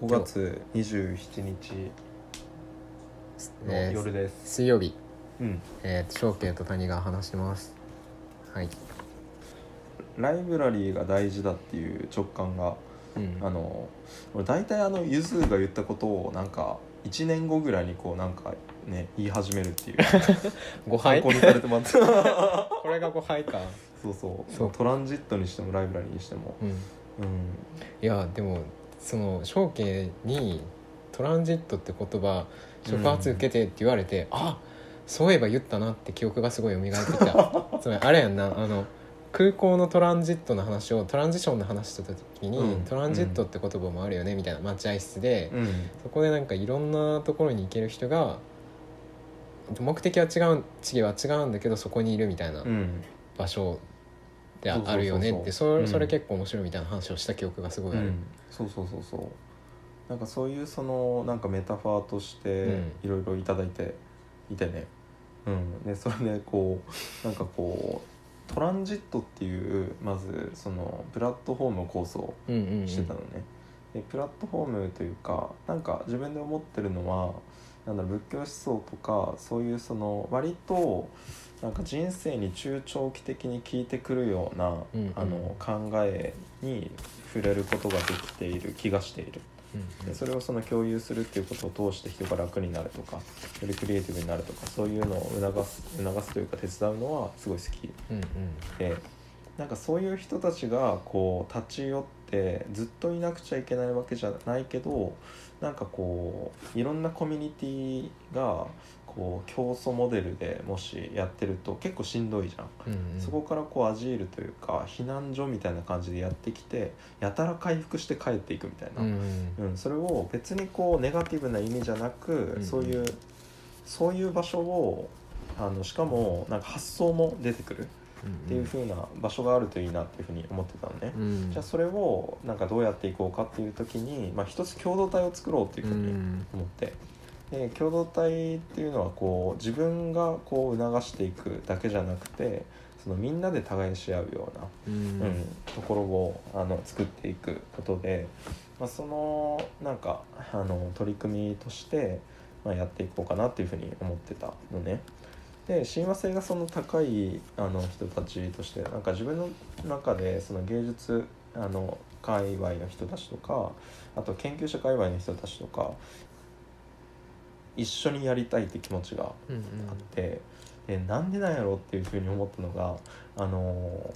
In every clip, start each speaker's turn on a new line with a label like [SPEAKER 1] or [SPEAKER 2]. [SPEAKER 1] 5月27日の
[SPEAKER 2] えー
[SPEAKER 1] 夜です、
[SPEAKER 2] 水曜日、
[SPEAKER 1] うん
[SPEAKER 2] えー、証券と谷が話してますはい、
[SPEAKER 1] ライブラリーが大事だっていう直感が
[SPEAKER 2] うん
[SPEAKER 1] あの俺大体あのゆずが言ったことをなんか1年後ぐらいにこうなんかね言い始める っていう
[SPEAKER 2] 誤
[SPEAKER 1] 参
[SPEAKER 2] 配
[SPEAKER 1] 考
[SPEAKER 2] こ
[SPEAKER 1] にされて ます
[SPEAKER 2] れが誤配か
[SPEAKER 1] そうそう
[SPEAKER 2] そう
[SPEAKER 1] トランジットにしてもライブラリーにしても
[SPEAKER 2] うん
[SPEAKER 1] うん
[SPEAKER 2] いやでもその証券にトランジットって言葉触発受けてって言われて、あそういえば言ったなって記憶がすごい蘇ってき たつまりあれやんなあの空港のトランジットの話をトランジションの話してた時に、
[SPEAKER 1] うん
[SPEAKER 2] トランジットって言葉もあるよねみたいな待合室で、
[SPEAKER 1] うん
[SPEAKER 2] そこでなんかいろんなところに行ける人が目的は違う地位は違うんだけどそこにいるみたいな
[SPEAKER 1] うん
[SPEAKER 2] 場所で
[SPEAKER 1] そうそうそうそう
[SPEAKER 2] あるよねってそれそれ
[SPEAKER 1] うん
[SPEAKER 2] 結構面白いみたいな話をした記憶がすごいあ
[SPEAKER 1] う
[SPEAKER 2] る。
[SPEAKER 1] ん、そうそうそうそうなんかそういうそのなんかメタファーとして
[SPEAKER 2] うん
[SPEAKER 1] いろいろいただいていてね、うん、でそれでこうなんかこうトランジットっていうまずそのプラットフォーム構想
[SPEAKER 2] うんうんうん
[SPEAKER 1] してたのね、でプラットフォームというかなんか自分で思ってるのはなんだろう仏教思想とかそういうその割となんか人生に中長期的に効いてくるような、
[SPEAKER 2] うんうん
[SPEAKER 1] あの考えに触れることができている気がしている
[SPEAKER 2] うんうん
[SPEAKER 1] でそれをその共有するっていうことを通して人が楽になるとかよりクリエイティブになるとかそういうのを促す促すというか手伝うのはすごい好き
[SPEAKER 2] うんうん
[SPEAKER 1] でなんかそういう人たちがこう立ち寄ってずっといなくちゃいけないわけじゃないけどなんかこういろんなコミュニティがこう競争モデルでもしやってると結構しんどいじゃん。
[SPEAKER 2] うんうん
[SPEAKER 1] そこからこうアジールというか避難所みたいな感じでやってきてやたら回復して帰っていくみたいな、
[SPEAKER 2] うんうん
[SPEAKER 1] うん、それを別にこうネガティブな意味じゃなく、
[SPEAKER 2] うん
[SPEAKER 1] そういうそういう場所をあのしかもなんか発想も出てくるっていう風な場所があるといいなっていう風に思ってたのね、
[SPEAKER 2] うん
[SPEAKER 1] じゃあそれをなんかどうやっていこうかっていう時に、まあ、一つ共同体を作ろうっていう風に思って、で共同体っていうのはこう自分がこう促していくだけじゃなくてそのみんなで互いし合うような
[SPEAKER 2] うんう
[SPEAKER 1] うんん、ところをあの作っていくことで、まあ、そのなんかあの取り組みとして、まあ、やっていこうかなっていうふうに思ってたのね。で親和性がその高いあの人たちとしてなんか自分の中でその芸術あの界隈の人たちとかあと研究者界隈の人たちとか一緒にやりたいって気持ちが
[SPEAKER 2] うん
[SPEAKER 1] あって、でなんでなんやろっていうふうに思ったのがあの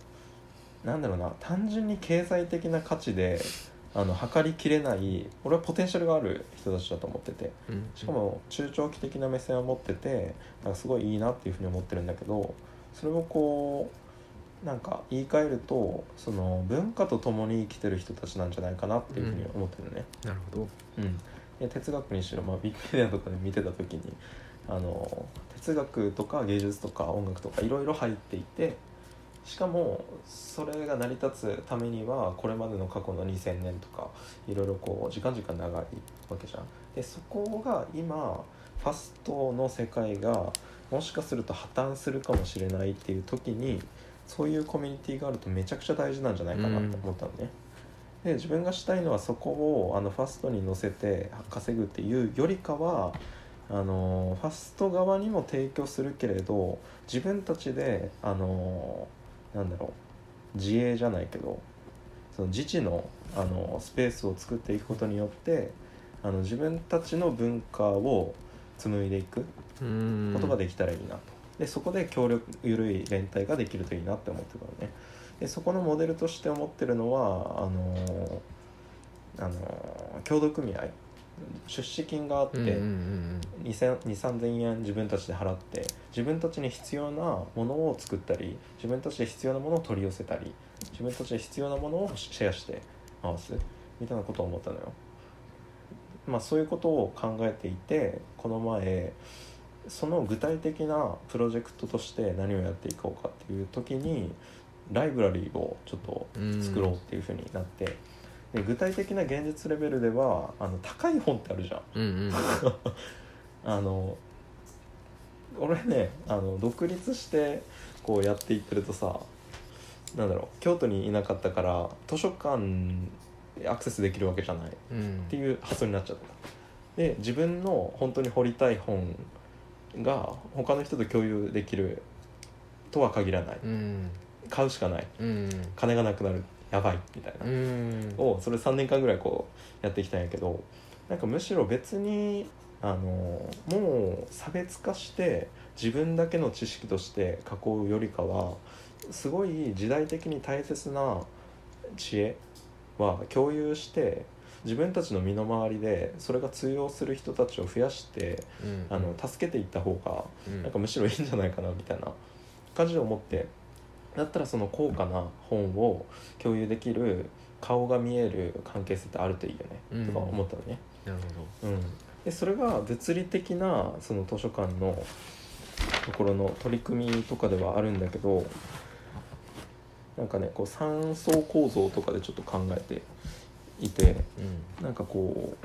[SPEAKER 1] ーなんだろうな単純に経済的な価値であの測りきれない俺はポテンシャルがある人たちだと思ってて
[SPEAKER 2] うんうん
[SPEAKER 1] しかも中長期的な目線を持っててなんかすごいいいなっていうふうに思ってるんだけどそれをこうなんか言い換えるとその文化と共に生きてる人たちなんじゃないかなっていうふうに思ってるね。
[SPEAKER 2] なるほど
[SPEAKER 1] うん、で哲学にしろ、まあ、ビッグペディアとかで見てた時にあの哲学とか芸術とか音楽とかいろいろ入っていてしかもそれが成り立つためにはこれまでの過去の2,000年とかいろいろこう時間時間長いわけじゃん。でそこが今ファストの世界がもしかすると破綻するかもしれないっていう時にそういうコミュニティがあるとめちゃくちゃ大事なんじゃないかなと思ったのね。で自分がしたいのはそこをあのファストに乗せて稼ぐっていうよりかはあのファスト側にも提供するけれど自分たちであのなんだろう自営じゃないけどその自治のあのスペースを作っていくことによってあの自分たちの文化を紡いでいく
[SPEAKER 2] うん
[SPEAKER 1] ことができたらいいなと、でそこで協力ゆるい連帯ができるといいなって思ってたのねでそこのモデルとして思ってるのはあのーあのー協同組合出資金があって、
[SPEAKER 2] うんうんうん
[SPEAKER 1] 23000円自分たちで払って自分たちに必要なものを作ったり自分たちで必要なものを取り寄せたり自分たちで必要なものをシェアして回すみたいなことを思ったのよ。まあ、そういうことを考えていてこの前その具体的なプロジェクトとして何をやっていこうかっていう時にライブラリーをちょっと
[SPEAKER 2] うん
[SPEAKER 1] 作ろうっていうふうになって、で具体的な現実レベルではあの高い本ってあるじゃん。
[SPEAKER 2] うんうん
[SPEAKER 1] あの俺ねあの独立してこうやっていってるとさなんだろう京都にいなかったから図書館アクセスできるわけじゃないっ
[SPEAKER 2] うん
[SPEAKER 1] ていう発想になっちゃったで自分の本当に掘りたい本が他の人と共有できるとは限らない
[SPEAKER 2] うん
[SPEAKER 1] 買うしかない
[SPEAKER 2] うん
[SPEAKER 1] 金がなくなるやばいみたいな
[SPEAKER 2] う、ん
[SPEAKER 1] をそれ3年間ぐらいこうやってきたんやけどなんかむしろ別にあのもう差別化して自分だけの知識として囲うよりかはすごい時代的に大切な知恵は共有して自分たちの身の回りでそれが通用する人たちを増やして
[SPEAKER 2] うん
[SPEAKER 1] あの助けていった方が
[SPEAKER 2] うん
[SPEAKER 1] なんかむしろいいんじゃないかなみたいな感じで思ってだったらその高価な本を共有できる顔が見える関係性ってあるといいよね、
[SPEAKER 2] うん
[SPEAKER 1] とか思ったのね。
[SPEAKER 2] なるほ
[SPEAKER 1] うん、でそれが物理的なその図書館のところの取り組みとかではあるんだけどなんかねこう3層構造とかでちょっと考えていて。
[SPEAKER 2] どうん
[SPEAKER 1] なんかこう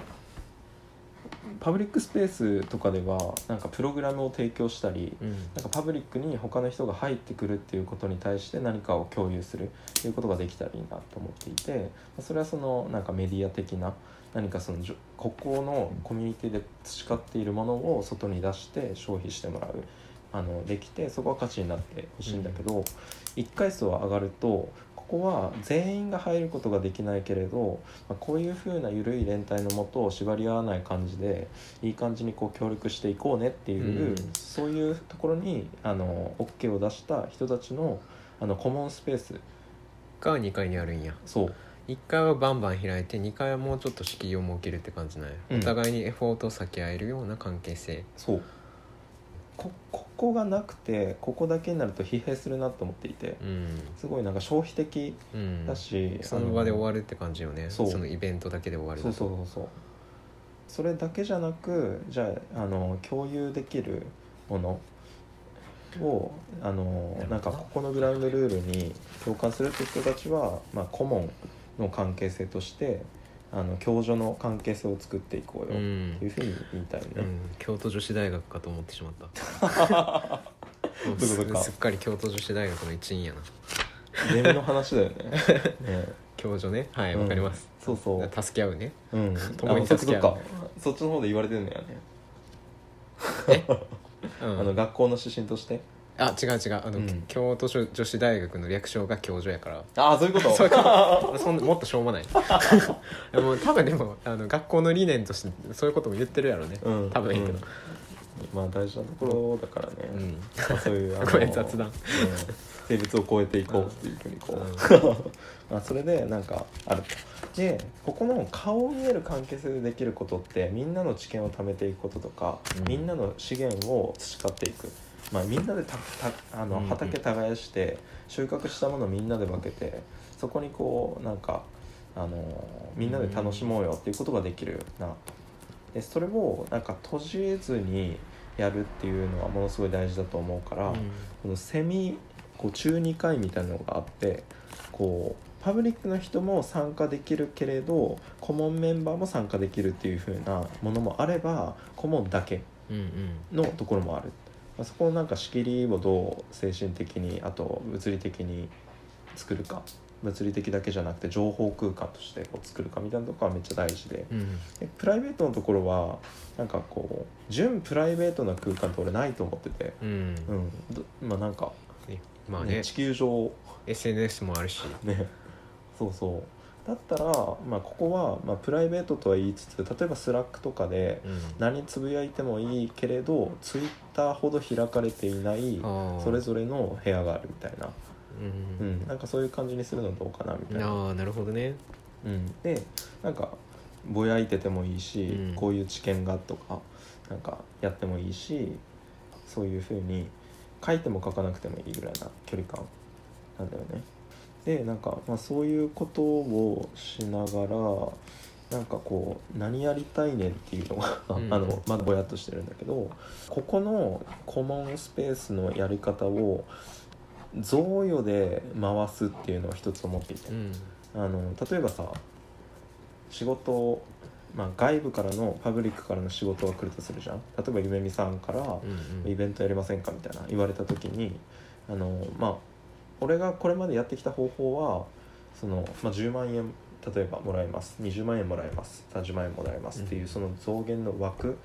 [SPEAKER 1] パブリックスペースとかではなんかプログラムを提供したり
[SPEAKER 2] うん
[SPEAKER 1] なんかパブリックに他の人が入ってくるっていうことに対して何かを共有するっていうことができたらいいなと思っていてそれはそのなんかメディア的な何かそのじょここのコミュニティで培っているものを外に出して消費してもらうあのできてそこは価値になってほしいんだけど、一1階層は上がるとここは全員が入ることができないけれど、まあこういうふうな緩い連帯のもとを縛り合わない感じでいい感じにこう協力していこうねっていう、
[SPEAKER 2] うん
[SPEAKER 1] そういうところにあの OK を出した人たちのあのコモンスペース
[SPEAKER 2] が2階にあるんや
[SPEAKER 1] そう
[SPEAKER 2] 1階はバンバン開いて2階はもうちょっと敷居を設けるって感じなんや、
[SPEAKER 1] う
[SPEAKER 2] お
[SPEAKER 1] ん
[SPEAKER 2] 互いにエフォートを避け合えるような関係性
[SPEAKER 1] そうこここがなくてここだけになると疲弊するなと思っていて
[SPEAKER 2] うん
[SPEAKER 1] すごいなんか消費的
[SPEAKER 2] うん
[SPEAKER 1] だし、
[SPEAKER 2] その場で終
[SPEAKER 1] る
[SPEAKER 2] わるって感じよね
[SPEAKER 1] そう
[SPEAKER 2] そのイベントだけで終わる
[SPEAKER 1] そうそうそうそうそれだけじゃなくじゃああの共有できるものをあのなんかここのグラウンドルールに共感するって人たちは、まあ、顧問の関係性としてあの共助の関係性を作っていこう
[SPEAKER 2] う
[SPEAKER 1] よ
[SPEAKER 2] ん
[SPEAKER 1] っていうふうに言いたいね、
[SPEAKER 2] うん京都女子大学かと思ってしまったもう
[SPEAKER 1] どういうことか
[SPEAKER 2] すすっかり京都女子大学の一員やな
[SPEAKER 1] ゼミの 話だよねね
[SPEAKER 2] 教授ねはい
[SPEAKER 1] うん
[SPEAKER 2] わ、かります
[SPEAKER 1] そうそう
[SPEAKER 2] 助け合うね
[SPEAKER 1] うん、
[SPEAKER 2] 共に
[SPEAKER 1] あそっか
[SPEAKER 2] 助け
[SPEAKER 1] そっ
[SPEAKER 2] 合う
[SPEAKER 1] かそっちの方で言われてるんだよね、
[SPEAKER 2] うん
[SPEAKER 1] あの学校の指針として
[SPEAKER 2] あ違う違うあの、
[SPEAKER 1] うん
[SPEAKER 2] 京都女子大学の略称が教授やから
[SPEAKER 1] ああそういうこと
[SPEAKER 2] そうかそんもっとしょうもない でも多分でもあの学校の理念としてそういうことも言ってるやろね、
[SPEAKER 1] うん
[SPEAKER 2] 多分いいけど、
[SPEAKER 1] まあ大事なところだからね、
[SPEAKER 2] うん
[SPEAKER 1] まあそういうあ の
[SPEAKER 2] ごめん雑談
[SPEAKER 1] うん性別を超えていこうっていうふうにこう、 まあそれでなんかあるとでここの顔を見える関係性でできることってみんなの知見を貯めていくこととか、
[SPEAKER 2] うん
[SPEAKER 1] みんなの資源を培っていく、まあ、みんなでたたあの
[SPEAKER 2] うんうん
[SPEAKER 1] 畑耕して収穫したものをみんなで分けてそこにこうなんかあのみんなで楽しもうよっていうことができるなでそれをなんか閉じずにやるっていうのはものすごい大事だと思うから、このセミこう中2回みたいなのがあってこうパブリックの人も参加できるけれど顧問メンバーも参加できるっていう風なものもあれば顧問だけ
[SPEAKER 2] うんうん
[SPEAKER 1] のところもあるまあそこのなんか仕切りをどう精神的にあと物理的に作るか物理的だけじゃなくて情報空間としてこう作るかみたいなところはめっちゃ大事で
[SPEAKER 2] うんうん
[SPEAKER 1] でプライベートのところはなんかこう純プライベートな空間って俺ないと思ってて、
[SPEAKER 2] うん
[SPEAKER 1] うん、どまあなんか
[SPEAKER 2] ねまあ
[SPEAKER 1] ね
[SPEAKER 2] ね
[SPEAKER 1] 地球上
[SPEAKER 2] SNS もあるし
[SPEAKER 1] ね そうそうだったら、まあ、ここは、まあ、プライベートとは言いつつ例えばスラックとかで
[SPEAKER 2] うん
[SPEAKER 1] 何つぶやいてもいいけれどツイッターほど開かれていない
[SPEAKER 2] ああ
[SPEAKER 1] それぞれの部屋があるみたいな、
[SPEAKER 2] う
[SPEAKER 1] うんん、なんかそういう感じにするのどうかなみたいな、
[SPEAKER 2] ああなるほどね
[SPEAKER 1] うん、でなんかぼやいててもいいし、
[SPEAKER 2] うん
[SPEAKER 1] こういう知見がとかなんかやってもいいしそういうふうに書いても書かなくてもいいぐらいな距離感なんだよね。でなんか、まあ、そういうことをしながらなんかこう何やりたいねんっていうのが、
[SPEAKER 2] うん
[SPEAKER 1] あのまだぼやっとしてるんだけどここのコモンスペースのやり方を贈与で回すっていうのを一つ思っていて
[SPEAKER 2] う。ん
[SPEAKER 1] あの例えばさ仕事を、まあ、外部からのパブリックからの仕事が来るとするじゃん例えばゆめみさんから
[SPEAKER 2] うん
[SPEAKER 1] 「
[SPEAKER 2] う
[SPEAKER 1] イ
[SPEAKER 2] ん
[SPEAKER 1] ベントやりませんか?」みたいな言われた時にあのまあ俺がこれまでやってきた方法はその、まあ、10万円例えばもらえます20万円もらえます30万円もらえますっていうその増減の枠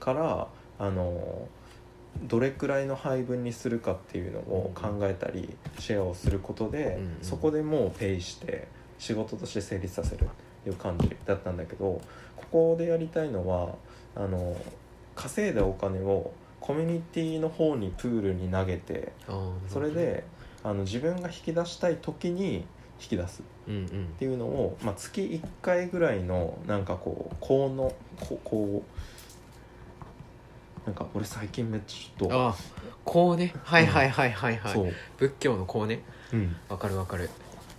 [SPEAKER 1] からあのどれくらいの配分にするかっていうのを考えたりシェアをすることで
[SPEAKER 2] うん
[SPEAKER 1] そこでもうペイして仕事として成立させるっていう感じだったんだけどここでやりたいのはあの稼いだお金をコミュニティの方にプールに投げてそれであの自分が引き出したい時に引き出す
[SPEAKER 2] うんうん
[SPEAKER 1] っていうのを、まあ、月1回ぐらいのなんかこうこうのここうなんか俺最近めっちゃちょっと
[SPEAKER 2] あこうねはいはいはいはいはい、
[SPEAKER 1] そう、
[SPEAKER 2] 仏教のこうね
[SPEAKER 1] うん、
[SPEAKER 2] わかるわかる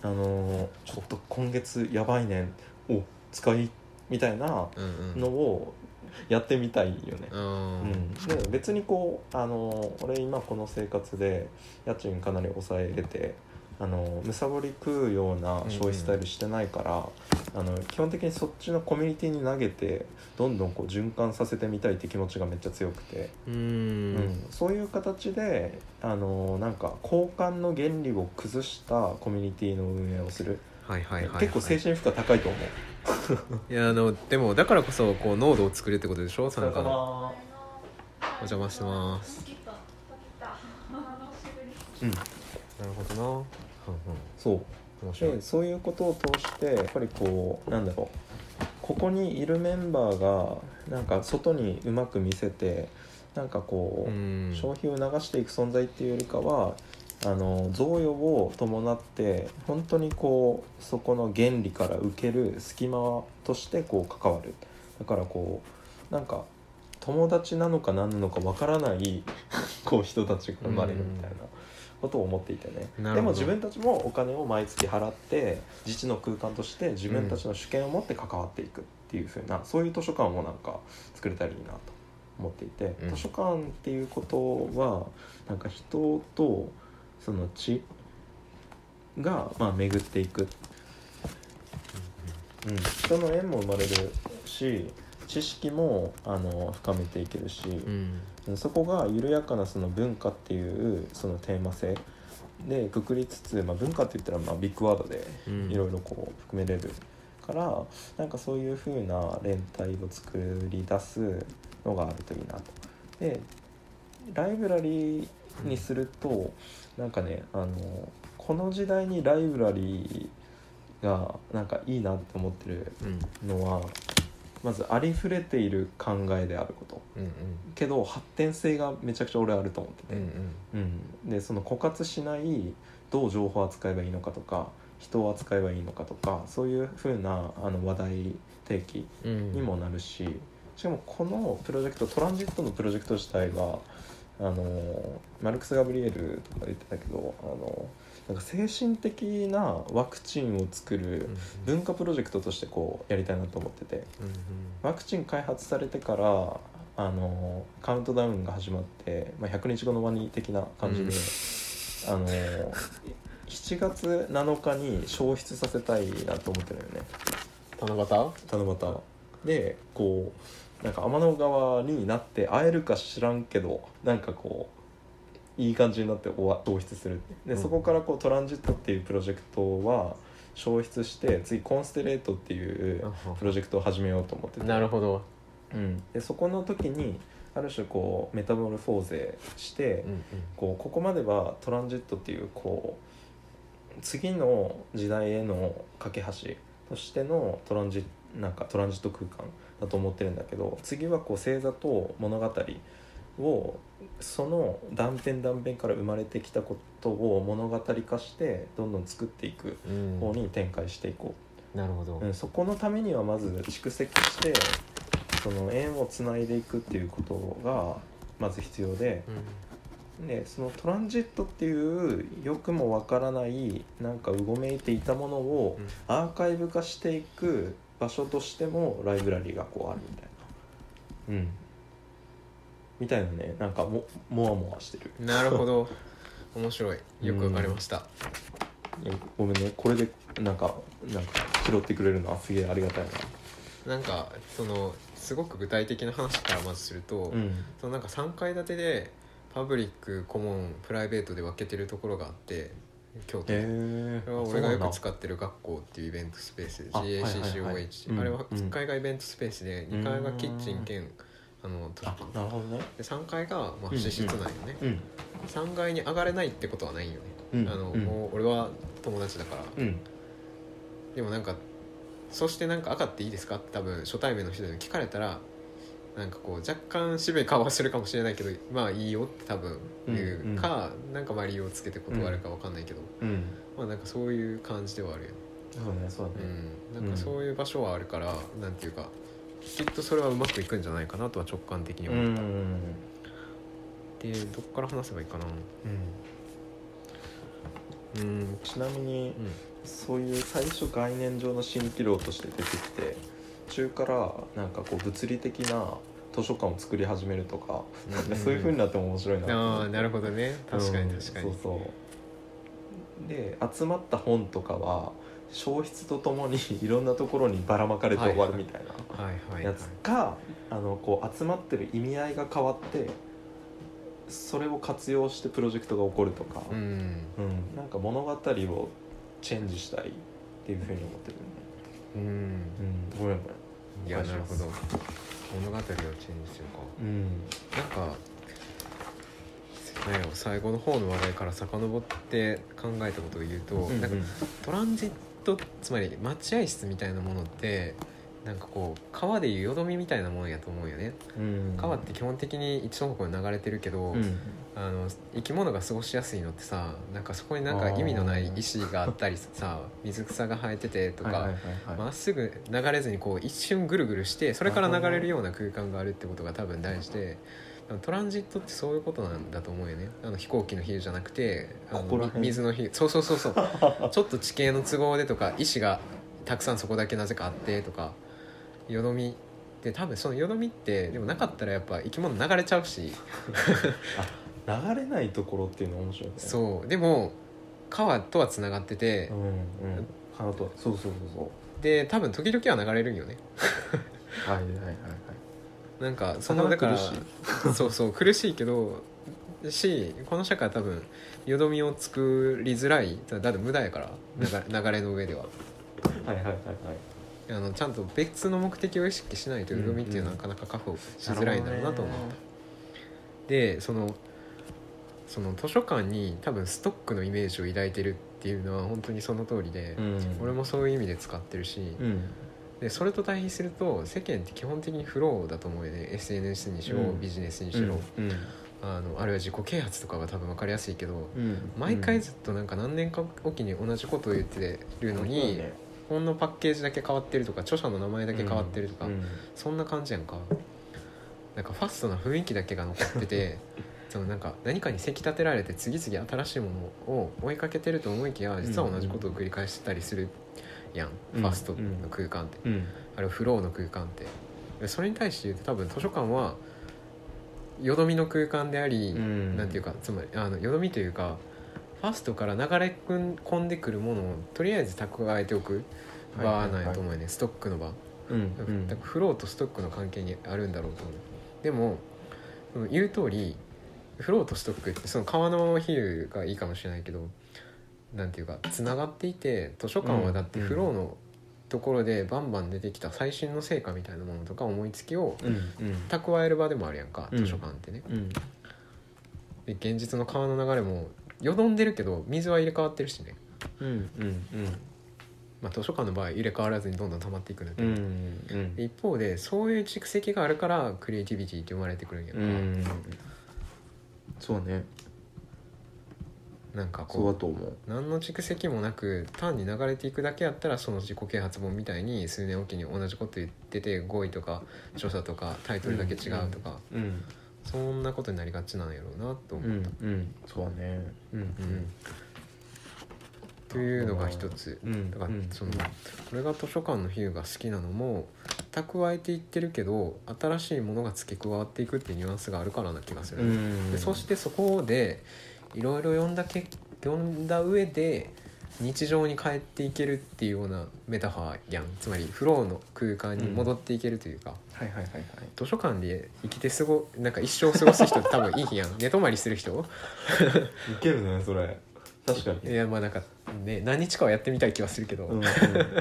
[SPEAKER 1] あのーちょっと今月やばいねお使いみたいな
[SPEAKER 2] うんうん
[SPEAKER 1] のをやってみたいよね
[SPEAKER 2] う。
[SPEAKER 1] うんん、で別にこう、あのー俺今この生活で家賃かなり抑えれて、あのーむさぼり食うような消費スタイルしてないから、あの基本的にそっちのコミュニティに投げてどんどんこう循環させてみたいって気持ちがめっちゃ強くて、
[SPEAKER 2] う
[SPEAKER 1] うん
[SPEAKER 2] ん
[SPEAKER 1] そういう形で、あのーなんか交換の原理を崩したコミュニティの運営をする、
[SPEAKER 2] はいはいはいはい
[SPEAKER 1] 結構精神負荷高いと思う。
[SPEAKER 2] いやあのでもだからこそこう濃度を作るってことでしょ参加のお邪魔してます
[SPEAKER 1] うん、
[SPEAKER 2] なるほどなうんうん
[SPEAKER 1] そう
[SPEAKER 2] 面白い
[SPEAKER 1] でそういうことを通してやっぱりこうなんだろうここにいるメンバーがなんか外にうまく見せてなんかこ
[SPEAKER 2] う
[SPEAKER 1] う、
[SPEAKER 2] ん
[SPEAKER 1] 消費を流していく存在っていうよりかはあの贈与を伴って本当にこうそこの原理から受ける隙間としてこう関わるだからこうなんか友達なのか何なのかわからない こう人たちが生まれるみたいなことを思っていてね、
[SPEAKER 2] なるほど
[SPEAKER 1] でも自分たちもお金を毎月払って自治の空間として自分たちの主権を持って関わっていくっていうふうな、そういう図書館もなんか作れたらいいなと思っていて、
[SPEAKER 2] うん
[SPEAKER 1] 図書館っていうことはなんか人とその地が、まあ、巡っていく、うん、人の縁も生まれるし知識もあの深めていけるし、
[SPEAKER 2] うん
[SPEAKER 1] そこが緩やかなその文化っていうそのテーマ性でくくりつつ、まあ、文化って言ったらまあビッグワードで
[SPEAKER 2] うん
[SPEAKER 1] いろいろこう含めれるからなんかそういう風な連帯を作り出すのがあるといいなと。でライブラリーにするとなんかねあのこの時代にライブラリーがなんかいいなって思ってる
[SPEAKER 2] うん
[SPEAKER 1] のはまずありふれている考えであること
[SPEAKER 2] うん
[SPEAKER 1] けど発展性がめちゃくちゃ俺あると思ってて。
[SPEAKER 2] うんうん
[SPEAKER 1] うん、でその枯渇しないどう情報を扱えばいいのかとか人を扱えばいいのかとかそういうふうなあの話題提起
[SPEAKER 2] うん
[SPEAKER 1] にもなるし、しかもこのプロジェクトトランジットのプロジェクト自体があのマルクス・ガブリエルとか言ってたけどあのなんか精神的なワクチンを作
[SPEAKER 2] う
[SPEAKER 1] る
[SPEAKER 2] ん
[SPEAKER 1] 文化プロジェクトとしてこうやりたいなと思ってて。
[SPEAKER 2] うん
[SPEAKER 1] ワクチン開発されてからあのカウントダウンが始まって、まあ、100日後のワニ的な感じで、
[SPEAKER 2] うん
[SPEAKER 1] あの7月7日に消失させたいなと思ってるよね
[SPEAKER 2] うん七
[SPEAKER 1] 七夕でこうなんか天の川になって会えるか知らんけどなんかこういい感じになって終わ消失するで
[SPEAKER 2] うん
[SPEAKER 1] そこからこうトランジットっていうプロジェクトは消失して次コンステレートっていうプロジェクトを始めようと思ってて
[SPEAKER 2] 夕なるほど
[SPEAKER 1] うん、でそこの時にある種こうメタモルフォーゼして、
[SPEAKER 2] うん
[SPEAKER 1] こうここまではトランジットっていうこう次の時代への架け橋としてのトランジなんかトランジット空間だと思ってるんだけど次はこう星座と物語をその断片断片から生まれてきたことを物語化してどんどん作っていく
[SPEAKER 2] うんう
[SPEAKER 1] 方
[SPEAKER 2] ん
[SPEAKER 1] に展開していこう
[SPEAKER 2] なるほど
[SPEAKER 1] うん、そこのためにはまず蓄積してその円をつないでいくっていうことがまず必要ででそのトランジットっていうよくもわからないなんかうごめいていたものを
[SPEAKER 2] うん
[SPEAKER 1] アーカイブ化していく場所としてもライブラリーがこうあるみたいなうんみたいなねなんかももわもわしてる
[SPEAKER 2] な るほど面白いよくわかりました
[SPEAKER 1] いやごめんねこれでなんかなんか拾ってくれるのはすげえありがたいな
[SPEAKER 2] なんかそのすごく具体的な話からまずすると、
[SPEAKER 1] うん
[SPEAKER 2] そのなんか3階建てでパブリックコモンプライベートで分けてるところがあって京都で、
[SPEAKER 1] え
[SPEAKER 2] これは俺がよく使ってる学校っていうイベントスペースで
[SPEAKER 1] あはいはいはい
[SPEAKER 2] GACCOH あれは
[SPEAKER 1] うん
[SPEAKER 2] 1階がイベントスペースで
[SPEAKER 1] う
[SPEAKER 2] 2
[SPEAKER 1] ん
[SPEAKER 2] 階がキッチン兼あの図書
[SPEAKER 1] あ
[SPEAKER 2] 館
[SPEAKER 1] なるほどね
[SPEAKER 2] で3階がまあ
[SPEAKER 1] うん
[SPEAKER 2] 私室なんよね
[SPEAKER 1] うん
[SPEAKER 2] 3階に上がれないってことはないんよね
[SPEAKER 1] うん
[SPEAKER 2] あの
[SPEAKER 1] うん
[SPEAKER 2] もう俺は友達だから
[SPEAKER 1] うん
[SPEAKER 2] でもなんかそしてなんか赤っていいですかって多分初対面の人に聞かれたらなんかこう若干渋い顔はするかもしれないけどまあいいよって多分言うかなんかまあ理由をつけて断るかわかんないけど
[SPEAKER 1] うん
[SPEAKER 2] まあなんかそういう感じではあるよね
[SPEAKER 1] そうねそうだね、
[SPEAKER 2] うん、なんかそういう場所はあるから、なんていうかきっとそれはうまくいくんじゃないかなとは直感的に
[SPEAKER 1] う
[SPEAKER 2] 思っ
[SPEAKER 1] ん
[SPEAKER 2] た、でどっから話せばいいかなうん
[SPEAKER 1] ちなみにそういう最初概念上の蜃気楼として出てきて中からなんかこう物理的な図書館を作り始めるとか、
[SPEAKER 2] うん
[SPEAKER 1] そういう風になっても面白いなと思っ
[SPEAKER 2] あ
[SPEAKER 1] て
[SPEAKER 2] あなるほどね確かに
[SPEAKER 1] うん
[SPEAKER 2] 確かに、
[SPEAKER 1] そうそうで集まった本とかは消失とともにいろんなところにばらまかれて終わるみたい
[SPEAKER 2] はいは
[SPEAKER 1] ない
[SPEAKER 2] は
[SPEAKER 1] や
[SPEAKER 2] い
[SPEAKER 1] つかあのこう集まってる意味合いが変わってそれを活用してプロジェクトが起こるとか、
[SPEAKER 2] うん、
[SPEAKER 1] うんなんか物語をチェンジしたいっていうふうに思ってるね、
[SPEAKER 2] うん、
[SPEAKER 1] うん、ごめんご
[SPEAKER 2] いやなるほど物語をチェンジするか
[SPEAKER 1] めんうん
[SPEAKER 2] なんかなんやろ最後の方の話題から遡って考えたことを言うと、なんかトランジットつまり待合室みたいなものってなんかこう川でいうよどみみたいなもんやと思うよね
[SPEAKER 1] うん
[SPEAKER 2] 川って基本的に一方向に流れてるけど、
[SPEAKER 1] うん
[SPEAKER 2] あの生き物が過ごしやすいのってさなんかそこになんか意味のない石があったりさ水草が生えててとか、
[SPEAKER 1] はいはいはい
[SPEAKER 2] ま
[SPEAKER 1] はい
[SPEAKER 2] っすぐ流れずにこう一瞬ぐるぐるしてそれから流れるような空間があるってことが多分大事でトランジットってそういうことなんだと思うよねあの飛行機の比喩じゃなくてあの
[SPEAKER 1] ここら辺
[SPEAKER 2] み水の比喩そうそうそうそう ちょっと地形の都合でとか石がたくさんそこだけなぜかあってとかよどみで多分そのよどみってでもなかったらやっぱ生き物流れちゃうし
[SPEAKER 1] 流れないところっていうの面白いねう、
[SPEAKER 2] そうでも川とはつながってて
[SPEAKER 1] うんうん、花とそうそうそう
[SPEAKER 2] で多分時々は流れるんよね
[SPEAKER 1] そうはいはいはいはい
[SPEAKER 2] なんかそ
[SPEAKER 1] そんな
[SPEAKER 2] のだから
[SPEAKER 1] 苦し
[SPEAKER 2] そうそう苦しいけどしこの社会は多分よどみを作りづらいだって無駄やから流れ流れの上では
[SPEAKER 1] はいはいはいはい
[SPEAKER 2] あのちゃんと別の目的を意識しないとよどみっていうのは
[SPEAKER 1] う
[SPEAKER 2] なんかなか確保しづらいんだろうなと思った、でそのその図書館に多分ストックのイメージを抱いてるっていうのは本当にその通りで、
[SPEAKER 1] うん
[SPEAKER 2] 俺もそういう意味で使ってるし、
[SPEAKER 1] うん
[SPEAKER 2] でそれと対比すると世間って基本的にフローだと思うよね SNS にしろ、
[SPEAKER 1] うん
[SPEAKER 2] ビジネスにし
[SPEAKER 1] う
[SPEAKER 2] ろ、
[SPEAKER 1] んうん
[SPEAKER 2] あのあるいは自己啓発とかが多分分かりやすいけど
[SPEAKER 1] うん
[SPEAKER 2] 毎回ずっとなんか何年かおきに同じことを言ってるのに、本のパッケージだけ変わってるとか著者の名前だけ変わってるとか、
[SPEAKER 1] うんうん
[SPEAKER 2] そんな感じやんかなんかファストな雰囲気だけが残っててそのなんか何かにせき立てられて次々新しいものを追いかけてると思いきや実は同じことを繰り返してたりするやん、
[SPEAKER 1] うん
[SPEAKER 2] ファストの空間って、
[SPEAKER 1] うん
[SPEAKER 2] あれはフローの空間ってでそれに対して言うと多分図書館はよどみの空間であり、
[SPEAKER 1] うん
[SPEAKER 2] なんていうかつまりあのよどみというかファストから流れ込んでくるものをとりあえず蓄えておく場なんやと思うよね、ストックの場、
[SPEAKER 1] うんうん
[SPEAKER 2] だからフローとストックの関係にあるんだろうと思うでもその言う通りフローとストックってその川の比喩がいいかもしれないけどなんていうかつながっていて図書館はだって
[SPEAKER 1] うん
[SPEAKER 2] フローのところでバンバン出てきた最新の成果みたいなものとか思いつきを
[SPEAKER 1] うん
[SPEAKER 2] 蓄える場でもあるやんか
[SPEAKER 1] うん
[SPEAKER 2] 図書館ってね、
[SPEAKER 1] うんうん
[SPEAKER 2] で現実の川の流れもよどんでるけど水は入れ替わってるしね、
[SPEAKER 1] うんうん
[SPEAKER 2] まあ、図書館の場合入れ替わらずにどんどん溜まっていくんだけ
[SPEAKER 1] う
[SPEAKER 2] ど、
[SPEAKER 1] んうん
[SPEAKER 2] で一方でそういう蓄積があるからクリエイティビティって生まれてくるんやん
[SPEAKER 1] う
[SPEAKER 2] か、
[SPEAKER 1] んそうね
[SPEAKER 2] なんか
[SPEAKER 1] そ
[SPEAKER 2] こ
[SPEAKER 1] う
[SPEAKER 2] う
[SPEAKER 1] だと思う
[SPEAKER 2] 何の蓄積もなく単に流れていくだけやったらその自己啓発本みたいに数年おきに同じこと言ってて語彙とか著者とかタイトルだけ違うとか、
[SPEAKER 1] うん
[SPEAKER 2] そんなことになりがちなんやろうなと
[SPEAKER 1] う
[SPEAKER 2] 思う、
[SPEAKER 1] んうんそうだねうん
[SPEAKER 2] うんというのが一つ
[SPEAKER 1] うんうん
[SPEAKER 2] だから
[SPEAKER 1] うん
[SPEAKER 2] そのこれが図書館の比喩が好きなのも蓄えていってるけど新しいものが付け加わっていくっていうニュアンスがあるからな気がする、
[SPEAKER 1] うん
[SPEAKER 2] でそしてそこでいろいろ読んだけ読んだ上で日常に帰っていけるっていうようなメタファーやんつまりフローの空間に戻っていけるというか、
[SPEAKER 1] はいはいはいはい
[SPEAKER 2] 図書館で生きてすごなんか一生過ごす人って多分いいやん寝泊まりする人
[SPEAKER 1] いけるねそれ確かに
[SPEAKER 2] いやまあなんかね何日かはやってみたい気はするけど、
[SPEAKER 1] うんうん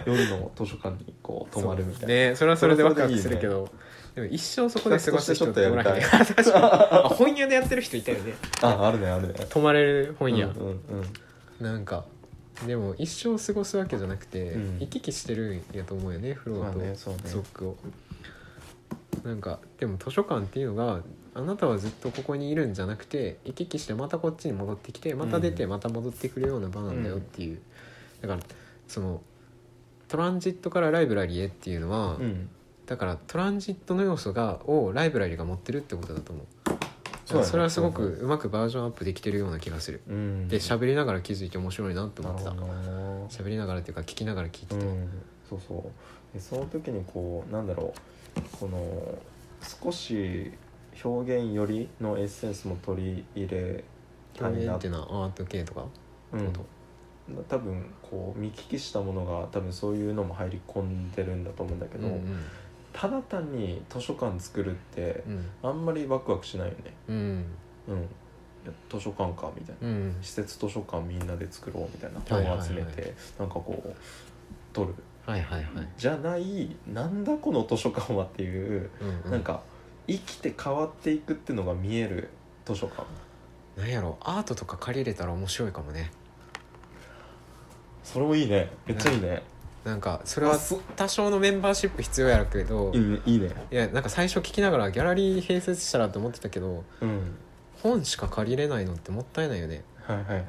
[SPEAKER 1] 夜の図書館にこう泊まるみたいな、
[SPEAKER 2] そうねそれはそれでワクワクするけどでも一生そこで過ごす人っておらへん
[SPEAKER 1] 企
[SPEAKER 2] 確かにあ本屋でやってる人いたよね
[SPEAKER 1] ああるねあるね
[SPEAKER 2] 泊まれる本屋、
[SPEAKER 1] うんうんうん
[SPEAKER 2] なんかでも一生過ごすわけじゃなくて、
[SPEAKER 1] うん
[SPEAKER 2] 行き来してるんやと思うよねフロ
[SPEAKER 1] ま
[SPEAKER 2] ー
[SPEAKER 1] あ
[SPEAKER 2] と
[SPEAKER 1] ねそうね
[SPEAKER 2] ゾックを、なんかでも図書館っていうのがあなたはずっとここにいるんじゃなくて行き来してまたこっちに戻ってきてまた出て
[SPEAKER 1] うん
[SPEAKER 2] また戻ってくるような場なんだよっていう、だからそのトランジットからライブラリへっていうのは、
[SPEAKER 1] うん
[SPEAKER 2] だからトランジットの要素がをライブラリが持ってるってことだと思う
[SPEAKER 1] そうだね
[SPEAKER 2] それはすごくうまくバージョンアップできてるような気がする
[SPEAKER 1] うん
[SPEAKER 2] で喋りながら気づいて面白いなと思って
[SPEAKER 1] な
[SPEAKER 2] た
[SPEAKER 1] るほどな
[SPEAKER 2] 喋りながらっていうか聞きながら聞いて
[SPEAKER 1] う
[SPEAKER 2] て、
[SPEAKER 1] ん、そうそうでその時にこうなんだろうこの少し表現よりのエッセンスも取り入れたい
[SPEAKER 2] 表現
[SPEAKER 1] な
[SPEAKER 2] っていうのはアート系とか
[SPEAKER 1] う
[SPEAKER 2] って
[SPEAKER 1] ん
[SPEAKER 2] こ
[SPEAKER 1] 多分こう見聞きしたものが多分そういうのも入り込んでるんだと思うんだけ
[SPEAKER 2] と
[SPEAKER 1] ど、
[SPEAKER 2] うんうん
[SPEAKER 1] ただ単に図書館作るって
[SPEAKER 2] うん
[SPEAKER 1] あんまりワクワクしないよね、
[SPEAKER 2] うん
[SPEAKER 1] うん、いや図書館かみたいな
[SPEAKER 2] うん
[SPEAKER 1] 施設図書館みんなで作ろうみたいな
[SPEAKER 2] はいはい
[SPEAKER 1] 本
[SPEAKER 2] は
[SPEAKER 1] を
[SPEAKER 2] い
[SPEAKER 1] 集めてなんかこう取る
[SPEAKER 2] はいはいはい
[SPEAKER 1] じゃないなんだこの図書館はっていう
[SPEAKER 2] うんうん
[SPEAKER 1] なんか生きて変わっていくっていうのが見える図書館
[SPEAKER 2] なんやろアートとか借りれたら面白いかもね
[SPEAKER 1] それもいいねめっちゃいいね
[SPEAKER 2] なんかそれは
[SPEAKER 1] あそ
[SPEAKER 2] 多少のメンバーシップ必要やろうけど
[SPEAKER 1] いいねいいね
[SPEAKER 2] いやなんか最初聞きながらギャラリー併設したらと思ってたけど
[SPEAKER 1] うん
[SPEAKER 2] 本しか借りれないのってもったいないよね
[SPEAKER 1] はいはいはいはい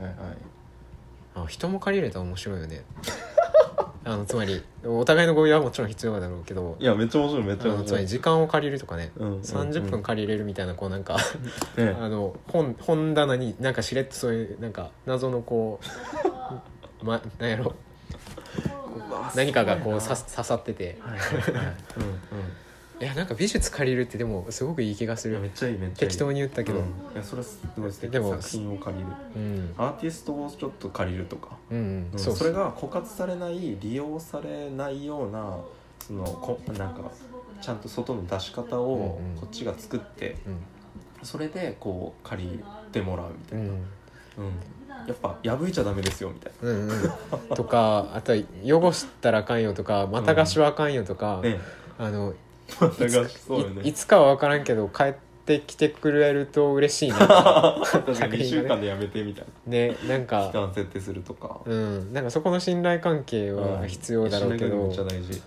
[SPEAKER 2] あ人も借りれたら面白いよね あのつまりお互いの合意はもちろん必要だろうけど
[SPEAKER 1] いやめっちゃ面白いめっ
[SPEAKER 2] あ
[SPEAKER 1] ちゃ
[SPEAKER 2] の
[SPEAKER 1] 面
[SPEAKER 2] つま
[SPEAKER 1] 白
[SPEAKER 2] り
[SPEAKER 1] い
[SPEAKER 2] 時間を借りるとかね
[SPEAKER 1] うんうんうん
[SPEAKER 2] 30分借りれるみたいなこうなんか
[SPEAKER 1] ね
[SPEAKER 2] あの本本棚になんかしれっとそういうなんか謎のこう、ま、なんやろ何かがこう刺
[SPEAKER 1] す
[SPEAKER 2] す刺さってて
[SPEAKER 1] はいはいはいうんうん
[SPEAKER 2] いやなんか美術借りるってでもすごくいい気がす
[SPEAKER 1] いやめ
[SPEAKER 2] る
[SPEAKER 1] っちゃいいめっちゃいい
[SPEAKER 2] 適当に言ったけど、
[SPEAKER 1] うんいやそれすごい素敵
[SPEAKER 2] でも
[SPEAKER 1] 作品を借りる
[SPEAKER 2] うん、
[SPEAKER 1] アーティストをちょっと借りるとか、
[SPEAKER 2] うんうん
[SPEAKER 1] うん
[SPEAKER 2] そ
[SPEAKER 1] そうれが枯渇されない利用されないようなそのこなんかちゃんと外の出し方を
[SPEAKER 2] うんうん
[SPEAKER 1] こっちが作って
[SPEAKER 2] うん
[SPEAKER 1] それでこう借りてもらうみた
[SPEAKER 2] う
[SPEAKER 1] いな、
[SPEAKER 2] ん
[SPEAKER 1] うんやっぱ破いちゃダメですよみたい
[SPEAKER 2] うんうん、とかあとは汚したらあかんよとかまた貸しはあかんよとか、
[SPEAKER 1] な ね
[SPEAKER 2] あの
[SPEAKER 1] またがそうよ
[SPEAKER 2] いい
[SPEAKER 1] ね
[SPEAKER 2] つかは分からんけど帰ってきてくれると嬉しい な
[SPEAKER 1] 確かに2週
[SPEAKER 2] 作品が
[SPEAKER 1] 間でやめてみたい
[SPEAKER 2] ねなん
[SPEAKER 1] な期
[SPEAKER 2] か
[SPEAKER 1] 間設定するとか、
[SPEAKER 2] うんなんかそこの信頼関係は必要だろうけど、
[SPEAKER 1] 一緒にやるのめっちゃ大事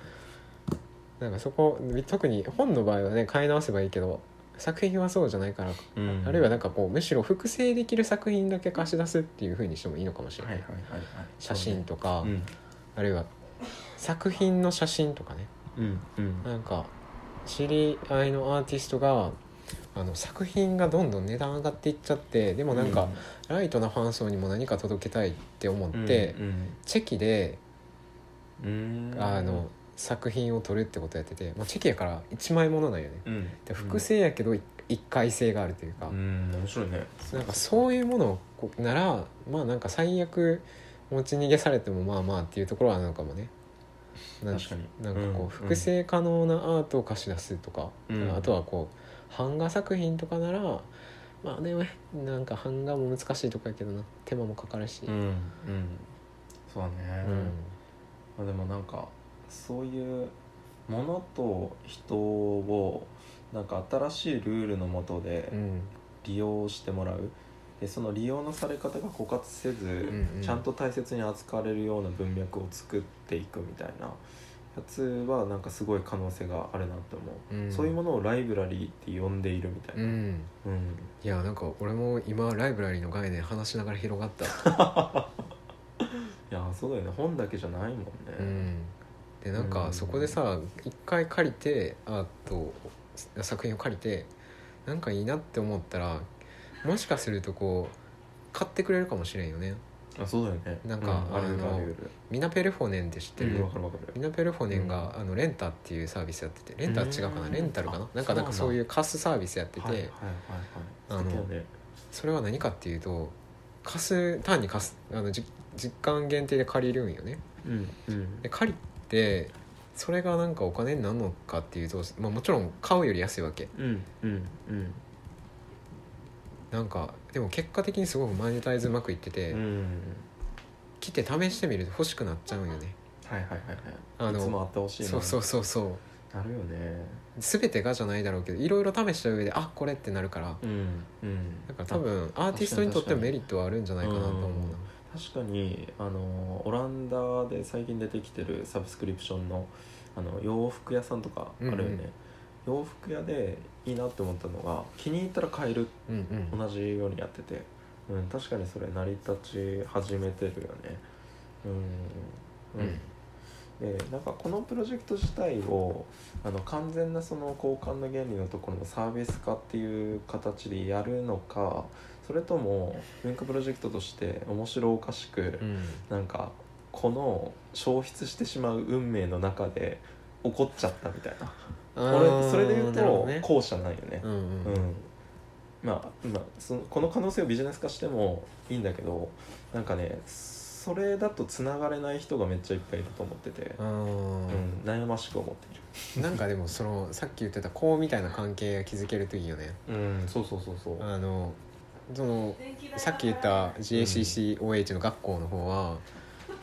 [SPEAKER 2] なんかそこ特に本の場合はね買い直せばいいけど作品はそうじゃないから、
[SPEAKER 1] うん
[SPEAKER 2] あるいは
[SPEAKER 1] は
[SPEAKER 2] なんかこうむしろ複製できる作品だけ貸し出すっていうふうにしてもいいのかもし
[SPEAKER 1] い
[SPEAKER 2] れ
[SPEAKER 1] は
[SPEAKER 2] ないい、
[SPEAKER 1] はいはい
[SPEAKER 2] 写真とか、
[SPEAKER 1] うん
[SPEAKER 2] あるいは作品の写真とかね
[SPEAKER 1] うんうん
[SPEAKER 2] なんか知り合いのアーティストがあの作品がどんどん値段上がっていっちゃってでもなんか、ライトなファン層にも何か届けたいって思っ
[SPEAKER 1] うん
[SPEAKER 2] て、
[SPEAKER 1] うん
[SPEAKER 2] チェキで
[SPEAKER 1] うん
[SPEAKER 2] あの作品を撮るってことやってて、まあ、チェキやから1枚ものなんよね
[SPEAKER 1] うん
[SPEAKER 2] で複製やけどい一回性があるというか、
[SPEAKER 1] うん面白いね
[SPEAKER 2] なんかそういうものをこうならまあなんか最悪持ち逃げされてもまあまあっていうところはあるのかもね。なん
[SPEAKER 1] 確かに
[SPEAKER 2] なんかこう、
[SPEAKER 1] うん
[SPEAKER 2] 複製可能なアートを貸し出すとか、
[SPEAKER 1] うん
[SPEAKER 2] あとはこう版画作品とかならまあねなんか版画も難しいとかやけどな手間もかかるし、
[SPEAKER 1] うんうんそうだね、まあ、でもなんかそういうものと人をなんか新しいルールのもとで
[SPEAKER 2] うん
[SPEAKER 1] 利用してもらうでその利用のされ方が枯渇せず、
[SPEAKER 2] んうん
[SPEAKER 1] ちゃんと大切に扱われるような文脈を作っていくみたいなやつはなんかすごい可能性があるなって思う、
[SPEAKER 2] うん
[SPEAKER 1] そういうものをライブラリーって呼んでいるみたい
[SPEAKER 2] うん、
[SPEAKER 1] な、うん
[SPEAKER 2] いやなんか俺も今ライブラリーの概念話しながら広がった、
[SPEAKER 1] いやそうだよね本だけじゃないもんね、
[SPEAKER 2] うん、でなん
[SPEAKER 1] う
[SPEAKER 2] か
[SPEAKER 1] ん
[SPEAKER 2] そこでさ一回借りてアートを作品を借りてなんかいいなって思ったらもしかするとこう買ってくれるかもしれんよね
[SPEAKER 1] あそうだよね
[SPEAKER 2] なんか
[SPEAKER 1] うある
[SPEAKER 2] あの
[SPEAKER 1] ある
[SPEAKER 2] ミナペルフォネンって知っ
[SPEAKER 1] あ
[SPEAKER 2] て
[SPEAKER 1] る
[SPEAKER 2] る、
[SPEAKER 1] うんわかるわかる
[SPEAKER 2] ミナペルフォネンが、あのレンタっていうサービスやっててレンタは違うかな
[SPEAKER 1] うん
[SPEAKER 2] レンタルかな
[SPEAKER 1] あ
[SPEAKER 2] なんかなんか
[SPEAKER 1] そ
[SPEAKER 2] そう
[SPEAKER 1] うなんだ
[SPEAKER 2] いう貸すサービスやってて、
[SPEAKER 1] はいはいはいはい素敵だね
[SPEAKER 2] それは何かっていうと貸す単に貸すあのじ実感限定で借りるんよね
[SPEAKER 1] うんうん
[SPEAKER 2] で借りてそれがなんかお金になるのかっていうと、まあ、もちろん買うより安いわけ
[SPEAKER 1] うんうんうん
[SPEAKER 2] なんかでも結果的にすごくマネタイズうまくいってて、
[SPEAKER 1] うん
[SPEAKER 2] 来て試してみると欲しくなっちゃうんよね
[SPEAKER 1] はいはいはいはい
[SPEAKER 2] あの
[SPEAKER 1] いつもあってほしいな
[SPEAKER 2] そうそうそうそう
[SPEAKER 1] なるよね
[SPEAKER 2] 全てがじゃないだろうけどいろいろ試した上であこれってなるから
[SPEAKER 1] うんうん
[SPEAKER 2] だから多分アーティストにとってもメリットはあるんじゃないかなと思う
[SPEAKER 1] うん確かにあのオランダで最近出てきてるサブスクリプションのあの洋服屋さんとかあるよね、洋服屋でいいなって思ったのが気に入ったら買える
[SPEAKER 2] なうんうん
[SPEAKER 1] 同じようにやってて、うん、確かにそれ成り立ち始めてるよねうん、うんでなんかこのプロジェクト自体をあの完全なその交換の原理のところのサービス化っていう形でやるのかそれとも文化プロジェクトとして面白おかしく、
[SPEAKER 2] うん
[SPEAKER 1] なんかこの消失してしまう運命の中で起こっちゃったみたいな俺それで言う
[SPEAKER 2] あーなるほど
[SPEAKER 1] と
[SPEAKER 2] ね
[SPEAKER 1] 後者なんよね
[SPEAKER 2] うんうんう
[SPEAKER 1] う
[SPEAKER 2] ん
[SPEAKER 1] んまあ、まあ、そのこの可能性をビジネス化してもいいんだけどなんかねそれだとつながれない人がめっちゃいっぱいいると思ってて、うん、悩ましく思ってい
[SPEAKER 2] なんかでもそのさっき言ってたこうみたいな関係が築けるといいよね
[SPEAKER 1] るうんそうそうそうそう
[SPEAKER 2] あのそのさっき言った GACCOH の学校の方は、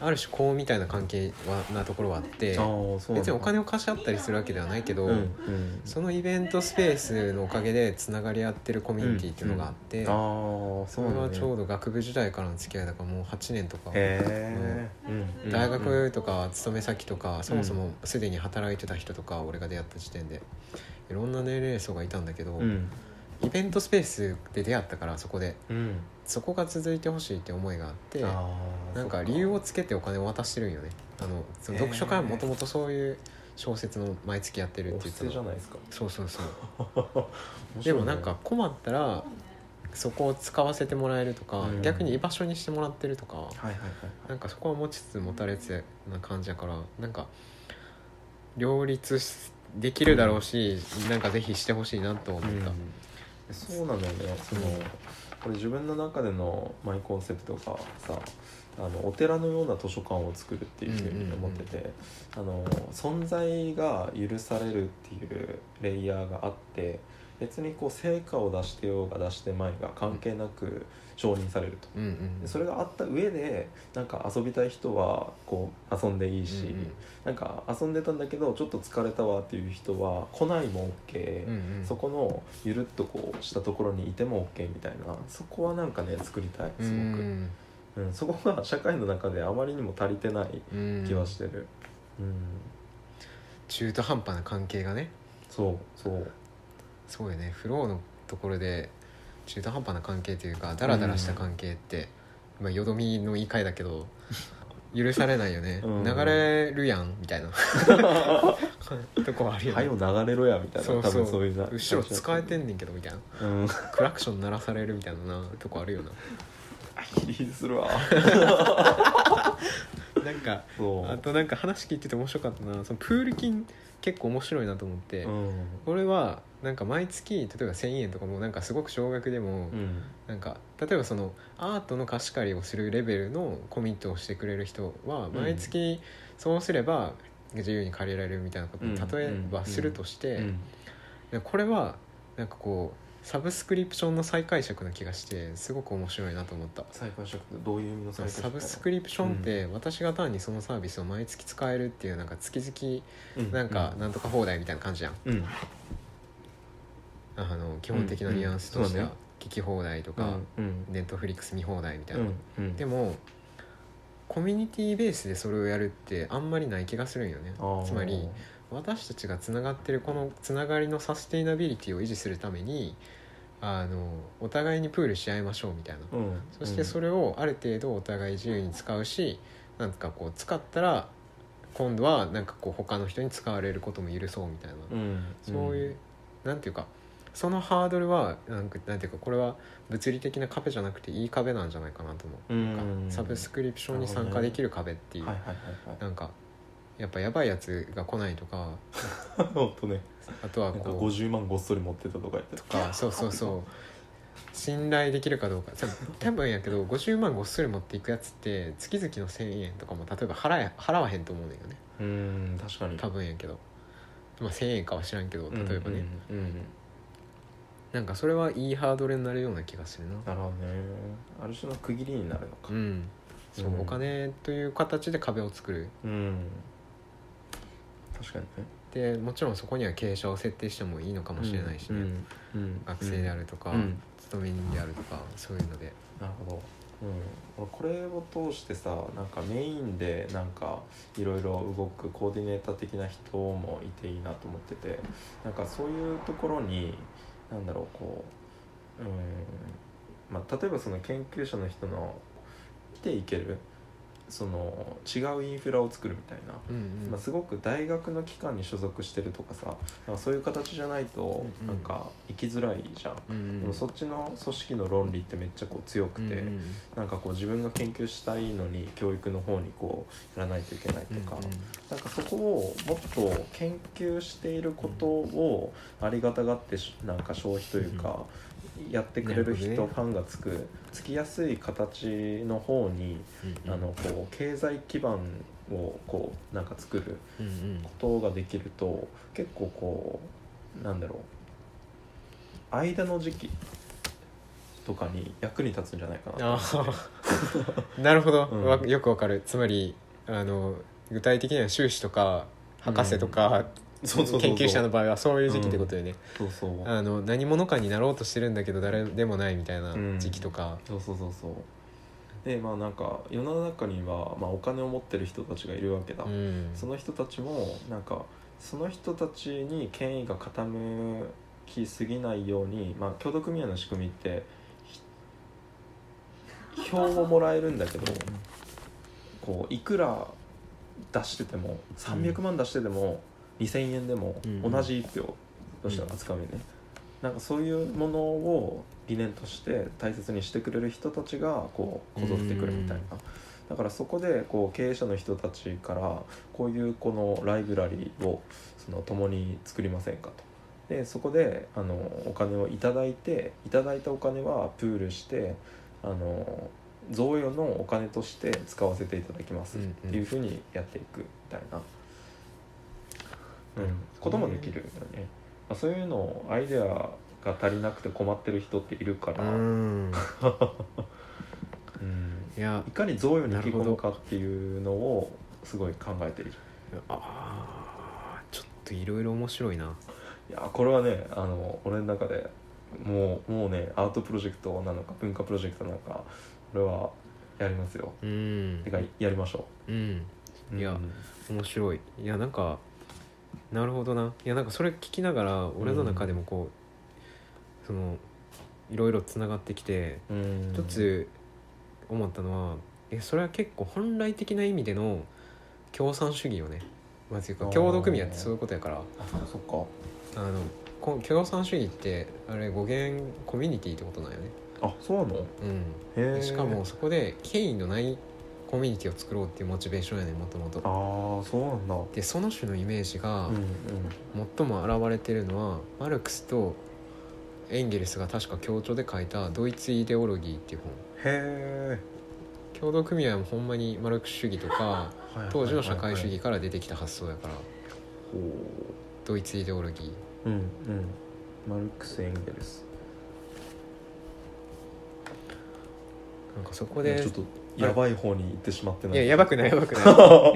[SPEAKER 2] ある種こうみたいな関係はなところはあって
[SPEAKER 1] ああそうなん
[SPEAKER 2] 別
[SPEAKER 1] だ
[SPEAKER 2] にお金を貸し合ったりするわけではないけど、
[SPEAKER 1] うんうん
[SPEAKER 2] そのイベントスペースのおかげでつながり合ってるコミュニティっていうのがあって、
[SPEAKER 1] ああ
[SPEAKER 2] そ
[SPEAKER 1] そう
[SPEAKER 2] れ
[SPEAKER 1] なんだ
[SPEAKER 2] は
[SPEAKER 1] ね
[SPEAKER 2] ちょうど学部時代からの付き合いだからもう8年とか、
[SPEAKER 1] へえ、
[SPEAKER 3] うん
[SPEAKER 2] 大
[SPEAKER 1] うん
[SPEAKER 2] 学とか勤め先とか、そもそもすでに働いてた人とか俺が出会った時点でいろんな年齢層がいたんだけど、
[SPEAKER 1] うん
[SPEAKER 2] イベントスペースで出会ったからそこで
[SPEAKER 1] うん
[SPEAKER 2] そこが続いてほしいって思いがあって
[SPEAKER 1] あー
[SPEAKER 2] なんか理由をつけてお金を渡してるんよねあのその
[SPEAKER 1] へー
[SPEAKER 2] 読書会はもともとそういう小説の毎月やってる
[SPEAKER 1] そ
[SPEAKER 2] っ
[SPEAKER 1] う
[SPEAKER 2] て
[SPEAKER 1] か
[SPEAKER 2] 言って
[SPEAKER 1] お布施じ
[SPEAKER 2] た
[SPEAKER 1] ゃ
[SPEAKER 2] の
[SPEAKER 1] ない ですか
[SPEAKER 2] そうそうそうで
[SPEAKER 1] 面白いね
[SPEAKER 2] もなんか困ったらそこを使わせてもらえるとか、
[SPEAKER 1] うん
[SPEAKER 2] 逆に居場所にしてもらってるとか
[SPEAKER 1] はいはいはい
[SPEAKER 2] なんかそこは持ちつ持たれつな感じやからなんか両立しできるだろうし、なんかぜひしてほしいなと思った、
[SPEAKER 1] うん、そうなんだよねそのこれ自分の中でのマイコンセプトがさあのお寺のような図書館を作るっていうふうに思ってて、あの存在が許されるっていうレイヤーがあって別にこう成果を出してようが出してまいが関係なく承認されると。
[SPEAKER 2] うんうん
[SPEAKER 1] でそれがあった上でなんか遊びたい人はこう遊んでいいし、
[SPEAKER 2] うんうん
[SPEAKER 1] なんか遊んでたんだけどちょっと疲れたわっていう人は来ないも OK、
[SPEAKER 2] うんうん
[SPEAKER 1] そこのゆるっとこうしたところにいても OK みたいなそこはなんかね作りたいすごく、うん、そこが社会の中であまりにも足りてない
[SPEAKER 2] うん
[SPEAKER 1] 気はしてる、うん
[SPEAKER 2] 中途半端な関係がね
[SPEAKER 1] そうそう
[SPEAKER 2] そうよねフローのところで中途半端な関係というかダラダラした関係って、まあ、よどみの言い換えだけど許されないよね、
[SPEAKER 1] うん
[SPEAKER 2] 流れるやんみ たいなとこはある
[SPEAKER 1] 「
[SPEAKER 2] よね
[SPEAKER 1] はよ流れろや」みたいな
[SPEAKER 2] そうそう
[SPEAKER 1] 多分そういうな
[SPEAKER 2] 後ろ使えてんねんけどみたいな
[SPEAKER 1] うん
[SPEAKER 2] クラクション鳴らされるみたいななとこあるよな
[SPEAKER 1] ヒリヒリするわ
[SPEAKER 2] なん か
[SPEAKER 1] そう
[SPEAKER 2] あとなんか話聞いてて面白かったなそのプール金結構面白いなと思って、
[SPEAKER 1] うん
[SPEAKER 2] これはなんか毎月例えば1,000円とかもなんかすごく少額でも、
[SPEAKER 1] うん
[SPEAKER 2] なんか例えばそのアートの貸し借りをするレベルのコミットをしてくれる人は
[SPEAKER 1] ん
[SPEAKER 2] 毎月そうすれば自由に借りられるみたいなこと
[SPEAKER 1] うん
[SPEAKER 2] に例えばするとし
[SPEAKER 1] う
[SPEAKER 2] て
[SPEAKER 1] ん
[SPEAKER 2] でこれはなんかこうサブスクリプションの再解釈な気がしてすごく面白いなと思った。
[SPEAKER 1] 再解釈ってどういう意味の再解釈
[SPEAKER 2] サブスクリプションって私が単にそのサービスを毎月使えるっていうなんか月々
[SPEAKER 1] うん
[SPEAKER 2] なんかなんとか放題みたいな感じじゃん
[SPEAKER 1] うん
[SPEAKER 2] あの基本的なニュアンスとして
[SPEAKER 1] うん
[SPEAKER 2] は
[SPEAKER 1] そ
[SPEAKER 2] 聞き放題と
[SPEAKER 1] う
[SPEAKER 2] か
[SPEAKER 1] んうん
[SPEAKER 2] ネットフリックス見放題みたいな
[SPEAKER 1] うん
[SPEAKER 2] でもコミュニティベースでそれをやるってあんまりない気がするんよね
[SPEAKER 1] あー
[SPEAKER 2] つまり私たちがつながってるこのつながりのサステイナビリティを維持するためにあのお互いにプールし合いましょうみたいな、
[SPEAKER 1] うん
[SPEAKER 2] そしてそれをある程度お互い自由に使うしなんかこう使ったら今度はなんかこう他の人に使われることも許そうみたいな、
[SPEAKER 1] うん
[SPEAKER 2] そういう、なんていうかそのハードルはなんかなんていうかこれは物理的な壁じゃなくていい壁なんじゃないかなと思う
[SPEAKER 1] うん
[SPEAKER 2] なんかサブスクリプションに参加できる壁っていう、
[SPEAKER 1] はいはいはいはい
[SPEAKER 2] なんかやっぱやばいやつが来ないとか
[SPEAKER 1] ほんとね
[SPEAKER 2] あとは
[SPEAKER 1] なんか
[SPEAKER 2] こ
[SPEAKER 1] 50万ごっそり持ってたとか言って
[SPEAKER 2] うかそうそうそう信頼できるかどうか多分多分やけど50万ごっそり持っていくやつって月々の1,000円とかも例えば払え払わへんと思うねんよね
[SPEAKER 1] うん確かに
[SPEAKER 2] 多分やけど、まあ、1,000円かは知らんけど例えばね、
[SPEAKER 1] うんうん
[SPEAKER 2] なんかそれはいいハードルになるような気がするな
[SPEAKER 1] なるほどねある種の区切りになるのか
[SPEAKER 2] うんそう、
[SPEAKER 1] うん
[SPEAKER 2] お金という形で壁を作る
[SPEAKER 1] うん確かにね
[SPEAKER 2] でもちろんそこには傾斜を設定してもいいのかもしれないしね、
[SPEAKER 1] うんうん
[SPEAKER 2] 学生であるとか、
[SPEAKER 1] うん
[SPEAKER 2] 勤め人であるとかそういうので
[SPEAKER 1] なるほど、うん、俺これを通してさなんかメインでなんかいろいろ動くコーディネーター的な人もいていいなと思っててなんかそういうところになんだろうこう、うんまあ、例えばその研究者の人の来ていけるその違うインフラを作るみたいな。
[SPEAKER 2] うんうん、
[SPEAKER 1] まあ、すごく大学の機関に所属してるとかさなんかそういう形じゃないと
[SPEAKER 2] うん
[SPEAKER 1] なんか生きづらいじゃん、
[SPEAKER 2] うんうん
[SPEAKER 1] でもそっちの組織の論理ってめっちゃこう強くて、
[SPEAKER 2] うんうん
[SPEAKER 1] なんかこう自分が研究したいのに教育の方にこうやらないといけないとか、
[SPEAKER 2] うんうん
[SPEAKER 1] なんかそこをもっと研究していることをありがたがってしなんか消費というか、やってくれる人
[SPEAKER 2] なるほどね
[SPEAKER 1] ファンがつくつきやすい形の方に、
[SPEAKER 2] うんうん
[SPEAKER 1] あのこう経済基盤をこうなんか作る
[SPEAKER 2] うんうん
[SPEAKER 1] ことができると結構こうなんだろう間の時期とかに役に立つんじゃないかなと
[SPEAKER 2] あ
[SPEAKER 1] 思って
[SPEAKER 2] ー なるほど、
[SPEAKER 1] うん
[SPEAKER 2] わよくわかるつまりあの具体的には修士とか博士とか、
[SPEAKER 1] そうそうそうそ
[SPEAKER 2] 研
[SPEAKER 1] う
[SPEAKER 2] 究者の場合はそういう時期ってことでね、
[SPEAKER 1] そうそう
[SPEAKER 2] あの何者かになろうとしてるんだけど誰でもないみたいな時期とか、
[SPEAKER 1] そうそうそうそうでまあなんか世の中には、まあ、お金を持ってる人たちがいるわけだ、
[SPEAKER 2] うん
[SPEAKER 1] その人たちもなんかその人たちに権威が傾きすぎないように、まあ、協同組合の仕組みってひ票をもらえるんだけどこういくら出してても300万出してても、2,000円でも
[SPEAKER 2] うん
[SPEAKER 1] 同じ1票として扱うよね、なんかそういうものを理念として大切にしてくれる人たちがこうこぞってくるみたいな、だからそこでこう経営者の人たちからこういうこのライブラリーをその共に作りませんかと。でそこであのお金をいただいていただいたお金はプールしてあの贈与のお金として使わせていただきますっていうふうにやっていくみたいな、うんこともできるよね、まあ、そういうのをアイデアが足りなくて困ってる人っているから、
[SPEAKER 2] うん
[SPEAKER 1] うん
[SPEAKER 2] いや
[SPEAKER 1] いかに贈与に切り込むかっていうのをすごい考えている
[SPEAKER 2] あーちょっといろいろ面白いない
[SPEAKER 1] やこれはねあの俺の中でもうもうねアートプロジェクトなのか文化プロジェクトなのかこれはやりますよ
[SPEAKER 2] うん
[SPEAKER 1] てかやりましょ
[SPEAKER 2] うん
[SPEAKER 1] う
[SPEAKER 2] いや面白いいやなんかなるほどないやなんかそれ聞きながら俺の中でもこう、そのいろいろつながってきて
[SPEAKER 1] うん
[SPEAKER 2] 一つ思ったのはえそれは結構本来的な意味での共産主義よねまあというか
[SPEAKER 1] あー
[SPEAKER 2] 共同組合ってそういうことやから
[SPEAKER 1] あそっかそっか
[SPEAKER 2] あのこ共産主義ってあれ語源コミュニティってことなんよね
[SPEAKER 1] あそうなの
[SPEAKER 2] うん
[SPEAKER 1] へ
[SPEAKER 2] で
[SPEAKER 1] え
[SPEAKER 2] しかもそこで権威のないコミュニティを作ろうっていうモチベーションやねもともと
[SPEAKER 1] ああそうなんだ
[SPEAKER 2] でその種のイメージが
[SPEAKER 1] うんうん
[SPEAKER 2] 最も表れてるのはマルクスとエンゲルスが確か協調で書いた「ドイツイデオロギー」っていう本
[SPEAKER 1] へえ
[SPEAKER 2] 共同組合もほんまにマルクス主義とか当時の社会主義から出てきた発想やから
[SPEAKER 1] ほ
[SPEAKER 2] ドイツイデオロギー
[SPEAKER 1] ううんうんマルクス・エンゲルス
[SPEAKER 2] なんかそこ
[SPEAKER 1] いや
[SPEAKER 2] で
[SPEAKER 1] ちょっとやばい方に行ってしまってない
[SPEAKER 2] いややばくないやばくない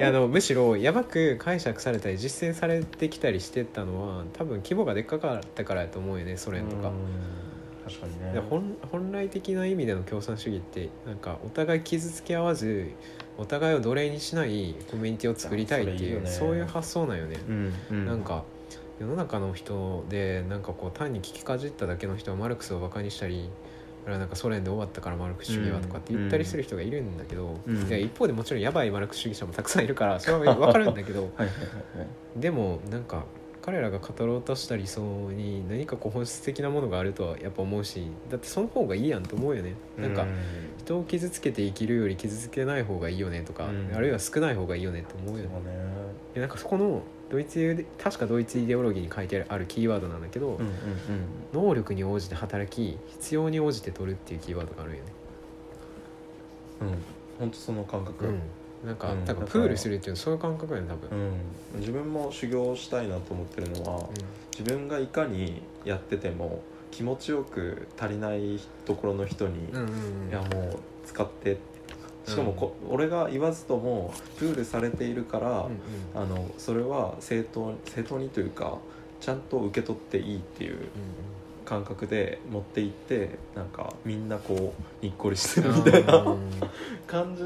[SPEAKER 2] い やあのむしろやばく解釈されたり実践されてきたりしてたのは多分規模がでっかかったからやと思うよねソ連とか
[SPEAKER 1] うん。確かにね
[SPEAKER 2] で本本来的な意味での共産主義ってなんかお互い傷つけ合わずお互いを奴隷にしないコミュニティを作りたいって
[SPEAKER 1] い
[SPEAKER 2] い
[SPEAKER 1] や
[SPEAKER 2] う
[SPEAKER 1] それいいよね
[SPEAKER 2] そういう発想なんよね。
[SPEAKER 1] うんうん
[SPEAKER 2] なんか世の中の人でなんかこう単に聞きかじっただけの人はマルクスをバカにしたりこれはなんかソ連で終わったからマルクス主義はとかって言ったりする人がいるんだけど、
[SPEAKER 1] うん
[SPEAKER 2] いや一方でもちろんやばいマルクス主義者もたくさんいる からそれは分かるんだけど
[SPEAKER 1] はいはいはいはい
[SPEAKER 2] でもなんか彼らが語ろうとした理想に何かこう本質的なものがあるとはやっぱ思うしだってその方がいいやんと思うよね。なんか
[SPEAKER 1] う
[SPEAKER 2] 人を傷つけて生きるより傷つけない方がいいよねとか、
[SPEAKER 1] うん
[SPEAKER 2] あるいは少ない方がいいよねと思う
[SPEAKER 1] ん
[SPEAKER 2] よね
[SPEAKER 1] そ。うだね
[SPEAKER 2] でなんかそこのドイツイデ確かドイツイデオロギーに書いてあるキーワードなんだけど、
[SPEAKER 1] うんうんうん
[SPEAKER 2] 能力に応じて働き必要に応じて取るっていうキーワードがあるよね、
[SPEAKER 1] うん本当その感覚
[SPEAKER 2] うん、なんか、
[SPEAKER 1] うん
[SPEAKER 2] だからプールするっていうのそういう感覚やね多分、
[SPEAKER 1] う
[SPEAKER 2] うん
[SPEAKER 1] ん自分も修行したいなと思ってるのは自分がいかにやってても気持ちよく足りないところの人に、
[SPEAKER 2] うんうんうん
[SPEAKER 1] いやもう使ってしかもこ、俺が言わずともルールされているから、
[SPEAKER 2] うんうん
[SPEAKER 1] あのそれは正当正当にというかちゃんと受け取っていいっていう感覚で持っていってなんかみんなこうにっこりしてるみたい
[SPEAKER 2] うん
[SPEAKER 1] な
[SPEAKER 2] うん
[SPEAKER 1] 感じ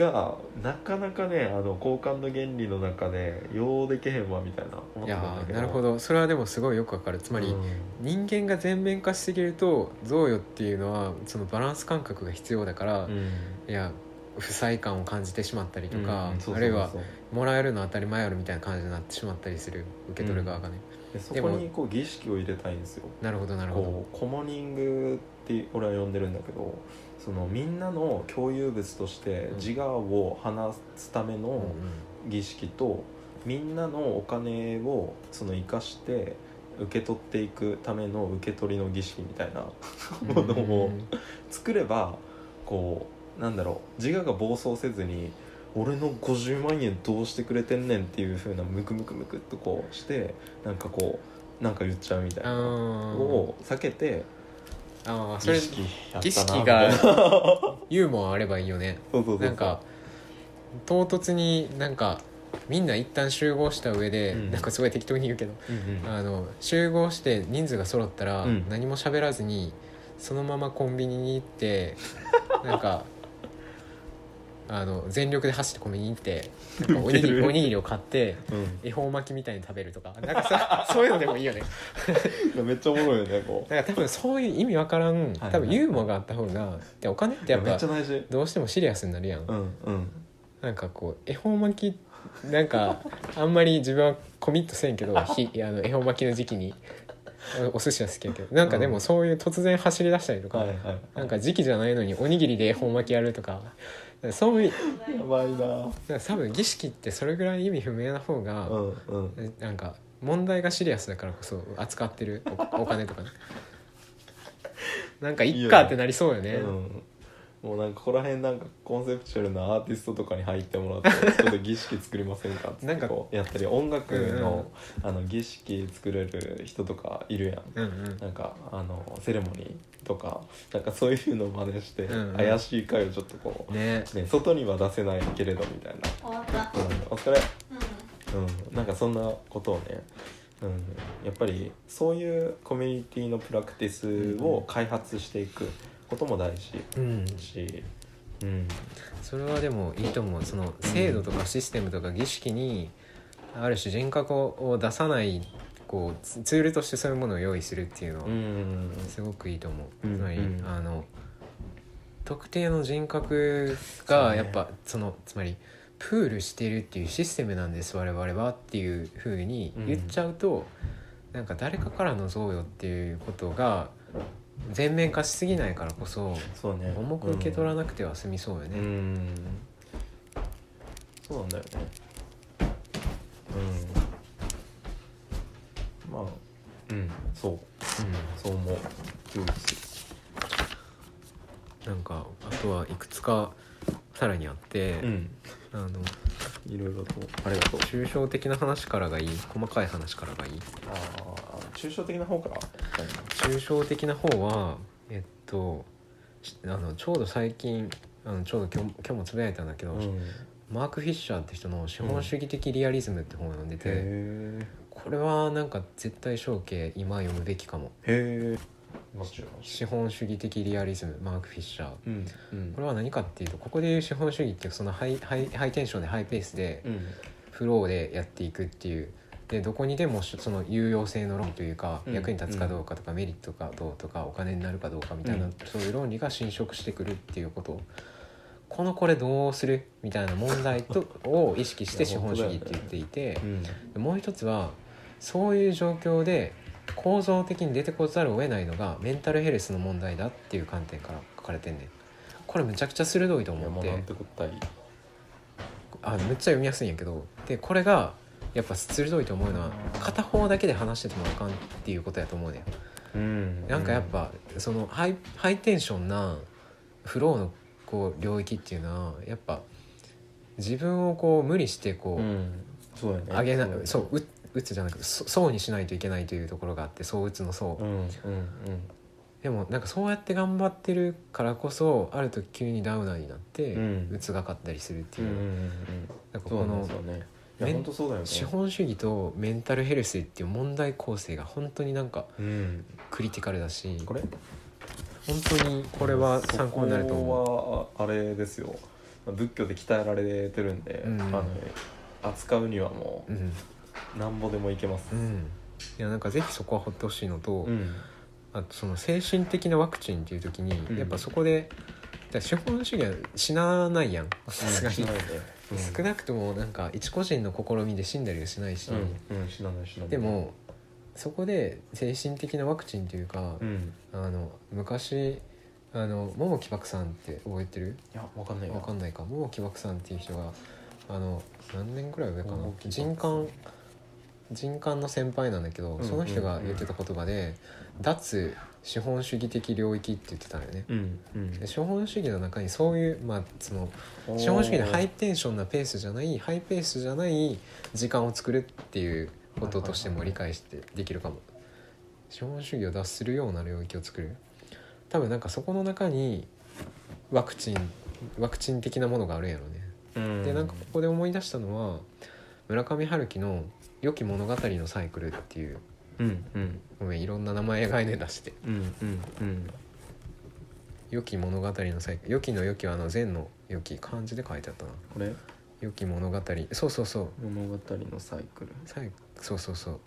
[SPEAKER 1] がなかなかねあの交換の原理の中でようでけへんわみたいな思っ
[SPEAKER 2] い
[SPEAKER 1] て
[SPEAKER 2] や
[SPEAKER 1] たんだ
[SPEAKER 2] ー
[SPEAKER 1] け
[SPEAKER 2] なるほどそれはでもすごいよくわかるつまり、
[SPEAKER 1] うん
[SPEAKER 2] 人間が全面化しすぎると贈与っていうのはそのバランス感覚が必要だから、
[SPEAKER 1] うん
[SPEAKER 2] いや不細感を感じてしまったりとか、
[SPEAKER 1] うんそうそうそうそう
[SPEAKER 2] あるいはもらえるの当たり前やろみたいな感じになってしまったりする受け取る側がね、
[SPEAKER 1] でそこにこう儀式を入れたいんですよ
[SPEAKER 2] なるほどなるほど
[SPEAKER 1] こうコモニングって俺は呼んでるんだけどそのみんなの共有物として
[SPEAKER 2] うん
[SPEAKER 1] 自我を放つため
[SPEAKER 2] うん
[SPEAKER 1] の儀式とみんなのお金をその生かして受け取っていくための受け取りの儀式みたいな
[SPEAKER 2] うん
[SPEAKER 1] もの を
[SPEAKER 2] うん
[SPEAKER 1] 作ればこうなんだろう自我が暴走せずに俺の50万円どうしてくれてんねんっていう風なムクムクムクっとこうしてなんかこうなんか言っちゃうみたいな
[SPEAKER 2] あー
[SPEAKER 1] を避けて
[SPEAKER 2] あーそ
[SPEAKER 1] 儀
[SPEAKER 2] れ
[SPEAKER 1] 式やっ
[SPEAKER 2] 儀
[SPEAKER 1] たな
[SPEAKER 2] 式
[SPEAKER 1] みたい
[SPEAKER 2] が
[SPEAKER 1] な
[SPEAKER 2] ユーモアあればいいよね
[SPEAKER 1] そうそうそうそう
[SPEAKER 2] なんか唐突になんかみんな一旦集合した上で、
[SPEAKER 1] うん
[SPEAKER 2] なんかすごい適当に言うけど
[SPEAKER 1] うんうん
[SPEAKER 2] あの集合して人数が揃ったら
[SPEAKER 1] うん
[SPEAKER 2] 何も喋らずにそのままコンビニに行って なんかあの全力で走ってコンビニに行ってなんかおにぎ
[SPEAKER 1] ウケ
[SPEAKER 2] り
[SPEAKER 1] る
[SPEAKER 2] おにぎりを買って恵方巻きみたいに食べるとかなんかさ そういうのでもいいよね
[SPEAKER 1] うんめっちゃおもろいよねこう
[SPEAKER 2] だから多分そういう意味わからん
[SPEAKER 1] はい
[SPEAKER 2] 多分ユーモアがあった方がでお金ってやっ
[SPEAKER 1] めっ
[SPEAKER 2] ぱ
[SPEAKER 1] ちゃ大事
[SPEAKER 2] どうしてもシリアスになるやん
[SPEAKER 1] うんうん
[SPEAKER 2] なんかこう恵方巻きなんかあんまり自分はコミットせんけどひあの恵方巻きの時期におお寿司は好きやけどなんかで
[SPEAKER 1] う
[SPEAKER 2] も
[SPEAKER 1] ん
[SPEAKER 2] そういう突然走り出したりとか、
[SPEAKER 1] はいはい
[SPEAKER 2] なんか時期じゃないのにおにぎりで恵方巻きやるとかそういう
[SPEAKER 1] やばいな
[SPEAKER 2] なんか多分儀式ってそれぐらい意味不明な方が、
[SPEAKER 1] うんうん
[SPEAKER 2] なんか問題がシリアスだからこそ扱ってるおお金とかねなんかいっかってなりそうよね
[SPEAKER 1] うんもうなんかここら辺なんかコンセプチュアルなアーティストとかに入っても らってちょっと儀式作りませんかっつっ
[SPEAKER 2] なん
[SPEAKER 1] て
[SPEAKER 2] か
[SPEAKER 1] こうやったり音楽のあの儀式作れる人とかいるやん
[SPEAKER 2] うんうん
[SPEAKER 1] なんかあのセレモニーとかなんかそういうのを真似して
[SPEAKER 2] うんうん
[SPEAKER 1] 怪しい回をちょっとこう
[SPEAKER 2] ね
[SPEAKER 1] ね、外には出せないけれどみたいな、
[SPEAKER 3] 終わった。
[SPEAKER 1] うん、お疲れ、
[SPEAKER 3] う
[SPEAKER 1] うん、なんかそんなことをね、うん、やっぱりそういうコミュニティのプラクティスを開発していくことも大事
[SPEAKER 2] うん
[SPEAKER 1] だし、うん、
[SPEAKER 2] それはでもいいと思うその制度とかシステムとか儀式にある種人格を出さないこうツツールとしてそういうものを用意するっていうのは
[SPEAKER 1] うん、
[SPEAKER 2] すごくいいと思う、
[SPEAKER 1] うん
[SPEAKER 2] つまり、
[SPEAKER 1] うん
[SPEAKER 2] あの特定の人格
[SPEAKER 1] そう
[SPEAKER 2] が
[SPEAKER 1] ね
[SPEAKER 2] やっぱそ,、のつまりプールしてるっていうシステムなんです我々はっていうふうに言っちゃうと、なんか誰かからの贈与っていうことが全面化しすぎないからこそ
[SPEAKER 1] そうね
[SPEAKER 2] 重く受け取らなくては済みそうよね。
[SPEAKER 1] うん、うん、そうなんだよねうんまあうんそう
[SPEAKER 2] うん
[SPEAKER 1] そう思う用意する
[SPEAKER 2] なんかあとはいくつかさらにあって、
[SPEAKER 1] うん
[SPEAKER 2] あの
[SPEAKER 1] いろいろとありがとう
[SPEAKER 2] 抽象的な話からがいい細かい話からがいい
[SPEAKER 1] ああ抽象的な方から
[SPEAKER 2] 抽象的な方はえっとしあのちょうど最近あのちょうど今日今日もつぶやいたんだけど、
[SPEAKER 1] うん
[SPEAKER 2] マーク・フィッシャーって人の「資本主義的リアリズム」って本を読んでて、
[SPEAKER 1] へ
[SPEAKER 2] これはなんか絶対象形今読むべきかも
[SPEAKER 1] えへえもちろん
[SPEAKER 2] 「資本主義的リアリズム」マーク・フィッシャー
[SPEAKER 1] うんうん
[SPEAKER 2] これは何かっていうとここでいう資本主義ってそのハイハイハイテンションでハイペースで、
[SPEAKER 1] うん
[SPEAKER 2] フローでやっていくっていうでどこにでもしその有用性の論というか、
[SPEAKER 1] うん
[SPEAKER 2] 役に立つかどうかとか、メリットかどうとかお金になるかどうかみたいな、
[SPEAKER 1] うん
[SPEAKER 2] そういう論理が侵食してくるっていうことこのこれどうするみたいな問題 とを意識して
[SPEAKER 1] い
[SPEAKER 2] 資
[SPEAKER 1] や
[SPEAKER 2] 本主義って
[SPEAKER 1] 本当だよ
[SPEAKER 2] 言
[SPEAKER 1] ね
[SPEAKER 2] っていて、
[SPEAKER 1] うん
[SPEAKER 2] でもう一つはそういう状況で構造的に出てこざるを得ないのがメンタルヘルスの問題だっていう観点から書かれてんねん。これむちゃくちゃ鋭いと
[SPEAKER 1] いや
[SPEAKER 2] 思
[SPEAKER 1] も
[SPEAKER 2] っ
[SPEAKER 1] う
[SPEAKER 2] て。
[SPEAKER 1] なんてことはいい
[SPEAKER 2] あめっちゃ読みやすいんやけどでこれがやっぱ鋭いと思うのは片方だけで話しててもあかんっていうことやと思うねん
[SPEAKER 1] うん
[SPEAKER 2] なんかやっぱそのハイハイテンションなフローのこう領域っていうのはやっぱ自分をこう無理してこう
[SPEAKER 1] う
[SPEAKER 2] ん
[SPEAKER 1] そうだよね
[SPEAKER 2] 上げな
[SPEAKER 1] そう
[SPEAKER 2] そうう打つじゃなくてそ層にしないといけないというところがあって層打つの層、
[SPEAKER 1] うんうん
[SPEAKER 2] でもなんかそうやって頑張ってるからこそある時急にダウナーになって、
[SPEAKER 1] うん
[SPEAKER 2] 打つがかったりするって
[SPEAKER 1] うんう
[SPEAKER 2] い
[SPEAKER 1] ん
[SPEAKER 2] う、
[SPEAKER 1] うん
[SPEAKER 2] なんか
[SPEAKER 1] そ
[SPEAKER 2] こ
[SPEAKER 1] うなんで
[SPEAKER 2] の
[SPEAKER 1] すよねいや
[SPEAKER 2] めん
[SPEAKER 1] 本当そうだよね
[SPEAKER 2] 資本主義とメンタルヘルスっていう問題構成が本当になんか
[SPEAKER 1] うん
[SPEAKER 2] クリティカルだし
[SPEAKER 1] これ
[SPEAKER 2] 本当にこれは参考になると思う
[SPEAKER 1] 思うはあれですよ仏教で鍛えられてるんで、
[SPEAKER 2] うん
[SPEAKER 1] あの扱うにはも
[SPEAKER 2] うん
[SPEAKER 1] うなんぼでもいけます
[SPEAKER 2] う、んいやなんかぜひそこは掘ってほしいのと、
[SPEAKER 1] うん
[SPEAKER 2] あとその精神的なワクチンっていう時に、
[SPEAKER 1] うん
[SPEAKER 2] やっぱそこでだから資本主義は死なないやんさすがに
[SPEAKER 1] しないで、うん、
[SPEAKER 2] 少なくともなんか一個人の試みで死んだりはしないし、
[SPEAKER 1] うん、うん、しなないしなない
[SPEAKER 2] でもそこで精神的なワクチンというか
[SPEAKER 1] う、ん
[SPEAKER 2] あの昔あの桃木漠さんって覚えてる
[SPEAKER 1] いやわかんない
[SPEAKER 2] わかんないか桃木漠さんっていう人があの何年くらい上かな
[SPEAKER 1] 桃木漠さん
[SPEAKER 2] 人間人間の先輩なんだけど、
[SPEAKER 1] うん
[SPEAKER 2] その人が言ってた言葉で「脱資本主義的領域」って言ってたんだよね。
[SPEAKER 1] うんうん
[SPEAKER 2] で資本主義の中にそういう、まあ、その資本主義のハイテンションなペースじゃないハイペースじゃない時間を作るっていうこととしても理解してできるかも資本主義を脱するような領域を作る多分なんかそこの中にワクチンワクチン的なものがあるんやろね
[SPEAKER 1] うん
[SPEAKER 2] でなんかここで思い出したのは村上春樹の「良き物語のサイクル」っていう
[SPEAKER 1] うんうん
[SPEAKER 2] ごめんいろんな名前や概念出して
[SPEAKER 1] うんうんうん
[SPEAKER 2] 「良き物語のサイクル」「良きの良きはあの善の良き」漢字で書いてあったな
[SPEAKER 1] これ
[SPEAKER 2] 「良き物語」そうそうそう
[SPEAKER 1] 物語のサイクル
[SPEAKER 2] サイそうそうそう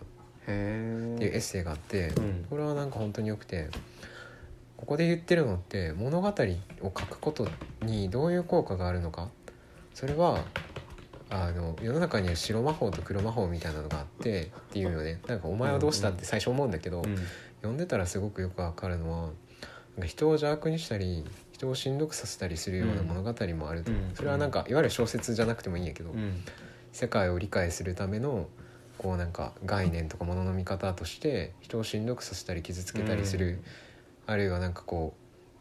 [SPEAKER 1] へ
[SPEAKER 2] っていうエッ
[SPEAKER 1] え
[SPEAKER 2] セイがあって、
[SPEAKER 1] うん
[SPEAKER 2] これはなんか本当によくてここで言ってるのって物語を書くことにどういう効果があるのかそれはあの世の中には白魔法と黒魔法みたいなのがあってっていうのねなんかお前はどうしたって最初思うんだけど、
[SPEAKER 1] うん
[SPEAKER 2] 読んでたらすごくよくわかるのはなんか人を邪悪にしたり人をしんどくさせたりするような物語もあると、
[SPEAKER 1] うん
[SPEAKER 2] それはなんかいわゆる小説じゃなくてもいいんやけど、
[SPEAKER 1] うん
[SPEAKER 2] 世界を理解するためのこうなんか概念とかものの見方として人をしんどくさせたり傷つけたりする、あるいはなんかこ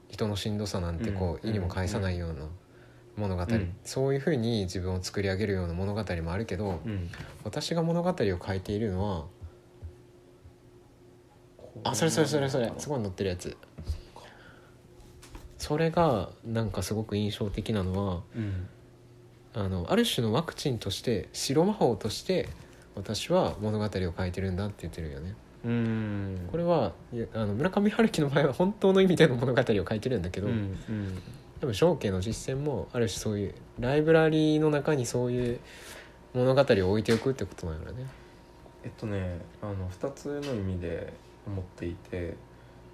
[SPEAKER 2] う人のしんどさなんてこう
[SPEAKER 1] う
[SPEAKER 2] ん意にも介さないような物語、
[SPEAKER 1] うん
[SPEAKER 2] そういうふうに自分を作り上げるような物語もあるけど、
[SPEAKER 1] うん
[SPEAKER 2] 私が物語を書いているのはあそれそれそれそれすごい載ってるやつそれがなんかすごく印象的なのは
[SPEAKER 1] うん
[SPEAKER 2] あのある種のワクチンとして白魔法として私は物語を書いてるんだって言ってるよね
[SPEAKER 1] うん
[SPEAKER 2] これはいやあの村上春樹の場合は本当の意味での物語を書いてるんだけど、
[SPEAKER 1] うんうん
[SPEAKER 2] 多分象形の実践もある種そういうライブラリーの中にそういう物語を置いておくってことなんやろね
[SPEAKER 1] えっとねあの2つの意味で思っていて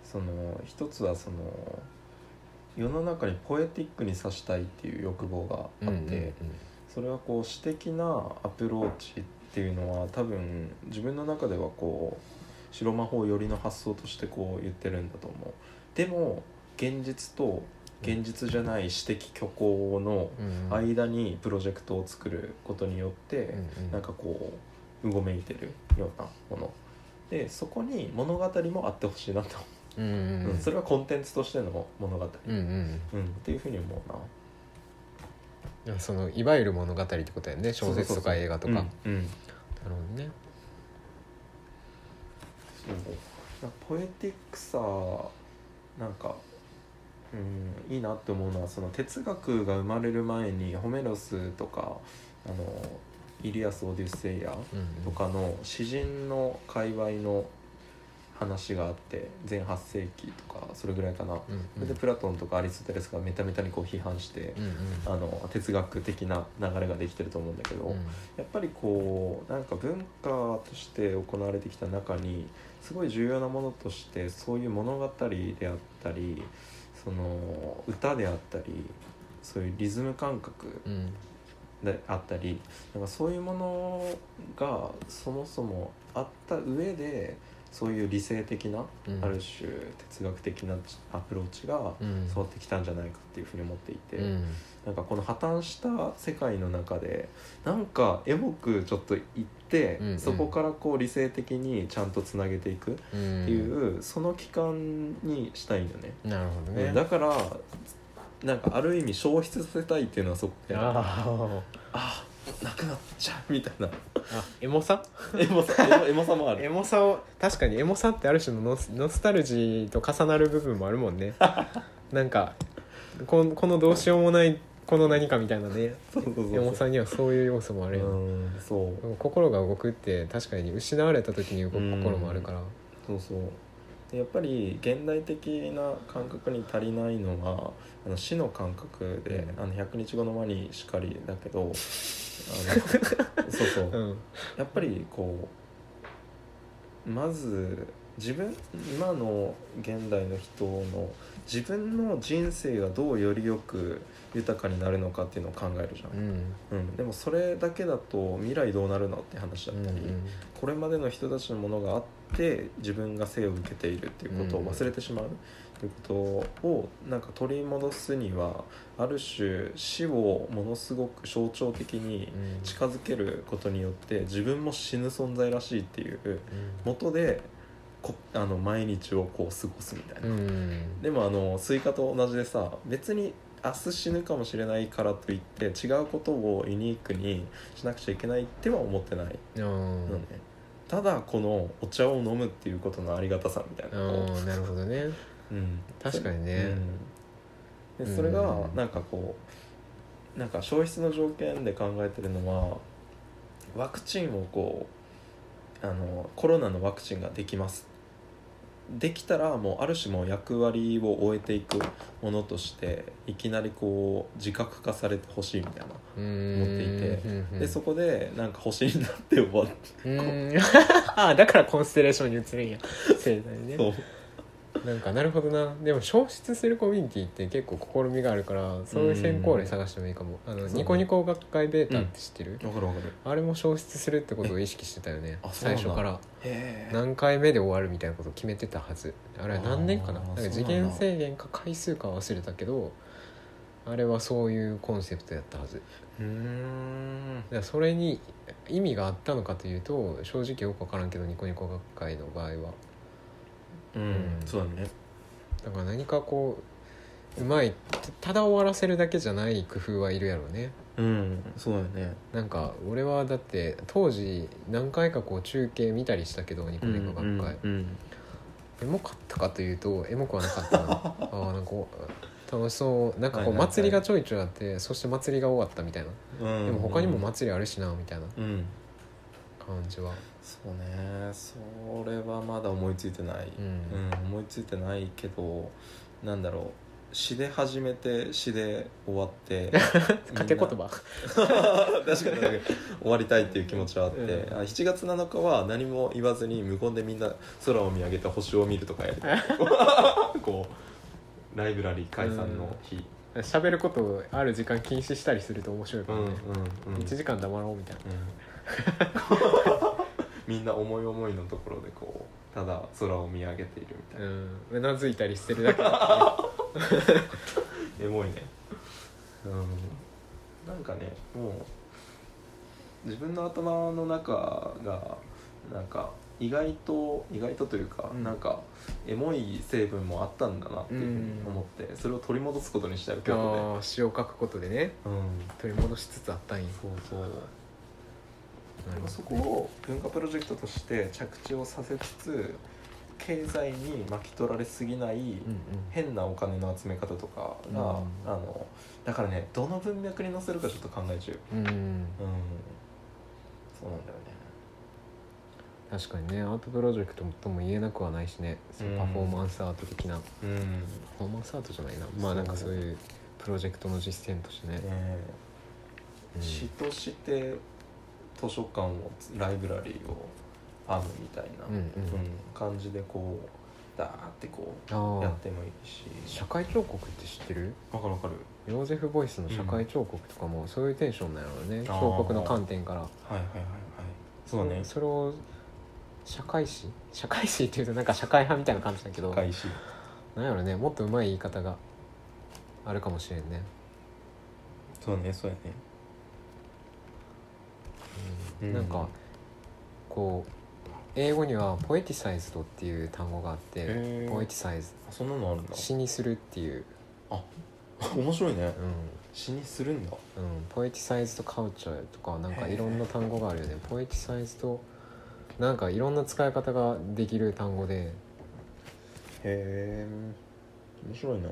[SPEAKER 1] その一つはその世の中にポエティックにさしたいっていう欲望が
[SPEAKER 2] う
[SPEAKER 1] あ
[SPEAKER 2] ん
[SPEAKER 1] っ
[SPEAKER 2] う
[SPEAKER 1] て、
[SPEAKER 2] んうん
[SPEAKER 1] それはこう詩的なアプローチっていうのは多分自分の中ではこう白魔法寄りの発想としてこう言ってるんだと思う。でも現実と現実じゃない詩的虚構の
[SPEAKER 2] うんうん
[SPEAKER 1] 間にプロジェクトを作ることによって、
[SPEAKER 2] うんうん
[SPEAKER 1] なんかこううごめいてるようなものでそこに物語もあってほしいなと、
[SPEAKER 2] うんうん
[SPEAKER 1] う
[SPEAKER 2] うん
[SPEAKER 1] んそれはコンテンツとしての物語、
[SPEAKER 2] うんうん
[SPEAKER 1] うんっていうふうに思うな
[SPEAKER 2] うんそのいわゆる物語ってことやね小説とか映画とか
[SPEAKER 1] そうそうそううんうん
[SPEAKER 2] なるほどね
[SPEAKER 1] そうなんかポエティックさなんか、うん、いいなって思うのはその哲学が生まれる前にホメロスとかあのイリアス・オデュッセイヤ
[SPEAKER 2] うん
[SPEAKER 1] とかの詩人の界隈の話があって全8世紀とかそれぐらいかな、
[SPEAKER 2] うんうん
[SPEAKER 1] それでプラトンとかアリストテレスがメタメタにこう批判して
[SPEAKER 2] う、ん
[SPEAKER 1] あの哲学的な流れができてると思うんだけど、
[SPEAKER 2] うんうん
[SPEAKER 1] やっぱりこうなんか文化として行われてきた中にすごい重要なものとしてそういう物語であったりその歌であったりそういうリズム感覚
[SPEAKER 2] うん
[SPEAKER 1] であったりなんかそういうものがそもそもあった上でそういう理性的な、
[SPEAKER 2] うん
[SPEAKER 1] ある種哲学的なアプローチが
[SPEAKER 2] うん
[SPEAKER 1] 育ってきたんじゃないかっていうふうに思っていて、
[SPEAKER 2] うん
[SPEAKER 1] なんかこの破綻した世界の中でなんかエモくちょっと行って、
[SPEAKER 2] うんうん
[SPEAKER 1] そこからこう理性的にちゃんとつなげていくっ
[SPEAKER 2] うん
[SPEAKER 1] ていう、その期間にしたいんだよね。
[SPEAKER 2] なるほどね
[SPEAKER 1] だからなんかある意味消失させたいっていうのはそこで
[SPEAKER 2] ああ
[SPEAKER 1] あなくなっちゃうみたいな
[SPEAKER 2] あエモさ
[SPEAKER 1] エモさエモエモさもあ
[SPEAKER 2] エ
[SPEAKER 1] る
[SPEAKER 2] モさを確かにエモさってある種のノスノスタルジーと重なる部分もあるもん ねなんかこんこのどうしようもないこの何かみたいなね
[SPEAKER 1] そうそうそうそう
[SPEAKER 2] エモさにはそういう要素もあ
[SPEAKER 1] う
[SPEAKER 2] るよね
[SPEAKER 1] んそう
[SPEAKER 2] 心が動くって確かに失われた時に動く心もあるから
[SPEAKER 1] そうそうでやっぱり現代的な感覚に足りないのはあの死の感覚で、
[SPEAKER 2] うん
[SPEAKER 1] あの100日後の間にしかりだ けどあのそうそう、
[SPEAKER 2] うん
[SPEAKER 1] やっぱりこうまず自分今の現代の人の自分の人生がどうよりよく豊かになるのかっていうのを考えるじゃ、
[SPEAKER 2] うんん
[SPEAKER 1] うんでもそれだけだと未来どうなるのって話だ
[SPEAKER 2] う
[SPEAKER 1] っ
[SPEAKER 2] ん
[SPEAKER 1] たり、これまでの人たちのものがあって自分が生を受けているっていうことを忘れてしまうっていうことをなんか取り戻すにはある種死をものすごく象徴的に
[SPEAKER 2] うん
[SPEAKER 1] 近づけることによって自分も死ぬ存在らしいっていう
[SPEAKER 2] う
[SPEAKER 1] 元でこあの毎日をこう過ごすみたいな。
[SPEAKER 2] んうん
[SPEAKER 1] でもあのスイカと同じでさ別に明日死ぬかもしれないからといって違うことをユニークにしなくちゃいけないっては思ってない
[SPEAKER 2] あー
[SPEAKER 1] なんでただこのお茶を飲むっていうことのありがたさみたい
[SPEAKER 2] あ
[SPEAKER 1] なのを
[SPEAKER 2] ーなるほどね
[SPEAKER 1] うん
[SPEAKER 2] 確かにね
[SPEAKER 1] うんでそれが
[SPEAKER 2] うん
[SPEAKER 1] なんかこうなんか消失の条件で考えてるのはワクチンをこうあのコロナのワクチンができますできたらもうある種もう役割を終えていくものとしていきなりこう自覚化されてほしいみたいな
[SPEAKER 2] 持
[SPEAKER 1] っていてでそこでなんか星になって終わっ
[SPEAKER 2] うん あーだからコンステレーションに移るんや盛大にね
[SPEAKER 1] そう
[SPEAKER 2] なんかなるほどなでも消失するコミュニティって結構試みがあるからそういう先行例探してもいいかもあの
[SPEAKER 1] そう
[SPEAKER 2] ニコニコ学会ベータって知ってる、
[SPEAKER 1] わかるわかる
[SPEAKER 2] あれも消失するってことを意識してたよね
[SPEAKER 1] あそう
[SPEAKER 2] 最
[SPEAKER 1] なんだ
[SPEAKER 2] 初から
[SPEAKER 1] へ
[SPEAKER 2] 何回目で終わるみたいなことを決めてたはずあれは何年かな
[SPEAKER 1] あー
[SPEAKER 2] なん
[SPEAKER 1] そう
[SPEAKER 2] か
[SPEAKER 1] なんだ
[SPEAKER 2] 次元制限か回数か忘れたけどあれはそういうコンセプトやったはずだか
[SPEAKER 1] うーん
[SPEAKER 2] らそれに意味があったのかというと正直よく分からんけどニコニコ学会の場合は
[SPEAKER 1] うん
[SPEAKER 2] うん
[SPEAKER 1] そうだね
[SPEAKER 2] だから何かこううまいただ終わらせるだけじゃない工夫はいるやろうね
[SPEAKER 1] うんそうだよね
[SPEAKER 2] なんか俺はだって当時何回かこう中継見たりしたけどニコニコ学会、
[SPEAKER 1] うんうん
[SPEAKER 2] エモかったかというとエモくはなかった なあーなんかこう楽しそうなんかこ
[SPEAKER 1] は
[SPEAKER 2] う
[SPEAKER 1] いはいはい
[SPEAKER 2] 祭りがちょいちょいあってそして祭りが終わったみたいな
[SPEAKER 1] うん
[SPEAKER 2] でも他にも祭りあるしなみたいな
[SPEAKER 1] うん
[SPEAKER 2] 感じは
[SPEAKER 1] そうねそれはまだ思いついてない、
[SPEAKER 2] うん
[SPEAKER 1] うん思いついてないけどなんだろう詩で始めて詩で終わって
[SPEAKER 2] 勝手言
[SPEAKER 1] みん
[SPEAKER 2] 葉
[SPEAKER 1] な 確かになんか終わりたいっていう気持ちはあって、
[SPEAKER 2] うん
[SPEAKER 1] あ7月7日は何も言わずに無言でみんな空を見上げて星を見るとかや りたいこうライブラリー解散の日、
[SPEAKER 2] 喋ることをある時間禁止したりすると面白いか
[SPEAKER 1] う
[SPEAKER 2] ら
[SPEAKER 1] んう
[SPEAKER 2] ね
[SPEAKER 1] ん、うん、
[SPEAKER 2] 1時間黙ろうみたいな
[SPEAKER 1] うんみんな思い思いのところでこうただ空を見上げているみたいうな、
[SPEAKER 2] んうなずいたりしてる だけだっ
[SPEAKER 1] エモいねうんなんかねもう自分の頭の中がなんか意外と意外とというか、
[SPEAKER 2] うん
[SPEAKER 1] なんかエモい成分もあったんだなっていうふうに思って、それを取り戻すことにしたよ
[SPEAKER 2] た
[SPEAKER 1] 今
[SPEAKER 2] ね
[SPEAKER 1] 日
[SPEAKER 2] ああ詩を書くことでね
[SPEAKER 1] で、うん、
[SPEAKER 2] 取り戻しつつあったんや
[SPEAKER 1] そうそう
[SPEAKER 2] なるほどね
[SPEAKER 1] そこを文化プロジェクトとして着地をさせつつ経済に巻き取られすぎない
[SPEAKER 2] うん
[SPEAKER 1] 変なお金の集め方とかが、
[SPEAKER 2] うん
[SPEAKER 1] あのだからねどの文脈に載せるかちょっと考え中
[SPEAKER 2] うんうん
[SPEAKER 1] うんそうなんだよね
[SPEAKER 2] 確かにねアートプロジェクトとも言えなくはないしねその
[SPEAKER 1] うん
[SPEAKER 2] パフォーマンスアート的な、パ
[SPEAKER 1] うん
[SPEAKER 2] フォーマンスアートじゃないなまあ
[SPEAKER 1] そ
[SPEAKER 2] な
[SPEAKER 1] うん
[SPEAKER 2] かそういうプロジェクトの実践としてね、
[SPEAKER 1] ね
[SPEAKER 2] うん
[SPEAKER 1] 詩として図書館をライブラリーを編むみたいな、
[SPEAKER 2] うんうん
[SPEAKER 1] うん感じでこうダーってこう
[SPEAKER 2] あ
[SPEAKER 1] や
[SPEAKER 2] あ
[SPEAKER 1] ってもいいし
[SPEAKER 2] 社会彫刻って知ってる
[SPEAKER 1] わかるわかる
[SPEAKER 2] ヨーゼフ・ボイスの社会彫刻とかもそういうテンションなのね、
[SPEAKER 1] あー
[SPEAKER 2] 彫刻の観点から
[SPEAKER 1] はいはいはいはいそうだね
[SPEAKER 2] それを社会史社会史っていうとなんか社会派みたいな感じだけど
[SPEAKER 1] 開始
[SPEAKER 2] なんやろねもっとうまい言い方があるかもしれんね、
[SPEAKER 1] そうねそうやね
[SPEAKER 2] うん
[SPEAKER 1] うん
[SPEAKER 2] なんかこう英語にはポエティサイズドっていう単語があって
[SPEAKER 1] へー
[SPEAKER 2] ポエティサイズ
[SPEAKER 1] あそんなのあるんだ
[SPEAKER 2] 詩にするっていう
[SPEAKER 1] あ面白いね
[SPEAKER 2] うん
[SPEAKER 1] 詩にするんだ
[SPEAKER 2] うん、ポエティサイズとカウチャーとかなんかいろんな単語があるよねポエティサイズとなんかいろんな使い方ができる単語で
[SPEAKER 1] へえ面白いな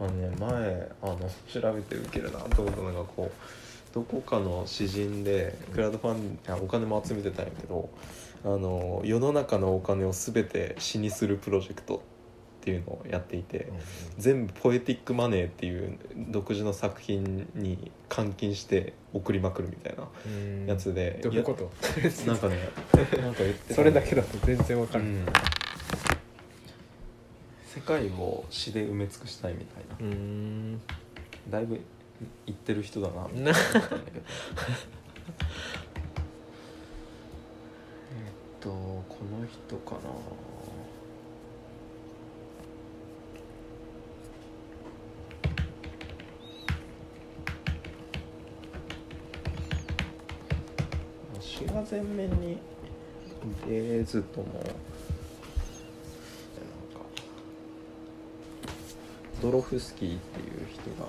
[SPEAKER 1] あのね前あの調べてウケるなと思ったのがこうどこかの詩人でクラウドファンあお金も集めてたんやけどあの世の中のお金を全て詩にするプロジェクトっていうのをやっていて全部ポエティックマネーっていう独自の作品に換金して送りまくるみたいな
[SPEAKER 2] うん
[SPEAKER 1] やつで、
[SPEAKER 2] どういうこと
[SPEAKER 1] いやなんかねなんか言って た
[SPEAKER 2] それだけだと全然わか
[SPEAKER 1] う
[SPEAKER 2] る
[SPEAKER 1] ん世界を詩で埋め尽くしたいみたいな
[SPEAKER 2] うん
[SPEAKER 1] だいぶ言ってる人だなみたいな
[SPEAKER 2] な
[SPEAKER 1] 思ったんだけどえっとこの人かな詩が前面に出ずともなんかドロフスキーっていう人が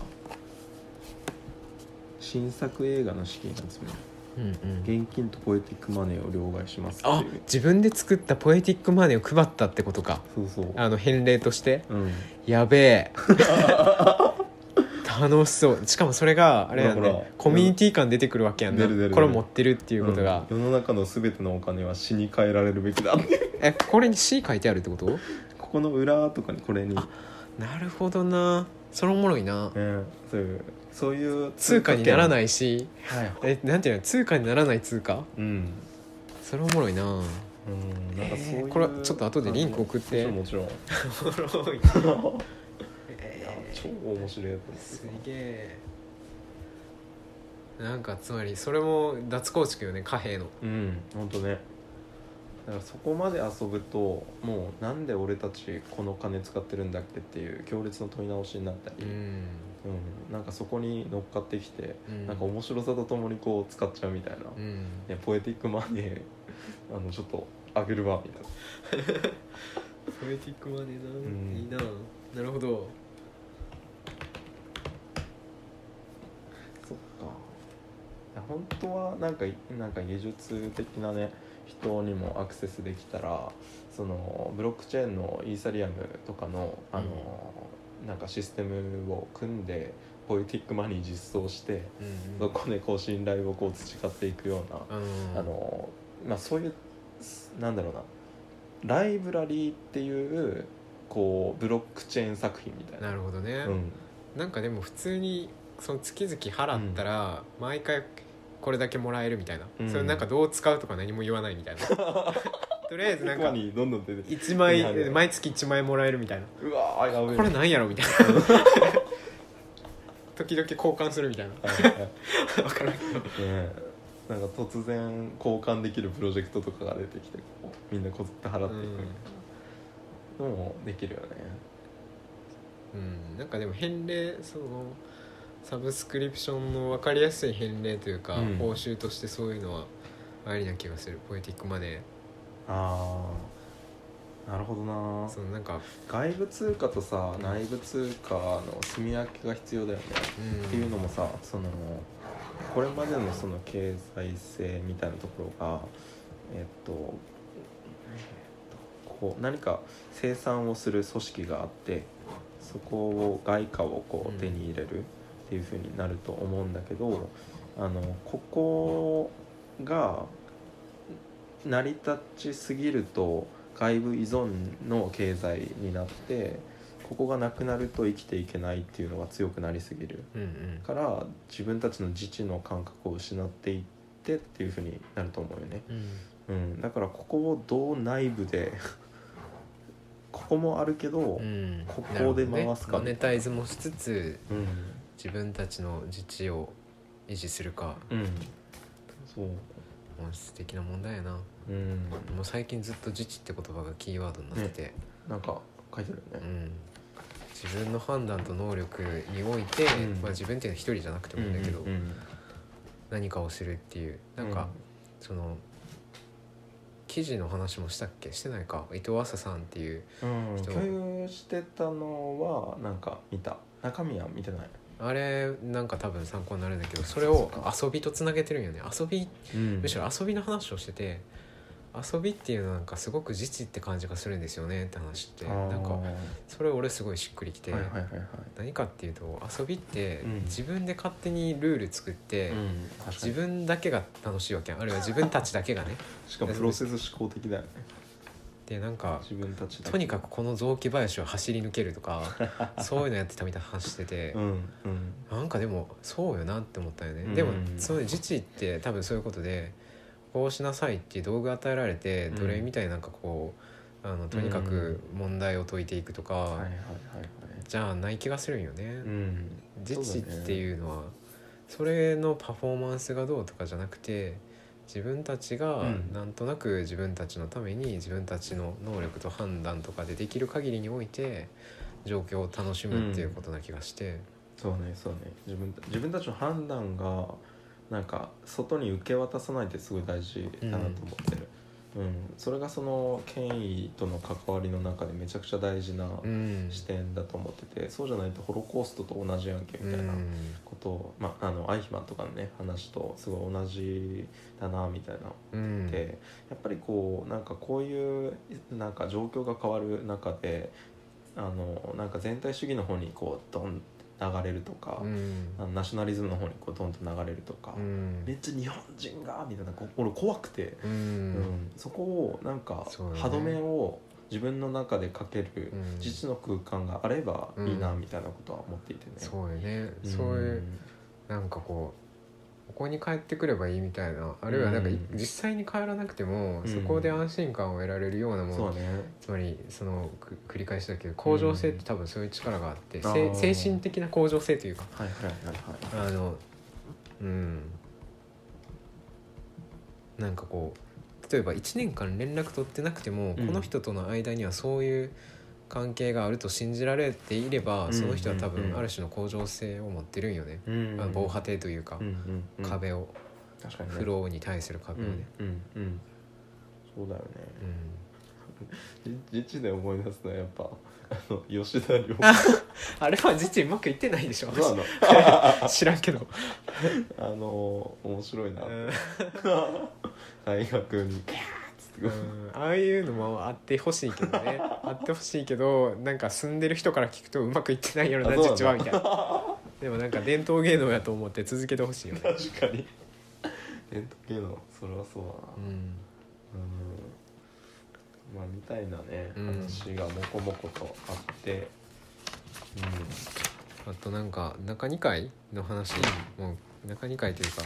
[SPEAKER 1] 新作映画の資金集
[SPEAKER 2] うんう
[SPEAKER 1] め
[SPEAKER 2] ん
[SPEAKER 1] 現金とポエティックマネーを両替しますって
[SPEAKER 2] あ
[SPEAKER 1] いう
[SPEAKER 2] 自分で作ったポエティックマネーを配ったってことか
[SPEAKER 1] そうそう
[SPEAKER 2] あの返礼として
[SPEAKER 1] うん
[SPEAKER 2] や べえ楽しそうしかもそれがあれや
[SPEAKER 1] ほらほら
[SPEAKER 2] ねコミュニティ感出てくるわけやん
[SPEAKER 1] 出る出る出
[SPEAKER 2] な
[SPEAKER 1] る
[SPEAKER 2] これ持ってるっていうことが、
[SPEAKER 1] うん世の中の全てのお金は詩に変えられるべきだって
[SPEAKER 2] えこれに C 書いてあるって こと
[SPEAKER 1] ここの裏とかにこれに、ね
[SPEAKER 2] なるほどなそれおもろいな
[SPEAKER 1] そういうそういう
[SPEAKER 2] 通貨になら
[SPEAKER 1] い、
[SPEAKER 2] ないし
[SPEAKER 1] はい、
[SPEAKER 2] えなんていうの通貨にならない通貨
[SPEAKER 1] うん
[SPEAKER 2] それおもろいなお
[SPEAKER 1] うんなんかそういう、
[SPEAKER 2] えーこれちょっと後でリンク送って
[SPEAKER 1] あのもちろんもち
[SPEAKER 2] もろい
[SPEAKER 1] ろんいや超面白いやつです
[SPEAKER 2] すげえなんかつまりそれも脱構築よね貨幣の
[SPEAKER 1] うん本当ねだからそこまで遊ぶともうなんで俺たちこの金使ってるんだっけっていう強烈な問い直しになった
[SPEAKER 2] う
[SPEAKER 1] り、
[SPEAKER 2] ん、
[SPEAKER 1] うんなんかそこに乗っかってきて、
[SPEAKER 2] うん、
[SPEAKER 1] なんか面白さとともにこう使っちゃうみたいな、
[SPEAKER 2] うん
[SPEAKER 1] ね、ポエティックマネーあのちょっとあげるわみたいな
[SPEAKER 2] ポエティックマネーな、
[SPEAKER 1] ん
[SPEAKER 2] いいななるほど
[SPEAKER 1] そっかいや本当はなんかなんか技術的なね人にもアクセスできたらそのブロックチェーンのイーサリアムとかのあの、なんかシステムを組んでポエティックマニー実装して
[SPEAKER 2] うん
[SPEAKER 1] そこでこう信頼をこう培っていくような、
[SPEAKER 2] あの
[SPEAKER 1] あのまあ、そういうすなんだろうなライブラリーっていうこうブロックチェーン作品みたいな。
[SPEAKER 2] なるほどね、
[SPEAKER 1] うん
[SPEAKER 2] なんかでも普通にその月々払ったら毎回これだけもらえるみたいな、
[SPEAKER 1] うん
[SPEAKER 2] それなんかどう使うとか何も言わないみたい なとりあえずなん
[SPEAKER 1] ポ
[SPEAKER 2] か
[SPEAKER 1] エティックマニーどんどん出て
[SPEAKER 2] 1枚
[SPEAKER 1] はいはい
[SPEAKER 2] 毎月1枚もらえるみたいな
[SPEAKER 1] うわーやべえ
[SPEAKER 2] これなんやろみたいな 時々交換するみたいな
[SPEAKER 1] はいはい
[SPEAKER 2] 分からんけど
[SPEAKER 1] ねなんか突然交換できるプロジェクトとかが出てきてこうみんなこぞって払っていくみたいなのもできるよね
[SPEAKER 2] うんなんかでも返礼そのサブスクリプションの分かりやすい返礼というか、
[SPEAKER 1] うん
[SPEAKER 2] 報酬としてそういうのはありな気がするポエティックマネ
[SPEAKER 1] ああなるほどな
[SPEAKER 2] ーそのなんか、
[SPEAKER 1] 外部通貨とさ内部通貨の住み分けが必要だよね
[SPEAKER 2] うん、
[SPEAKER 1] っていうのもさそのこれまでのその経済性みたいなところがえっとえっとこう何か生産をする組織があってそこを外貨をこ
[SPEAKER 2] うん
[SPEAKER 1] う手に入れるっていうふうになると思うんだけど、あのここが成り立ちすぎると外部依存の経済になってここがなくなると生きていけないっていうのが強くなりすぎる
[SPEAKER 2] うんうん
[SPEAKER 1] から自分たちの自治の感覚を失っていってっていうふうになると思うよね、
[SPEAKER 2] うん
[SPEAKER 1] うん、だからここをどう内部で ここもあるけど、
[SPEAKER 2] うん
[SPEAKER 1] ここで回
[SPEAKER 2] なる
[SPEAKER 1] すか
[SPEAKER 2] ほどねモネタイズもしつつ
[SPEAKER 1] うん
[SPEAKER 2] 自分たちの自治を維持するか
[SPEAKER 1] うんそう
[SPEAKER 2] 本質的な問題やなも
[SPEAKER 1] うん
[SPEAKER 2] う最近ずっと自治って言葉がキーワードになってて、
[SPEAKER 1] なんか書いてあるよ
[SPEAKER 2] う
[SPEAKER 1] ね、
[SPEAKER 2] ん、自分の判断と能力において、
[SPEAKER 1] うん
[SPEAKER 2] まあ、自分っていうのは一人じゃなくて
[SPEAKER 1] う
[SPEAKER 2] もいいん
[SPEAKER 1] ん
[SPEAKER 2] だけど、
[SPEAKER 1] うんうん
[SPEAKER 2] 何かをするっていうなんか、その記事の話もしたっけしてないか伊藤浅さんっていう
[SPEAKER 1] うん、
[SPEAKER 2] 人
[SPEAKER 1] 共有してたのはなんか見た中身は見てない、
[SPEAKER 2] あれなんか多分参考になるんだけどそれを遊びとつなげてるんよね遊び
[SPEAKER 1] うん
[SPEAKER 2] むしろ遊びの話をしてて遊びっていうのはなんかすごく自治って感じがするんですよねって話して
[SPEAKER 1] あー
[SPEAKER 2] なんかそれ俺すごいしっくりきて、
[SPEAKER 1] はいはいはいはい
[SPEAKER 2] 何かっていうと遊びって
[SPEAKER 1] うん
[SPEAKER 2] 自分で勝手にルール作って、
[SPEAKER 1] うん確かに
[SPEAKER 2] 自分だけが楽しいわけあるいは自分たちだけがね
[SPEAKER 1] しかもプロセス思考的だよね
[SPEAKER 2] でなんか
[SPEAKER 1] 自分たちだ
[SPEAKER 2] と
[SPEAKER 1] け
[SPEAKER 2] にかくこの雑木林を走り抜けると かそういうのやってたみたいな話してて、
[SPEAKER 1] うんうん
[SPEAKER 2] なんかでもそうよなって思ったよね、
[SPEAKER 1] うん
[SPEAKER 2] でもその自治って多分そういうことでこうしなさいっていう道具与えられて
[SPEAKER 1] うん
[SPEAKER 2] 奴隷みたいになんかこうあのとにかく問題を解いていくとか、
[SPEAKER 1] はいはいはいはい
[SPEAKER 2] じゃあない気がするんよね
[SPEAKER 1] う。ん
[SPEAKER 2] 自治
[SPEAKER 1] そうだね
[SPEAKER 2] っていうのはそれのパフォーマンスがどうとかじゃなくて自分たちが
[SPEAKER 1] うん
[SPEAKER 2] なんとなく自分たちのために自分たちの能力と判断とかでできる限りにおいて状況を楽しむっていうことな気がして。
[SPEAKER 1] そうねそうね自分た自分たちの判断がなんか外に受け渡さないってすごい大事だなと思ってる、うんそれがその権威との関わりの中でめちゃくちゃ大事な
[SPEAKER 2] うん
[SPEAKER 1] 視点だと思ってて、そうじゃないとホロコーストと同じやんけ
[SPEAKER 2] う
[SPEAKER 1] みたいなんことを、まあ、あのアイヒマンとかのね話とすごい同じだなみたいな
[SPEAKER 2] うん
[SPEAKER 1] でやっぱりこうなんかこういうなんか状況が変わる中であのなんか全体主義の方にこうドン流れるとか、
[SPEAKER 2] うん
[SPEAKER 1] あのナショナリズムの方にこうドンと流れるとか、
[SPEAKER 2] うん
[SPEAKER 1] めっちゃ日本人がみたいなこう俺怖くて、
[SPEAKER 2] う
[SPEAKER 1] うん
[SPEAKER 2] ん
[SPEAKER 1] そこをなんか
[SPEAKER 2] そうだね
[SPEAKER 1] 歯止めを自分の中でかける
[SPEAKER 2] うん
[SPEAKER 1] 自治の空間があればいいな
[SPEAKER 2] うん
[SPEAKER 1] みたいなことは思っていてね。
[SPEAKER 2] そうよね
[SPEAKER 1] ん
[SPEAKER 2] そういうなんかこうここに帰ってくればいいみたいなあるいはなんかい
[SPEAKER 1] うん
[SPEAKER 2] 実際に帰らなくても
[SPEAKER 1] うん
[SPEAKER 2] そこで安心感を得られるようなも
[SPEAKER 1] そう
[SPEAKER 2] の
[SPEAKER 1] だね
[SPEAKER 2] つまりそのく繰り返しだけど向上性って多分そういう力があって
[SPEAKER 1] あ
[SPEAKER 2] せ
[SPEAKER 1] ー
[SPEAKER 2] 精神的な向上性というか
[SPEAKER 1] はいはいはいはい
[SPEAKER 2] あのうんなんかこう例えば1年間連絡取ってなくても、
[SPEAKER 1] うん
[SPEAKER 2] この人との間にはそういう関係があると信じられていれば、
[SPEAKER 1] うん
[SPEAKER 2] その人は多
[SPEAKER 1] うんう
[SPEAKER 2] 分
[SPEAKER 1] ん
[SPEAKER 2] ある種の向上性を持ってるんよね、
[SPEAKER 1] うん
[SPEAKER 2] あの防波堤というか、
[SPEAKER 1] うんうんうん
[SPEAKER 2] 壁を、
[SPEAKER 1] 確かにね
[SPEAKER 2] フローに対する壁をね、
[SPEAKER 1] うんうんうんそうだよ
[SPEAKER 2] う
[SPEAKER 1] ね
[SPEAKER 2] ん
[SPEAKER 1] じ実地で思い出すのはやっぱ あの吉田亮
[SPEAKER 2] あれは実はうまくいってないでしょ
[SPEAKER 1] そうなの
[SPEAKER 2] 知らんけど、
[SPEAKER 1] あの面白いな
[SPEAKER 2] うん
[SPEAKER 1] 大学にキャーッつって
[SPEAKER 2] うんああいうのもあってほしいけど ねあってほしいけどなんか住んでる人から聞くとうまくいってないやろ
[SPEAKER 1] あ
[SPEAKER 2] な
[SPEAKER 1] そうなんだ
[SPEAKER 2] 実はみたいな でもなんか伝統芸能やと思って続けてほしいよね、
[SPEAKER 1] 確かに伝統芸能それはそう
[SPEAKER 2] う
[SPEAKER 1] だなうんまあみたいなね
[SPEAKER 2] うん
[SPEAKER 1] 話がもこもことあって
[SPEAKER 2] ん、あとなんか中2回の話もう中2回というか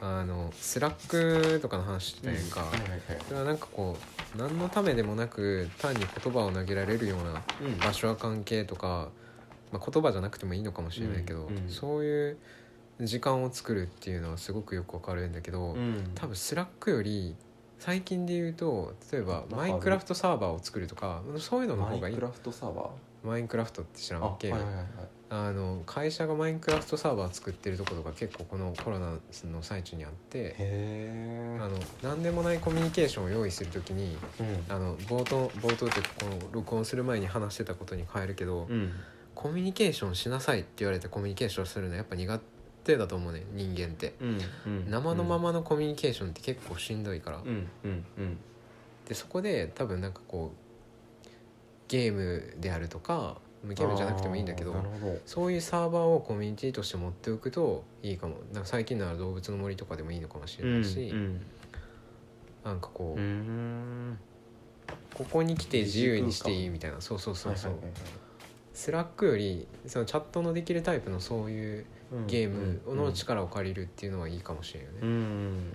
[SPEAKER 2] あのスラックとかの話と
[SPEAKER 1] うん
[SPEAKER 2] いうか、
[SPEAKER 1] はいはいはい
[SPEAKER 2] それはなんかこう何のためでもなく単に言葉を投げられるような
[SPEAKER 1] うん
[SPEAKER 2] 場所や関係とか、まあ、言葉じゃなくてもいいのかもしれないけど、
[SPEAKER 1] うんうん
[SPEAKER 2] そういう時間を作るっていうのはすごくよくわかるんだけど、
[SPEAKER 1] うん
[SPEAKER 2] 多分スラックより最近で言うと例えば
[SPEAKER 1] なんかあ
[SPEAKER 2] マ
[SPEAKER 1] る
[SPEAKER 2] インクラフトサーバーを作るとかそういうのの
[SPEAKER 1] マ
[SPEAKER 2] 方がい
[SPEAKER 1] イ
[SPEAKER 2] い
[SPEAKER 1] ンクラフトサーバー
[SPEAKER 2] マインクラフトって知らんっけ、
[SPEAKER 1] はいはいはい
[SPEAKER 2] あの会社がマインクラフトサーバー作ってるところが結構このコロナの最中にあって
[SPEAKER 1] へ
[SPEAKER 2] あ
[SPEAKER 1] え
[SPEAKER 2] の何でもないコミュニケーションを用意するときに
[SPEAKER 1] うん
[SPEAKER 2] あの冒頭冒頭ってこの録音する前に話してたことに変えるけど、
[SPEAKER 1] うん
[SPEAKER 2] コミュニケーションしなさいって言われてコミュニケーションするのやっぱ苦手だと思うね人間って
[SPEAKER 1] うんうん
[SPEAKER 2] 生のままのコミュニケーションって結構しんどいから、
[SPEAKER 1] うんうんうん
[SPEAKER 2] でそこで多分なんかこうゲームであるとかゲームじゃなくてもいいんだけど
[SPEAKER 1] あーなるほど
[SPEAKER 2] そういうサーバーをコミュニティとして持っておくといいかもなんか最近なら動物の森とかでもいいのかもしれないし、
[SPEAKER 1] うん
[SPEAKER 2] なんかこ
[SPEAKER 1] う
[SPEAKER 2] う、
[SPEAKER 1] ん
[SPEAKER 2] ここに来て自由にしていいみたいなそうそうそうそう、スラックよりそのチャットのできるタイプのそういうゲームの力を借りるっていうのはいいかもしれないよね、
[SPEAKER 1] うんうん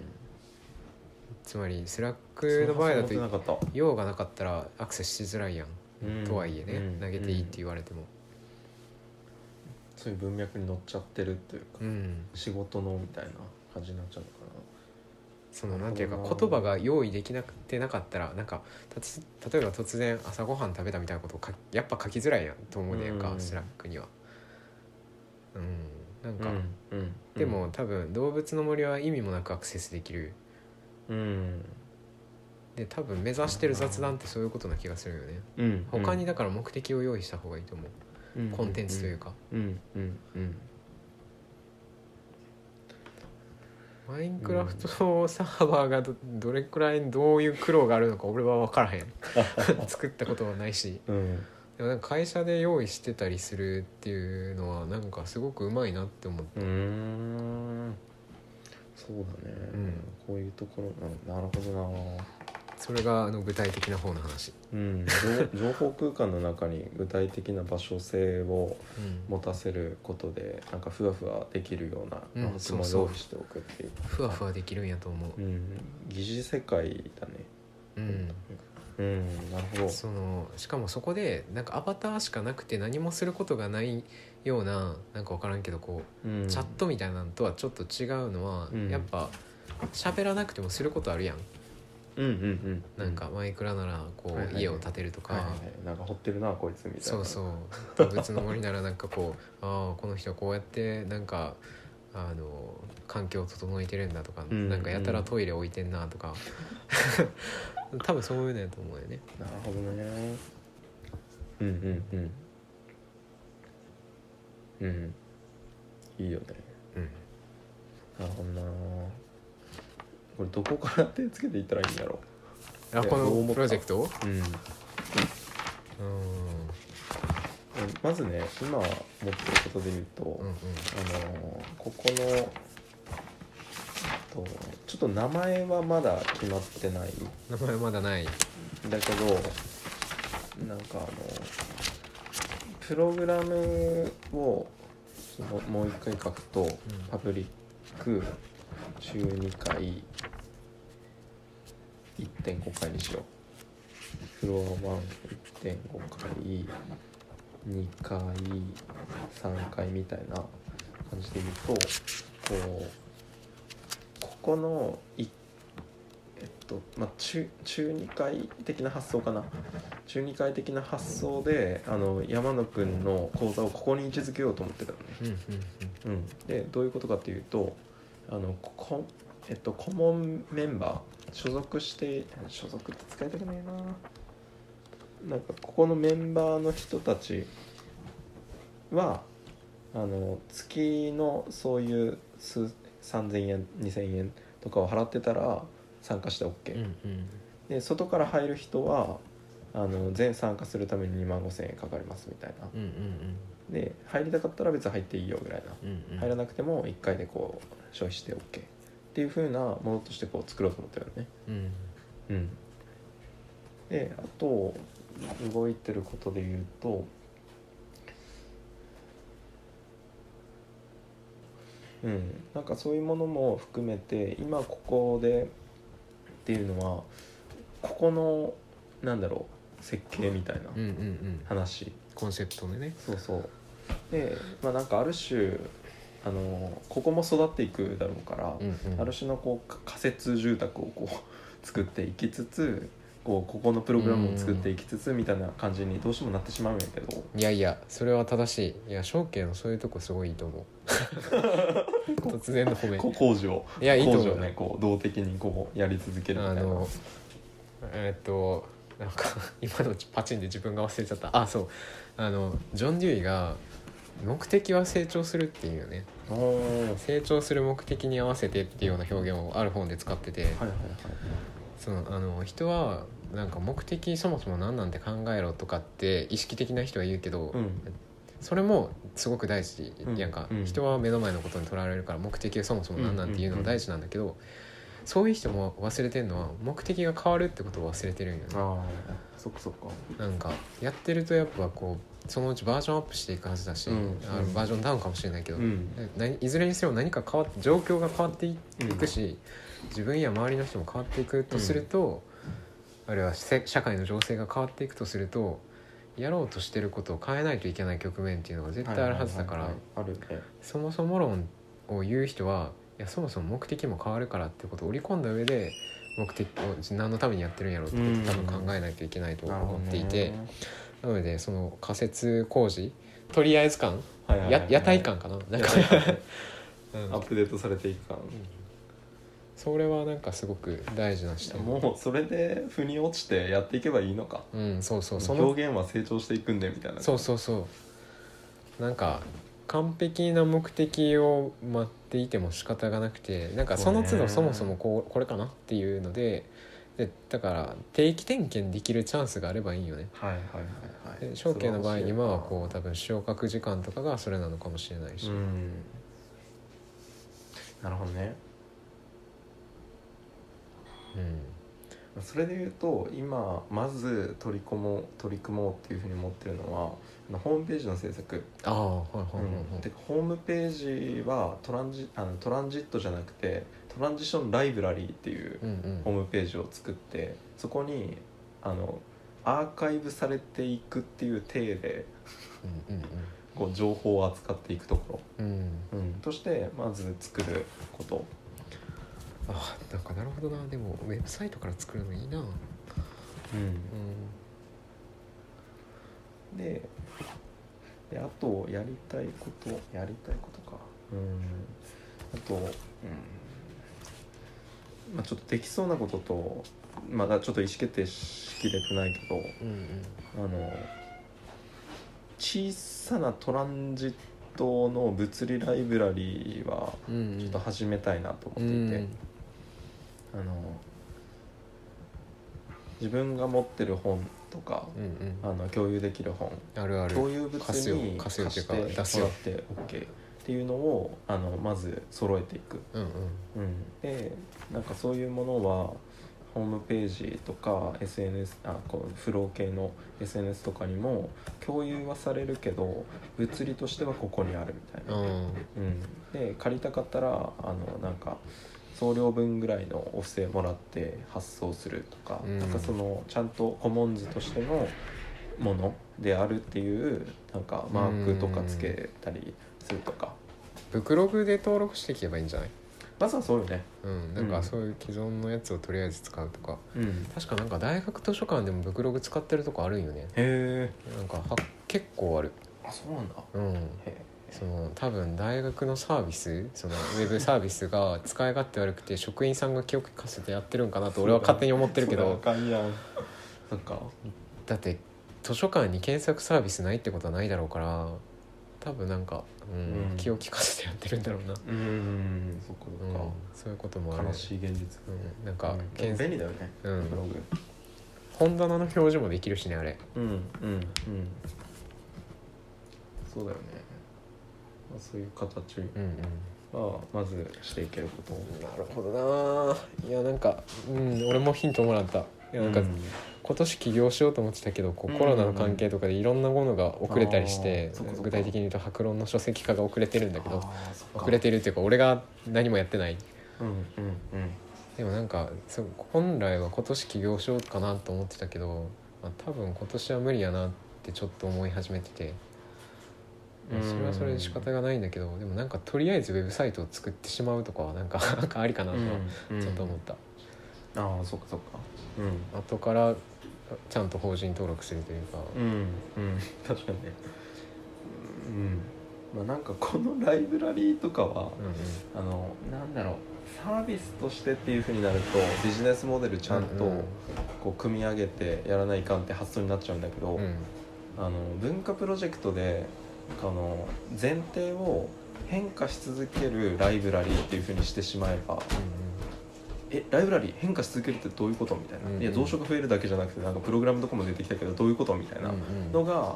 [SPEAKER 2] つまりスラックの場合だ
[SPEAKER 1] そんな
[SPEAKER 2] と
[SPEAKER 1] ことなかっ
[SPEAKER 2] 用がなかったらアクセスしづらいやん、
[SPEAKER 1] うん
[SPEAKER 2] とはいえね、
[SPEAKER 1] うん
[SPEAKER 2] 投げていいって言われても
[SPEAKER 1] たそういう文脈に乗っちゃってるというか
[SPEAKER 2] うん
[SPEAKER 1] 仕事のみたいな感じになっちゃうのか
[SPEAKER 2] そのなんていうか
[SPEAKER 1] なるほど
[SPEAKER 2] 言葉が用意できなくてなかったらなんかたつ例えば突然朝ごはん食べたみたいなことをかやっぱ書きづらいやんと思うねんか、
[SPEAKER 1] うん
[SPEAKER 2] スラックにはうんなん
[SPEAKER 1] な
[SPEAKER 2] か、
[SPEAKER 1] うんうん
[SPEAKER 2] でも多分動物の森は意味もなくアクセスできる
[SPEAKER 1] うん
[SPEAKER 2] で多分目指してる雑談ってそういうことな気がするよね
[SPEAKER 1] うん
[SPEAKER 2] 他にだから目的を用意した方がいいと思う
[SPEAKER 1] うん
[SPEAKER 2] コンテンツというか、
[SPEAKER 1] うんうんうん
[SPEAKER 2] マインクラフトサーバーがどどれくらいどういう苦労があるのか俺は分からへ ん作ったことはないし
[SPEAKER 1] うん
[SPEAKER 2] でもなんか会社で用意してたりするっていうのはなんかすごくうまいなって思って
[SPEAKER 1] うーんそうだね、
[SPEAKER 2] うん
[SPEAKER 1] こういうところ、うん、なるほ
[SPEAKER 2] それがあの具体的な方の話、
[SPEAKER 1] どなうん 情情報空間の中に具体的な場所性を
[SPEAKER 2] うん、
[SPEAKER 1] 持たせることでなんかふわふわできるような
[SPEAKER 2] うん
[SPEAKER 1] ロフト
[SPEAKER 2] そ
[SPEAKER 1] も
[SPEAKER 2] うそう
[SPEAKER 1] 用意しておくっていう
[SPEAKER 2] ふわふわできるんやと思う、
[SPEAKER 1] うん疑似世界だね
[SPEAKER 2] うん、
[SPEAKER 1] うんなるほど
[SPEAKER 2] そのしかもそこでなんかアバターしかなくて何もすることがないようななんか分からんけどこう、
[SPEAKER 1] うん
[SPEAKER 2] チャットみたいなのとはちょっと違うのは、
[SPEAKER 1] うん
[SPEAKER 2] やっぱ喋らなくてもすることあるやん
[SPEAKER 1] うんうんうん
[SPEAKER 2] なんかマイクラならこ
[SPEAKER 1] はいはいうはい
[SPEAKER 2] 家を建てるとか、
[SPEAKER 1] はいはいなんか掘ってるなこいつみたいな
[SPEAKER 2] そうそう 動物の森ならなんかこうああこの人はこうやってなんかあの環境を整えてるんだとか、
[SPEAKER 1] うん
[SPEAKER 2] なんかやたらトイレ置いてんなと か多分そういうのやと思うよね。
[SPEAKER 1] なるほどねうんうんうんうんいいよね
[SPEAKER 2] うん
[SPEAKER 1] なるほどなこれどこから手つけていったらいいんだろ
[SPEAKER 2] あ
[SPEAKER 1] いや
[SPEAKER 2] こ
[SPEAKER 1] どう思っ
[SPEAKER 2] の
[SPEAKER 1] た
[SPEAKER 2] プロジェクトを
[SPEAKER 1] う、うん、
[SPEAKER 2] うん
[SPEAKER 1] まずね今持ってることで言うと、
[SPEAKER 2] うんうん
[SPEAKER 1] あのーここのえっとちょっと名前はまだ決まってない
[SPEAKER 2] 名前まだない。
[SPEAKER 1] だけどなんかあのプログラムをそのもう一回書くと、パブリック週2回1.5回にしようフロア11.5回2回3回みたいな感じで言うとこうここのいえっとまあ中中2回的な発想かな中2回的な発想であの山野くんの講座をここに位置づけようと思ってたのね。
[SPEAKER 2] うんうん
[SPEAKER 1] うん、でどういうことかというとあのこ、えっと、顧問メンバー所属して所属って使いたくないななんかここのメンバーの人たちはあの月のそういう数3000円2000円とかを払ってたら参加して OK、
[SPEAKER 2] うんうんうん
[SPEAKER 1] で外から入る人はあの全参加するために2万5000円かかりますみたいな
[SPEAKER 2] うんうん
[SPEAKER 1] で入りたかったら別に入っていいよぐらいな
[SPEAKER 2] うんうん
[SPEAKER 1] 入らなくても1回でこう消費して OK っていう風なものとしてこう作ろうと思ってるよね。
[SPEAKER 2] うん
[SPEAKER 1] うん、であと動いてることで言うとうんなんかそういうものも含めて今ここでっていうのはここのなんだろう設計みたいな
[SPEAKER 2] うんうんうん
[SPEAKER 1] 話
[SPEAKER 2] コンセプトでね。
[SPEAKER 1] そうそうでまあなんかある種あのここも育っていくだろうから、
[SPEAKER 2] うんうん
[SPEAKER 1] ある種のこうか仮設住宅をこう作っていきつつこうここのプログラムを作っていきつつみたいな感じにどうしてもなってしまうんやけど
[SPEAKER 2] いやいやそれは正しいいや証券のそういうとこすごいいいと 思う突然の褒め
[SPEAKER 1] こう工事を
[SPEAKER 2] いやいいと
[SPEAKER 1] 工事
[SPEAKER 2] 思
[SPEAKER 1] を
[SPEAKER 2] う、
[SPEAKER 1] ねこう動的にこうやり続けるみた
[SPEAKER 2] あ
[SPEAKER 1] いな
[SPEAKER 2] のえーっとなんか今のパチンで自分が忘れちゃったあそうあのジョン・デュイが目的は成長するっていうよね
[SPEAKER 1] おーはい
[SPEAKER 2] 成長する目的に合わせてっていうような表現をある本で使ってて
[SPEAKER 1] はいはい
[SPEAKER 2] そのあの人はなんか目的そもそも何なんて考えろとかって意識的な人は言うけど、
[SPEAKER 1] うん
[SPEAKER 2] それもすごく大事
[SPEAKER 1] うん
[SPEAKER 2] やんか、
[SPEAKER 1] うん
[SPEAKER 2] 人は目の前のことにとらわれるから目的がそもそも何なんていうのも大事なんだけど、そういう人も忘れてるのは目的が変わるってことを忘れてるんよね
[SPEAKER 1] ああそっかそっか
[SPEAKER 2] なんかやってるとやっぱこうそのうちバージョンアップしていくはずだし、
[SPEAKER 1] うん
[SPEAKER 2] あのバージョンダウンかもしれないけど、
[SPEAKER 1] うん
[SPEAKER 2] 何いずれにせよ何か変わっ状況が変わってい
[SPEAKER 1] うん
[SPEAKER 2] くし、自分や周りの人も変わっていくとすると、あるいはせ社会の情勢が変わっていくとするとやろうとしてることを変えないといけない局面っていうのが絶対あるはずだから、
[SPEAKER 1] はいはいはいはいあるね
[SPEAKER 2] そもそも論を言う人はいやそもそも目的も変わるからってことを織り込んだ上で目的を何のためにやってるんやろうってことを多分考えないといけないと
[SPEAKER 1] なるほ
[SPEAKER 2] 思
[SPEAKER 1] どね
[SPEAKER 2] っていて、なのでその仮設工事とりあえず感
[SPEAKER 1] はいはいはい
[SPEAKER 2] や屋台感かななんか、
[SPEAKER 1] 屋台感
[SPEAKER 2] うん
[SPEAKER 1] アップデートされていく感
[SPEAKER 2] それはなんかすごく大事な視点
[SPEAKER 1] もうそれで腑に落ちてやっていけばいいのか
[SPEAKER 2] うんそうそうその
[SPEAKER 1] 表現は成長していくんでみたいな
[SPEAKER 2] そうそうそうなんか完璧な目的を待っていても仕方がなくてなんかその都
[SPEAKER 1] そう
[SPEAKER 2] 度
[SPEAKER 1] ね
[SPEAKER 2] そもそもこうこれかなっていうのででだから定期点検できるチャンスがあればいいよね。
[SPEAKER 1] はいはいはいはい
[SPEAKER 2] で証券の場合今はこう
[SPEAKER 1] う
[SPEAKER 2] 多分昇格時間とかがそれなのかもしれないし、
[SPEAKER 1] うんなるほどね
[SPEAKER 2] うん
[SPEAKER 1] それで言うと今まず取り込もう取り組もうっていうふうに思ってるのはあのホームページの制作、
[SPEAKER 2] ああはいはいはいはい、
[SPEAKER 1] でホームページはトランジあのトランジットじゃなくてトランジションライブラリーっていう
[SPEAKER 2] うんうん
[SPEAKER 1] ホームページを作ってそこにあのアーカイブされていくっていう体で
[SPEAKER 2] うん
[SPEAKER 1] こう情報を扱っていくとこ
[SPEAKER 2] うんうんうん
[SPEAKER 1] ろ、うん、としてまず作ること
[SPEAKER 2] あなんかなるほどなでもウェブサイトから作るのいいなうん
[SPEAKER 1] でであとやりたいことやりたいことかうんあと、うんまあ、ちょっとできそうなこととまだちょっと意思決定しきれてないけど
[SPEAKER 2] うんうん
[SPEAKER 1] あの小さなトランジットの物理ライブラリーは
[SPEAKER 2] うん
[SPEAKER 1] ちょっと始めたいなと思っていて、あの自分が持ってる本とか
[SPEAKER 2] うんうん
[SPEAKER 1] あの共有できる本
[SPEAKER 2] あるある
[SPEAKER 1] 共有物
[SPEAKER 2] 貸すよ
[SPEAKER 1] に
[SPEAKER 2] 貸す
[SPEAKER 1] 貸
[SPEAKER 2] よってい
[SPEAKER 1] し
[SPEAKER 2] う
[SPEAKER 1] て
[SPEAKER 2] か
[SPEAKER 1] もらっ
[SPEAKER 2] 出すよ
[SPEAKER 1] て OK っていうのをあのまず揃えていく、
[SPEAKER 2] うんうん
[SPEAKER 1] うん、でなんかそういうものはホームページとか SNS あこうフロー系の SNS とかにも共有はされるけど物理としてはここにあるみたいな、
[SPEAKER 2] うん
[SPEAKER 1] うん、で借りたかったらあのなんか送料分ぐらいのお布施もらって発送するとか、
[SPEAKER 2] うん
[SPEAKER 1] なんかそのちゃんとコモンズとしてのものであるっていうなんかマークとかつけたりするとか、
[SPEAKER 2] ブクログで登録していけばいいんじゃない
[SPEAKER 1] まずはそうよね。
[SPEAKER 2] うんなんかそういう既存のやつをとりあえず使うとか
[SPEAKER 1] うん、
[SPEAKER 2] 確かなんか大学図書館でもブクログ使ってるとこあるんよね
[SPEAKER 1] へえ
[SPEAKER 2] なんかは結構ある
[SPEAKER 1] あそうなんだ
[SPEAKER 2] うん
[SPEAKER 1] へ
[SPEAKER 2] その多分大学のサービスそのウェブサービスが使い勝手悪くて職員さんが記憶かせてやってるんかなと俺は勝手に思ってるけど
[SPEAKER 1] かんやんそっか
[SPEAKER 2] だって図書館に検索サービスないってことはないだろうから多分なんか、うん
[SPEAKER 1] うん
[SPEAKER 2] 気を利かせてやってるんだろうな、
[SPEAKER 1] うんそっか
[SPEAKER 2] うんそういうこともあ
[SPEAKER 1] そっ
[SPEAKER 2] る
[SPEAKER 1] か悲しい現実
[SPEAKER 2] うん、なんか、
[SPEAKER 1] うん
[SPEAKER 2] 検
[SPEAKER 1] 便
[SPEAKER 2] 索
[SPEAKER 1] 利だよね、
[SPEAKER 2] うん
[SPEAKER 1] ブログ
[SPEAKER 2] 本棚の表示もできるしねあれ
[SPEAKER 1] うんうんうんそうだよね、まあ、そういう形
[SPEAKER 2] うんうん
[SPEAKER 1] はまずしていけること
[SPEAKER 2] なるほどないやなんか、うん、俺もヒントもらったいやなんか、
[SPEAKER 1] う
[SPEAKER 2] 今年起業しようと思ってたけどこ
[SPEAKER 1] う
[SPEAKER 2] う
[SPEAKER 1] んうん
[SPEAKER 2] コロナの関係とかでいろんなものが遅れたりして
[SPEAKER 1] あーそっかそっか
[SPEAKER 2] 具体的に言うと白論の書籍化が遅れてるんだけど
[SPEAKER 1] あーそっか
[SPEAKER 2] 遅れてるっていうか俺が何もやってない
[SPEAKER 1] うんうんうん
[SPEAKER 2] でもなんかそう本来は今年起業しようかなと思ってたけど、まあ、多分今年は無理やなってちょっと思い始めててまあそれはそれで仕方がないんだけどでもなんかとりあえずウェブサイトを作ってしまうとかはなんか なんかありかなとは
[SPEAKER 1] うん
[SPEAKER 2] ちょっと思った、
[SPEAKER 1] ああそっかそっかうん
[SPEAKER 2] 後からちゃんと法人登録するというか、
[SPEAKER 1] うんうん 確かにねうんまあなんかこのライブラリーとかは、
[SPEAKER 2] うんうん
[SPEAKER 1] あのなんだろうサービスとしてっていうふうになるとビジネスモデルちゃん
[SPEAKER 2] う
[SPEAKER 1] と
[SPEAKER 2] ん
[SPEAKER 1] こう組み上げてやらないかんって発想になっちゃうんだけど、
[SPEAKER 2] うんうん
[SPEAKER 1] あの文化プロジェクトであの前提を変化し続けるライブラリーっていう風にしてしまえばえライブラリー変化し続けるってどういうことみたいな、
[SPEAKER 2] うんうん
[SPEAKER 1] いや増殖増えるだけじゃなくてなんかプログラムとかも出てきたけどどういうことみたいなのが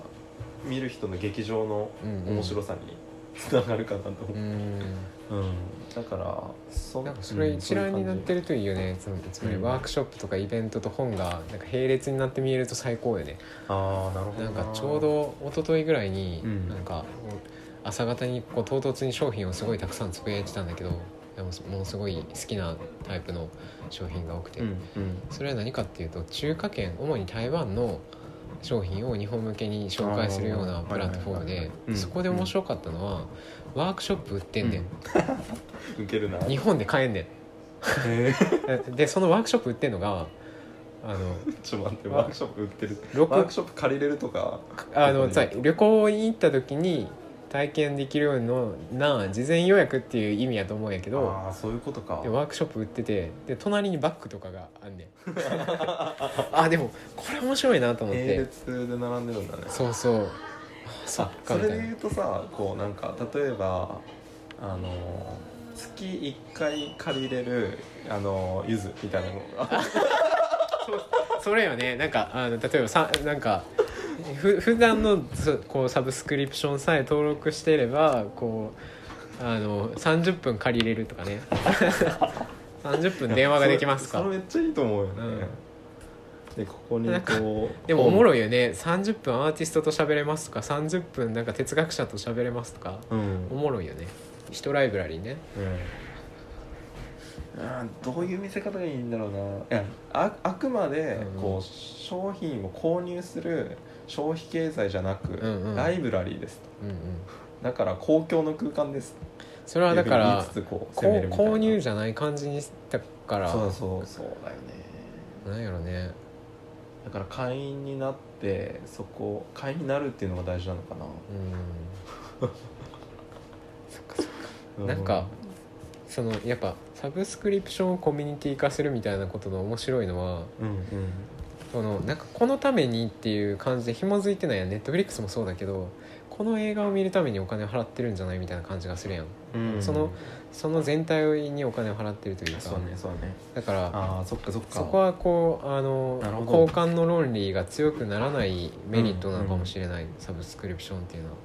[SPEAKER 1] 見る人の劇場の面白
[SPEAKER 2] さ
[SPEAKER 1] さにつながるかなと思う、
[SPEAKER 2] うん
[SPEAKER 1] うんだからそ
[SPEAKER 2] なんかそれ一覧になって
[SPEAKER 1] る
[SPEAKER 2] るといいよねつまりつまり
[SPEAKER 1] うん
[SPEAKER 2] ワークショップとかイベントと本がなんか並列になって見えると最高よね
[SPEAKER 1] ああなるほど
[SPEAKER 2] なんかちょうど一昨日ぐらいに
[SPEAKER 1] うん
[SPEAKER 2] なんか朝方にこう唐突に商品をすごいたくさんつぶやいてたんだけどでもものすごい好きなタイプの商品が多くて、
[SPEAKER 1] うんうん
[SPEAKER 2] それは何かっていうと中華圏主に台湾の商品を日本向けに紹介するような
[SPEAKER 1] あー
[SPEAKER 2] プラットフォーム
[SPEAKER 1] はいはい
[SPEAKER 2] で
[SPEAKER 1] はいうん
[SPEAKER 2] そこで面白かったのはワークショップ売ってんねん、
[SPEAKER 1] うんウケるな
[SPEAKER 2] 日本で買えんね
[SPEAKER 1] えー
[SPEAKER 2] ん でそのワークショップ売ってんのがあの
[SPEAKER 1] ちょっと待ってワークショップ売ってる
[SPEAKER 2] ロ
[SPEAKER 1] ワー
[SPEAKER 2] コ
[SPEAKER 1] クショップ借りれるとか
[SPEAKER 2] あのつまり旅行に行った時に体験できるような事前予約っていう意味やと思うんやけど
[SPEAKER 1] ああそういうことか
[SPEAKER 2] でワークショップ売っててで隣にバッグとかがあんねん あでもこれ面白いなと思って
[SPEAKER 1] 並列で並んでるんだね
[SPEAKER 2] そうそうそっか
[SPEAKER 1] そ
[SPEAKER 2] み
[SPEAKER 1] れ
[SPEAKER 2] た
[SPEAKER 1] で
[SPEAKER 2] いな
[SPEAKER 1] 言うとさこうなんか例えばあの月1回借りれるあのゆずみたいなのが
[SPEAKER 2] それよねなんかあの例えばさなんかふ普段のそこうサブスクリプションさえ登録していればこうあの30分借りれるとか ね30分電話ができます
[SPEAKER 1] そ
[SPEAKER 2] か
[SPEAKER 1] れそれめっちゃいいと思うよね、でここに
[SPEAKER 2] なんか
[SPEAKER 1] こう
[SPEAKER 2] でもおも
[SPEAKER 1] い
[SPEAKER 2] ろいよね30分アーティストと喋れますとか30分なんか哲学者と喋れますとか
[SPEAKER 1] うん、
[SPEAKER 2] おもろいよね一ライブラリーね
[SPEAKER 1] うんあーどういう見せ方がいいんだろうないやああくまで
[SPEAKER 2] うん
[SPEAKER 1] こう、商品を購入する消費経済じゃなく、
[SPEAKER 2] んうん
[SPEAKER 1] ライブラリーです
[SPEAKER 2] うんうん
[SPEAKER 1] だから公共の空間です
[SPEAKER 2] それはだか
[SPEAKER 1] っ
[SPEAKER 2] ら
[SPEAKER 1] ていうふうに言いつつこう
[SPEAKER 2] こ
[SPEAKER 1] 攻めるみたいな
[SPEAKER 2] 購入じゃない感じにしたから
[SPEAKER 1] そうそうそうだよね
[SPEAKER 2] なんやろね
[SPEAKER 1] だから会員になってそこ会員になるっていうのが大事なのかな、
[SPEAKER 2] うんそっかそっかなんかそのやっぱサブスクリプションをコミュニティ化するみたいなことの面白いのは
[SPEAKER 1] うんうん
[SPEAKER 2] そのなんかこのためにっていう感じで紐づいてないやんネットフリックスもそうだけどこの映画を見るためにお金を払ってるんじゃないみたいな感じがするやん
[SPEAKER 1] うん、
[SPEAKER 2] そのその全体にお金を払ってるというか
[SPEAKER 1] そうねそうね
[SPEAKER 2] だから
[SPEAKER 1] ああそっかそっか
[SPEAKER 2] そこはこうあの
[SPEAKER 1] なるほど
[SPEAKER 2] 交換の論理が強くならないメリットなのかもしれない、サブスクリプションっていうのは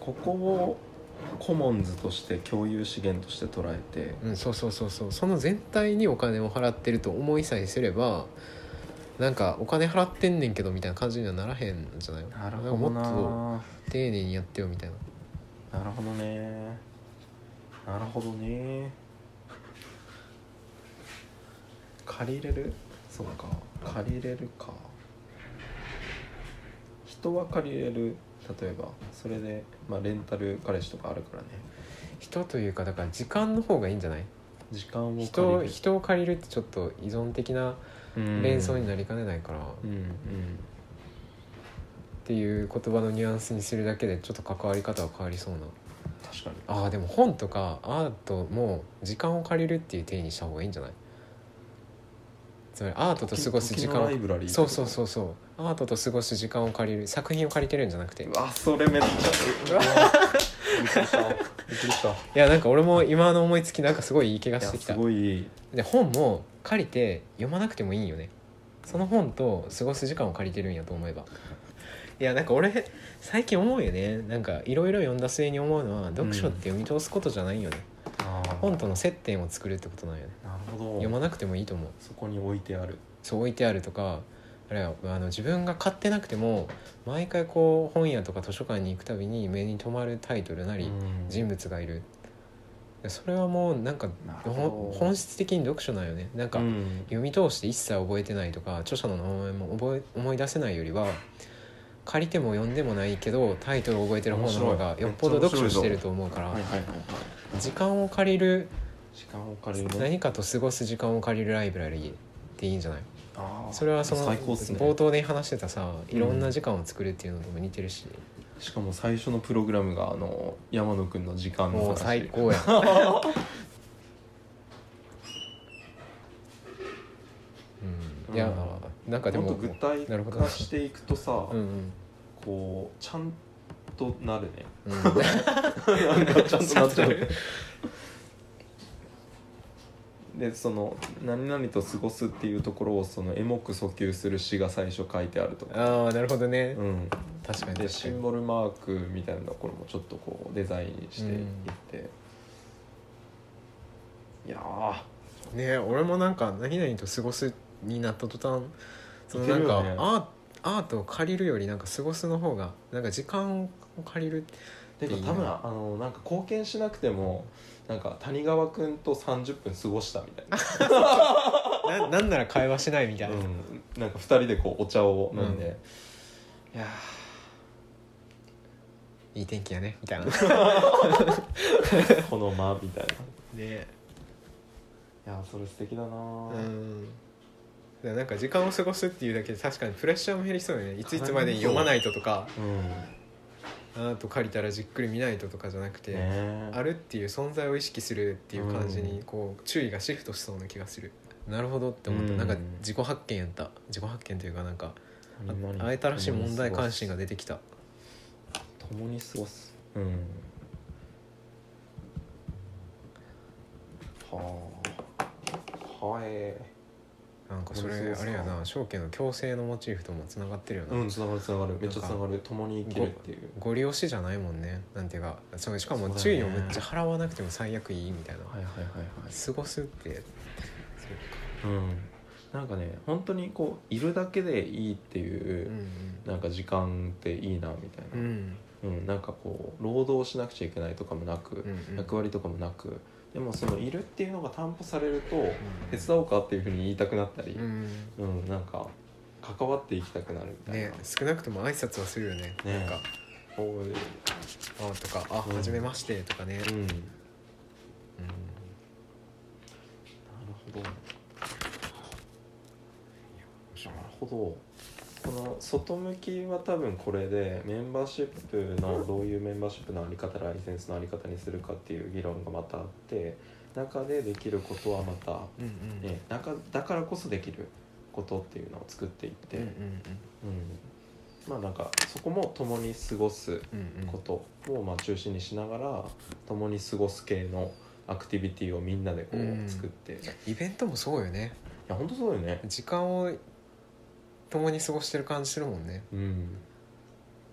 [SPEAKER 1] ここをコモンズとして共有資源として捉えて
[SPEAKER 2] うん、そうそうそうそうその全体にお金を払ってると思いさえすればなんかお金払ってんねんけどみたいな感じにはならへんんじゃない
[SPEAKER 1] なる
[SPEAKER 2] んか
[SPEAKER 1] ほどな
[SPEAKER 2] もっと丁寧にやってよみたいな
[SPEAKER 1] なるほどねなるほどね借りれるそうか借りれるか人は借りれる例えばそれで、まあ、レンタル彼氏とかあるからね
[SPEAKER 2] 人というかだから時間の方がいいんじゃない
[SPEAKER 1] 時間を
[SPEAKER 2] 人を
[SPEAKER 1] 借り
[SPEAKER 2] 人を借りるってちょっと依存的な
[SPEAKER 1] る
[SPEAKER 2] 連想にな
[SPEAKER 1] る
[SPEAKER 2] りかねないから、っ
[SPEAKER 1] うんうん
[SPEAKER 2] ていう言葉のニュアンスにするだけでちょっと関わり方は変わりそうな
[SPEAKER 1] 確かに
[SPEAKER 2] あーでも本とかアートも時間を借りるっていう定義にした方がいいんじゃないつまりアートと過ごす時
[SPEAKER 1] 時
[SPEAKER 2] 間
[SPEAKER 1] の
[SPEAKER 2] を
[SPEAKER 1] ライブラリー
[SPEAKER 2] そうそう
[SPEAKER 1] う
[SPEAKER 2] そうそうアートと過ごす時間を借りる作品を借りてるんじゃなくていう
[SPEAKER 1] わそれめっちゃうわびっくりしたびっくりしたい
[SPEAKER 2] やなんか俺も今の思いつきなんかすごいいい気が
[SPEAKER 1] や
[SPEAKER 2] してき
[SPEAKER 1] す
[SPEAKER 2] た
[SPEAKER 1] ごいいい
[SPEAKER 2] で本も借りて読まなくてもいいんよねその本と過ごす時間を借りてるんやと思えばいやなんか俺最近思うよねなんかいろいろ読んだ末に思うのは読書って読み通すことじゃないよね、
[SPEAKER 1] あー
[SPEAKER 2] 本との接点を作るってことなんよね
[SPEAKER 1] なるほど
[SPEAKER 2] 読まなくてもいいと思う
[SPEAKER 1] そこに置いてある
[SPEAKER 2] そう置いてあるとかあるいはあの自分が買ってなくても毎回こう本屋とか図書館に行くたびに目に留まるタイトルなり
[SPEAKER 1] うん
[SPEAKER 2] 人物がいるそれはもうなんか
[SPEAKER 1] なるほ
[SPEAKER 2] ほ
[SPEAKER 1] ど
[SPEAKER 2] 本質的に読書なんよねなんか
[SPEAKER 1] うん
[SPEAKER 2] 読み通して一切覚えてないとか著者の名前も覚え思い出せないよりは借りても読んでもないけどタイトルを覚えてる方の方が
[SPEAKER 1] 面白い
[SPEAKER 2] よっぽど読書してると思うから
[SPEAKER 1] はいはいはいはい
[SPEAKER 2] 時間を借りる
[SPEAKER 1] 時間を借りるね
[SPEAKER 2] 何かと過ごす時間を借りるライブラリーっていいんじゃない
[SPEAKER 1] あー
[SPEAKER 2] それはその
[SPEAKER 1] 最高っすね
[SPEAKER 2] 冒頭で話してたさいろんな時間を作るっていうのとも似てるし、
[SPEAKER 1] しかも最初のプログラムがあの山野くんの時間の
[SPEAKER 2] もう
[SPEAKER 1] 話
[SPEAKER 2] 最高 やうんいやなんかで
[SPEAKER 1] も
[SPEAKER 2] も
[SPEAKER 1] っと具体
[SPEAKER 2] なるほど
[SPEAKER 1] 化していくとさ、
[SPEAKER 2] うんうん
[SPEAKER 1] こうちゃんとなるね
[SPEAKER 2] うん
[SPEAKER 1] なんかちゃんとなっちゃう でその何々と過ごすっていうところをそのエモく訴求する詩が最初書いてあるとか、
[SPEAKER 2] ああなるほどね、
[SPEAKER 1] うん、
[SPEAKER 2] 確かに確
[SPEAKER 1] で
[SPEAKER 2] か
[SPEAKER 1] シ
[SPEAKER 2] に
[SPEAKER 1] ンボルマークみたいなところもちょっとこうデザインしていって、いやー
[SPEAKER 2] ね俺もなんか何々と過ごすになった途端そのなんか、
[SPEAKER 1] いけるよね
[SPEAKER 2] アーアートを借りるよりなんか過ごすの方がなんか時間を借りる
[SPEAKER 1] て
[SPEAKER 2] いい
[SPEAKER 1] か
[SPEAKER 2] ね
[SPEAKER 1] 多分あのなんか貢献しなくてもなんか谷川君と30分過ごしたみたいな、
[SPEAKER 2] ななんなら会話しないみたいな、
[SPEAKER 1] うん、なんか2人でこうお茶を飲んで、いや
[SPEAKER 2] いい天気やねみたいな
[SPEAKER 1] ー この間みたい
[SPEAKER 2] ね
[SPEAKER 1] ないやーそれ素敵だなー、
[SPEAKER 2] うんだからなんか時間を過ごすっていうだけで確かにプレッシャーも減りそうよねいついつまでに読まないととか
[SPEAKER 1] うんね
[SPEAKER 2] アート借りたらじっくり見ないととかじゃなくて、
[SPEAKER 1] え
[SPEAKER 2] あるっていう存在を意識するっていう感じ
[SPEAKER 1] う
[SPEAKER 2] にこう注意がシフトしそうな気がするなるほどって思った、
[SPEAKER 1] うん
[SPEAKER 2] なんか自己発見やった自己発見というかなんか
[SPEAKER 1] みんなに
[SPEAKER 2] あ新しい問題関心が出てきた
[SPEAKER 1] 共に過ごすうんはあはえ
[SPEAKER 2] なんかそれ
[SPEAKER 1] そうそうそう
[SPEAKER 2] あれやな証券の強制のモチーフともつながってるよな、
[SPEAKER 1] うんつながるつながるめっちゃつながる共に生きるっていう
[SPEAKER 2] ご利用しじゃないもんねなんていうかそうしか
[SPEAKER 1] そ
[SPEAKER 2] も
[SPEAKER 1] うだね
[SPEAKER 2] 注意をめっちゃ払わなくても最悪いいみたいな、
[SPEAKER 1] はいはいはいはい
[SPEAKER 2] 過ごすって
[SPEAKER 1] うんなんかね本当にこういるだけでいいっていうう、
[SPEAKER 2] ん
[SPEAKER 1] なんか時間っていいなみた
[SPEAKER 2] う
[SPEAKER 1] いな、
[SPEAKER 2] ん
[SPEAKER 1] うんなんかこう労働しなくちゃいけないとかもなく
[SPEAKER 2] う、んうん
[SPEAKER 1] 役割とかもなくでもそのいるっていうのが担保されると、手
[SPEAKER 2] う
[SPEAKER 1] 伝おうかっていうふうに言いたくなったり、
[SPEAKER 2] ん
[SPEAKER 1] うんなんか関わっていきたくなるみたいな、
[SPEAKER 2] ね少なくとも挨拶はするよね
[SPEAKER 1] ね
[SPEAKER 2] なんか
[SPEAKER 1] こういう
[SPEAKER 2] 「あ」とか「あ
[SPEAKER 1] うん
[SPEAKER 2] 初めまして」とかね、
[SPEAKER 1] うんなる
[SPEAKER 2] うん
[SPEAKER 1] ほどなるほどこの外向きは多分これでメンバーシップのどういうメンバーシップのあり方ライセンスのあり方にするかっていう議論がまたあって中でできることはまた、
[SPEAKER 2] うんうん
[SPEAKER 1] ね、中だからこそできることっていうのを作っていって、
[SPEAKER 2] うんうん
[SPEAKER 1] うんまあなんかそこも共に過ごす
[SPEAKER 2] うんうんうん
[SPEAKER 1] ことをまあ中心にしながら共に過ごす系のアクティビティをみんなでこ
[SPEAKER 2] うん
[SPEAKER 1] う作って、い
[SPEAKER 2] イベントもそうよね
[SPEAKER 1] や本当そうよね
[SPEAKER 2] 時間を共に過ごしてる感じするもんね
[SPEAKER 1] うん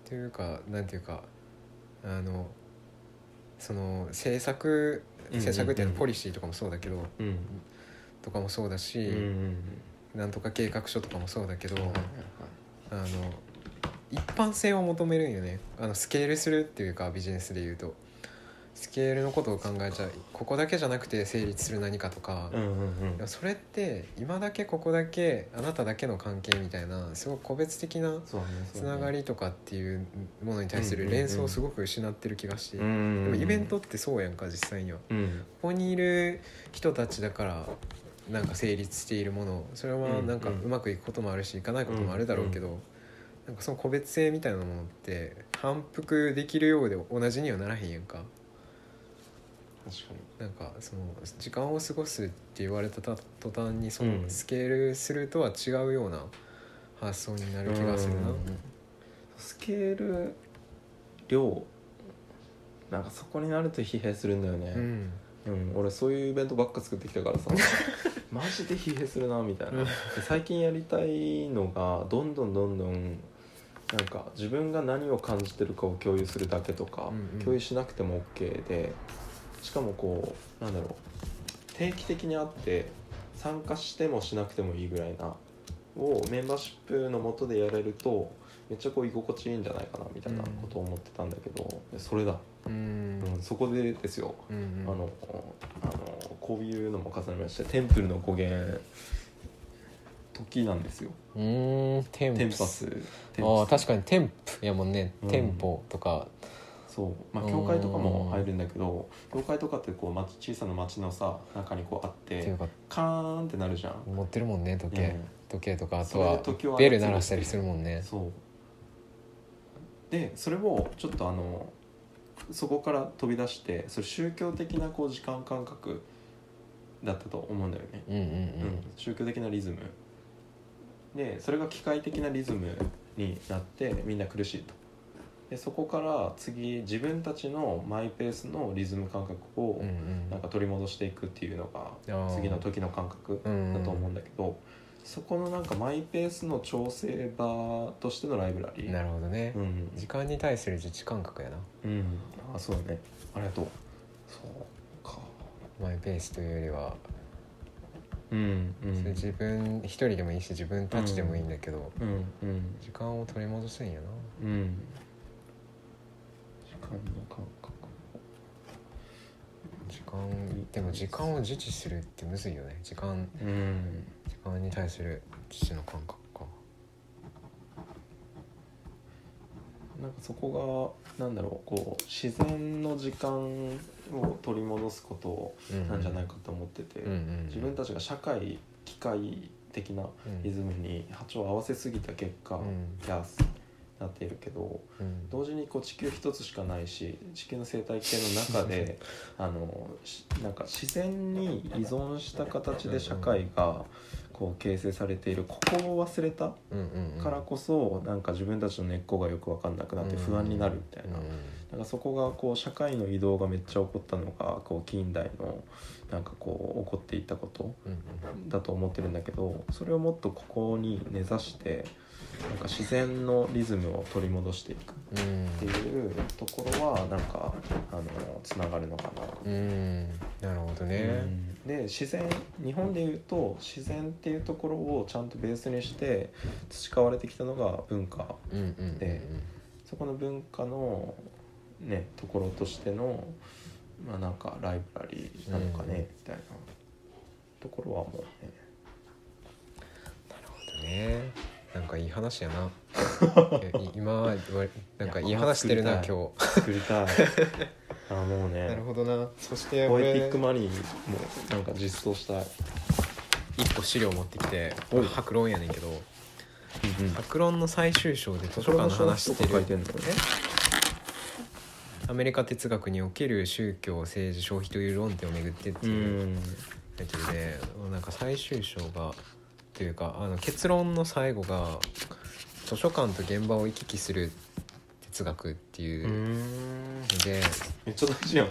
[SPEAKER 2] というかなんていうかあのその政策
[SPEAKER 1] うんうん
[SPEAKER 2] 政策っていうのはポリシーとかもそうだけど、
[SPEAKER 1] うん
[SPEAKER 2] とかもそうだ
[SPEAKER 1] うんうん
[SPEAKER 2] し、なんとか計画書とかもそうだけど、
[SPEAKER 1] うん
[SPEAKER 2] あの一般性を求めるんよねあのスケールするっていうかビジネスで言うとスケールのことを考えちゃうここだけじゃなくて成立する何かとか、
[SPEAKER 1] うんうん
[SPEAKER 2] でもそれって今だけここだけあなただけの関係みたいなすごく個別的な
[SPEAKER 1] そうだね
[SPEAKER 2] つながりとかっていうものに対する連想をすごく失ってる気がして、
[SPEAKER 1] そうだねうんうん
[SPEAKER 2] で
[SPEAKER 1] う
[SPEAKER 2] も
[SPEAKER 1] ん
[SPEAKER 2] イベントってそうやんか実際にはこ
[SPEAKER 1] うん
[SPEAKER 2] こにいる人たちだからなんか成立しているものそれはなんか
[SPEAKER 1] うんうん
[SPEAKER 2] うまくいくこともあるしいかないこともあるだろうけど、なんかその個別性みたいなものって反復できるようで同じにはならへんやんか
[SPEAKER 1] 確かに
[SPEAKER 2] なんかその時間を過ごすって言われたた途端にそうの
[SPEAKER 1] ん
[SPEAKER 2] スケールするとは違うような発想になる気がするな。
[SPEAKER 1] うんスケール量なんかそこになると疲弊するんだよね、
[SPEAKER 2] うん
[SPEAKER 1] うん、俺そういうイベントばっか作ってき たからさマジで疲弊するなみたい
[SPEAKER 2] う
[SPEAKER 1] な
[SPEAKER 2] ん
[SPEAKER 1] で最近やりたいのがどんどんどんどんなんか自分が何を感じてるかを共有するだけと
[SPEAKER 2] う
[SPEAKER 1] か、
[SPEAKER 2] んうん
[SPEAKER 1] 共有しなくても OK でしかもこうなんだろう定期的に会って参加してもしなくてもいいぐらいなをメンバーシップのもとでやれるとめっちゃこう居心地いいんじゃないかなみたいなことを思ってたんだけど、でそれだ、
[SPEAKER 2] うん
[SPEAKER 1] うん、そこでですよ
[SPEAKER 2] うんうん
[SPEAKER 1] あのあのこういうのも重ねましてテンプルの語源時なんですよ
[SPEAKER 2] うーんテン
[SPEAKER 1] テン
[SPEAKER 2] プ
[SPEAKER 1] パ
[SPEAKER 2] ス
[SPEAKER 1] ステン
[SPEAKER 2] ああ
[SPEAKER 1] パス
[SPEAKER 2] 確かにテンプやもんね、
[SPEAKER 1] うん
[SPEAKER 2] テンポとか
[SPEAKER 1] そうまあ
[SPEAKER 2] うん
[SPEAKER 1] 教会とかも入るんだけど教会とかってこう町小さな町のさ中にこうあっ
[SPEAKER 2] ってい
[SPEAKER 1] て
[SPEAKER 2] うか
[SPEAKER 1] カーンってなるじゃん、
[SPEAKER 2] 持ってるもんね時計、
[SPEAKER 1] ね
[SPEAKER 2] 時計とかあと
[SPEAKER 1] それ
[SPEAKER 2] は
[SPEAKER 1] で時を
[SPEAKER 2] ベル鳴らしたりするもんね
[SPEAKER 1] そうでそれをちょっとあのそこから飛び出してそれ宗教的なこう時間感覚だったと思うんだよね、
[SPEAKER 2] うんうんうん
[SPEAKER 1] うん、宗教的なリズムでそれが機械的なリズムになってみんな苦しいとでそこから次自分たちのマイペースのリズム感覚を
[SPEAKER 2] うんうん
[SPEAKER 1] なんか取り戻していくっていうのが
[SPEAKER 2] あー
[SPEAKER 1] 次の時の感覚だと思うんだけどそこのなんかマイペースの調整場としてのライブラリー
[SPEAKER 2] なるほどね、
[SPEAKER 1] うん
[SPEAKER 2] 時間に対する自治感覚やな
[SPEAKER 1] うん、あそうだねありがとうそうか
[SPEAKER 2] マイペースというよりは、
[SPEAKER 1] うんう
[SPEAKER 2] それ
[SPEAKER 1] ん
[SPEAKER 2] 自分一人でもいいし自分たちでもいいんだけど、
[SPEAKER 1] うんうん
[SPEAKER 2] 時間を取り戻せんやな
[SPEAKER 1] うん時間の感覚
[SPEAKER 2] 時間でも時間を自治するってむずいよね時間
[SPEAKER 1] うん
[SPEAKER 2] 時間に対する自治の感覚か
[SPEAKER 1] なんかそこがなんだろうこう自然の時間を取り戻すこ
[SPEAKER 2] うんう
[SPEAKER 1] と
[SPEAKER 2] ん
[SPEAKER 1] なんじゃないかと思ってて、
[SPEAKER 2] うんうんうん
[SPEAKER 1] 自分たちが社会機械的なリズムに波長を合わせすぎた結果、
[SPEAKER 2] うん
[SPEAKER 1] キャスなっているけど
[SPEAKER 2] うん
[SPEAKER 1] 同時にこう地球一つしかないし地球の生態系の中 であのしなんか自然に依存した形で社会がこう形成されているここを忘れた
[SPEAKER 2] うんうんうん
[SPEAKER 1] からこそなんか自分たちの根っこがよく分かんなくなって不安になるみたいな
[SPEAKER 2] うん
[SPEAKER 1] なんかそこがこう社会の移動がめっちゃ起こったのがこう近代のなんかこう起こっていったこと
[SPEAKER 2] うん
[SPEAKER 1] だと思ってるんだけどそれをもっとここに根ざしてなんか自然のリズムを取り戻していくっ
[SPEAKER 2] うんうん
[SPEAKER 1] ていうところはなんかあのつながるのかなと
[SPEAKER 2] うんなるほどね
[SPEAKER 1] で自然日本でいうと自然っていうところをちゃんとベースにして培われてきたのが文化
[SPEAKER 2] うんうんうんうん
[SPEAKER 1] でそこの文化のねところとしてのまあなんかライブラリーなのかね、
[SPEAKER 2] うん
[SPEAKER 1] みたいなところはも うね
[SPEAKER 2] ねなんかいい話 やない今はなんかいい話してるな
[SPEAKER 1] や
[SPEAKER 2] 今
[SPEAKER 1] っぱ
[SPEAKER 2] 日
[SPEAKER 1] 作りたいあもう
[SPEAKER 2] なる
[SPEAKER 1] ね
[SPEAKER 2] ほどなそして
[SPEAKER 1] ポエティ
[SPEAKER 2] 俺
[SPEAKER 1] ックマリーもなんか実装したい、
[SPEAKER 2] 一個資料持ってきて
[SPEAKER 1] おい
[SPEAKER 2] 白論やねんけど白論の最終章で図書館の話して
[SPEAKER 1] 書いて
[SPEAKER 2] る
[SPEAKER 1] んのね
[SPEAKER 2] アメリカ哲学における宗教政治消費という論点をめぐってって
[SPEAKER 1] う
[SPEAKER 2] いうんタイトルでなんか最終章がというかあの結論の最後が図書館と現場を行き来する哲学っていううの
[SPEAKER 1] ん
[SPEAKER 2] で,、
[SPEAKER 1] めっちゃ大事やん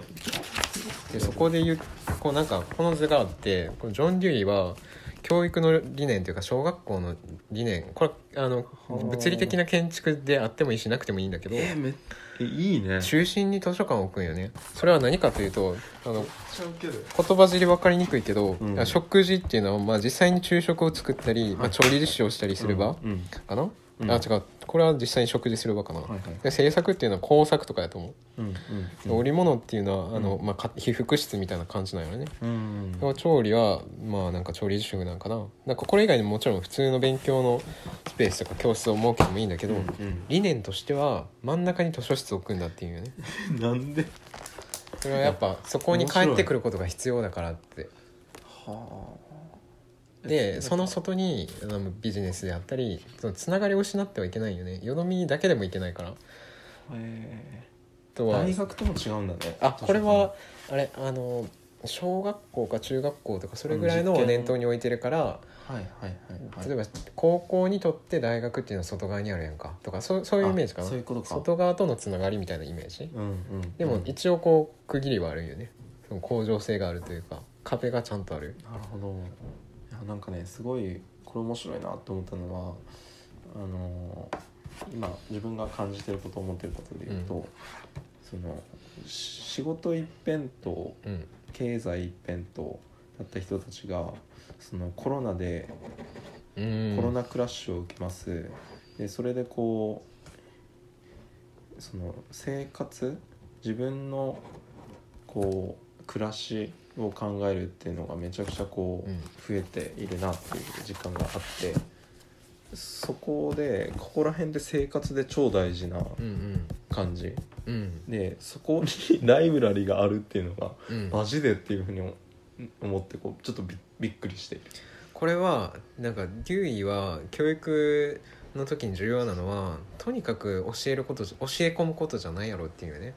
[SPEAKER 2] でそこで言うこうなんかこの図があってこのジョン・デュイは教育の理念というか小学校の理念これあの
[SPEAKER 1] ー
[SPEAKER 2] 物理的な建築であってもいいしなくてもいいんだけど。
[SPEAKER 1] えめえいいね
[SPEAKER 2] 中心に図書館を置くんよねそれは何かというとあの
[SPEAKER 1] ちゃウケる
[SPEAKER 2] 言葉尻分かりにくいけど、
[SPEAKER 1] うん
[SPEAKER 2] 食事っていうのは、まあ、実際に昼食を作ったり、ま
[SPEAKER 1] は
[SPEAKER 2] あ、
[SPEAKER 1] い
[SPEAKER 2] 調理実習をしたりする場
[SPEAKER 1] うん
[SPEAKER 2] かな、
[SPEAKER 1] うん
[SPEAKER 2] あ違うこれは実際に食事する場かな、
[SPEAKER 1] はいはい
[SPEAKER 2] で制作っていうのは工作とかやと思
[SPEAKER 1] うん
[SPEAKER 2] う、
[SPEAKER 1] うん
[SPEAKER 2] 織物っていうのはあの、
[SPEAKER 1] うん
[SPEAKER 2] まあか、被服室みたいな感じなんよね、
[SPEAKER 1] うん
[SPEAKER 2] でも調理はまあなんか調理実習なんかななんかこれ以外にももちろん普通の勉強のスペースとか教室を設けてもいいんだけど、
[SPEAKER 1] うん
[SPEAKER 2] 理念としては真ん中に図書室を置くんだっていうよね
[SPEAKER 1] うんなんで
[SPEAKER 2] それはやっぱそこに帰ってくることが必要だからって
[SPEAKER 1] は
[SPEAKER 2] でその外にあのビジネスであったりそのつながりを失ってはいけないよねよどみだけでもいけないからあ
[SPEAKER 1] あへ
[SPEAKER 2] と
[SPEAKER 1] え
[SPEAKER 2] は
[SPEAKER 1] 大学とも違うんだね
[SPEAKER 2] あこれはあれあの小学校か中学校とかそれぐらいの
[SPEAKER 1] うん実
[SPEAKER 2] を
[SPEAKER 1] 験
[SPEAKER 2] 念頭に置いてるから
[SPEAKER 1] はいはいはい
[SPEAKER 2] 例え
[SPEAKER 1] ば
[SPEAKER 2] ば高校にとって大学っていうのは外側にあるやんかとかそそういうイメージかな
[SPEAKER 1] そういうことか
[SPEAKER 2] 外側とのつながりみたいなイメージ
[SPEAKER 1] うんうん
[SPEAKER 2] で
[SPEAKER 1] う
[SPEAKER 2] も
[SPEAKER 1] ん
[SPEAKER 2] 一応こう区切りはあるんよねその向上性があるというか壁がちゃんとある
[SPEAKER 1] なるほどいやなんかねすごいこれ面白いなと思ったのはあのー今自分が感じてること思ってることで言うと、そのし仕事一辺と
[SPEAKER 2] うん
[SPEAKER 1] 経済一辺倒だった人たちがそのコロナで
[SPEAKER 2] うん
[SPEAKER 1] コロナクラッシュを受けます、でそれでこうその生活自分のこう暮らしを考えるっていうのがめちゃくちゃこう、
[SPEAKER 2] うん
[SPEAKER 1] 増えているなっていう実感があってそこでここら辺で生活で超大事な
[SPEAKER 2] うん
[SPEAKER 1] 感じ
[SPEAKER 2] うんうん
[SPEAKER 1] でそこにライブラリがあるっていうのが
[SPEAKER 2] うん
[SPEAKER 1] マジでっていうふうに思思ってこうちょっとびびっくりしている。
[SPEAKER 2] これはなんかデューイは教育の時に重要なのはとにかく教えることじゃ教え込むことじゃないやろっていうね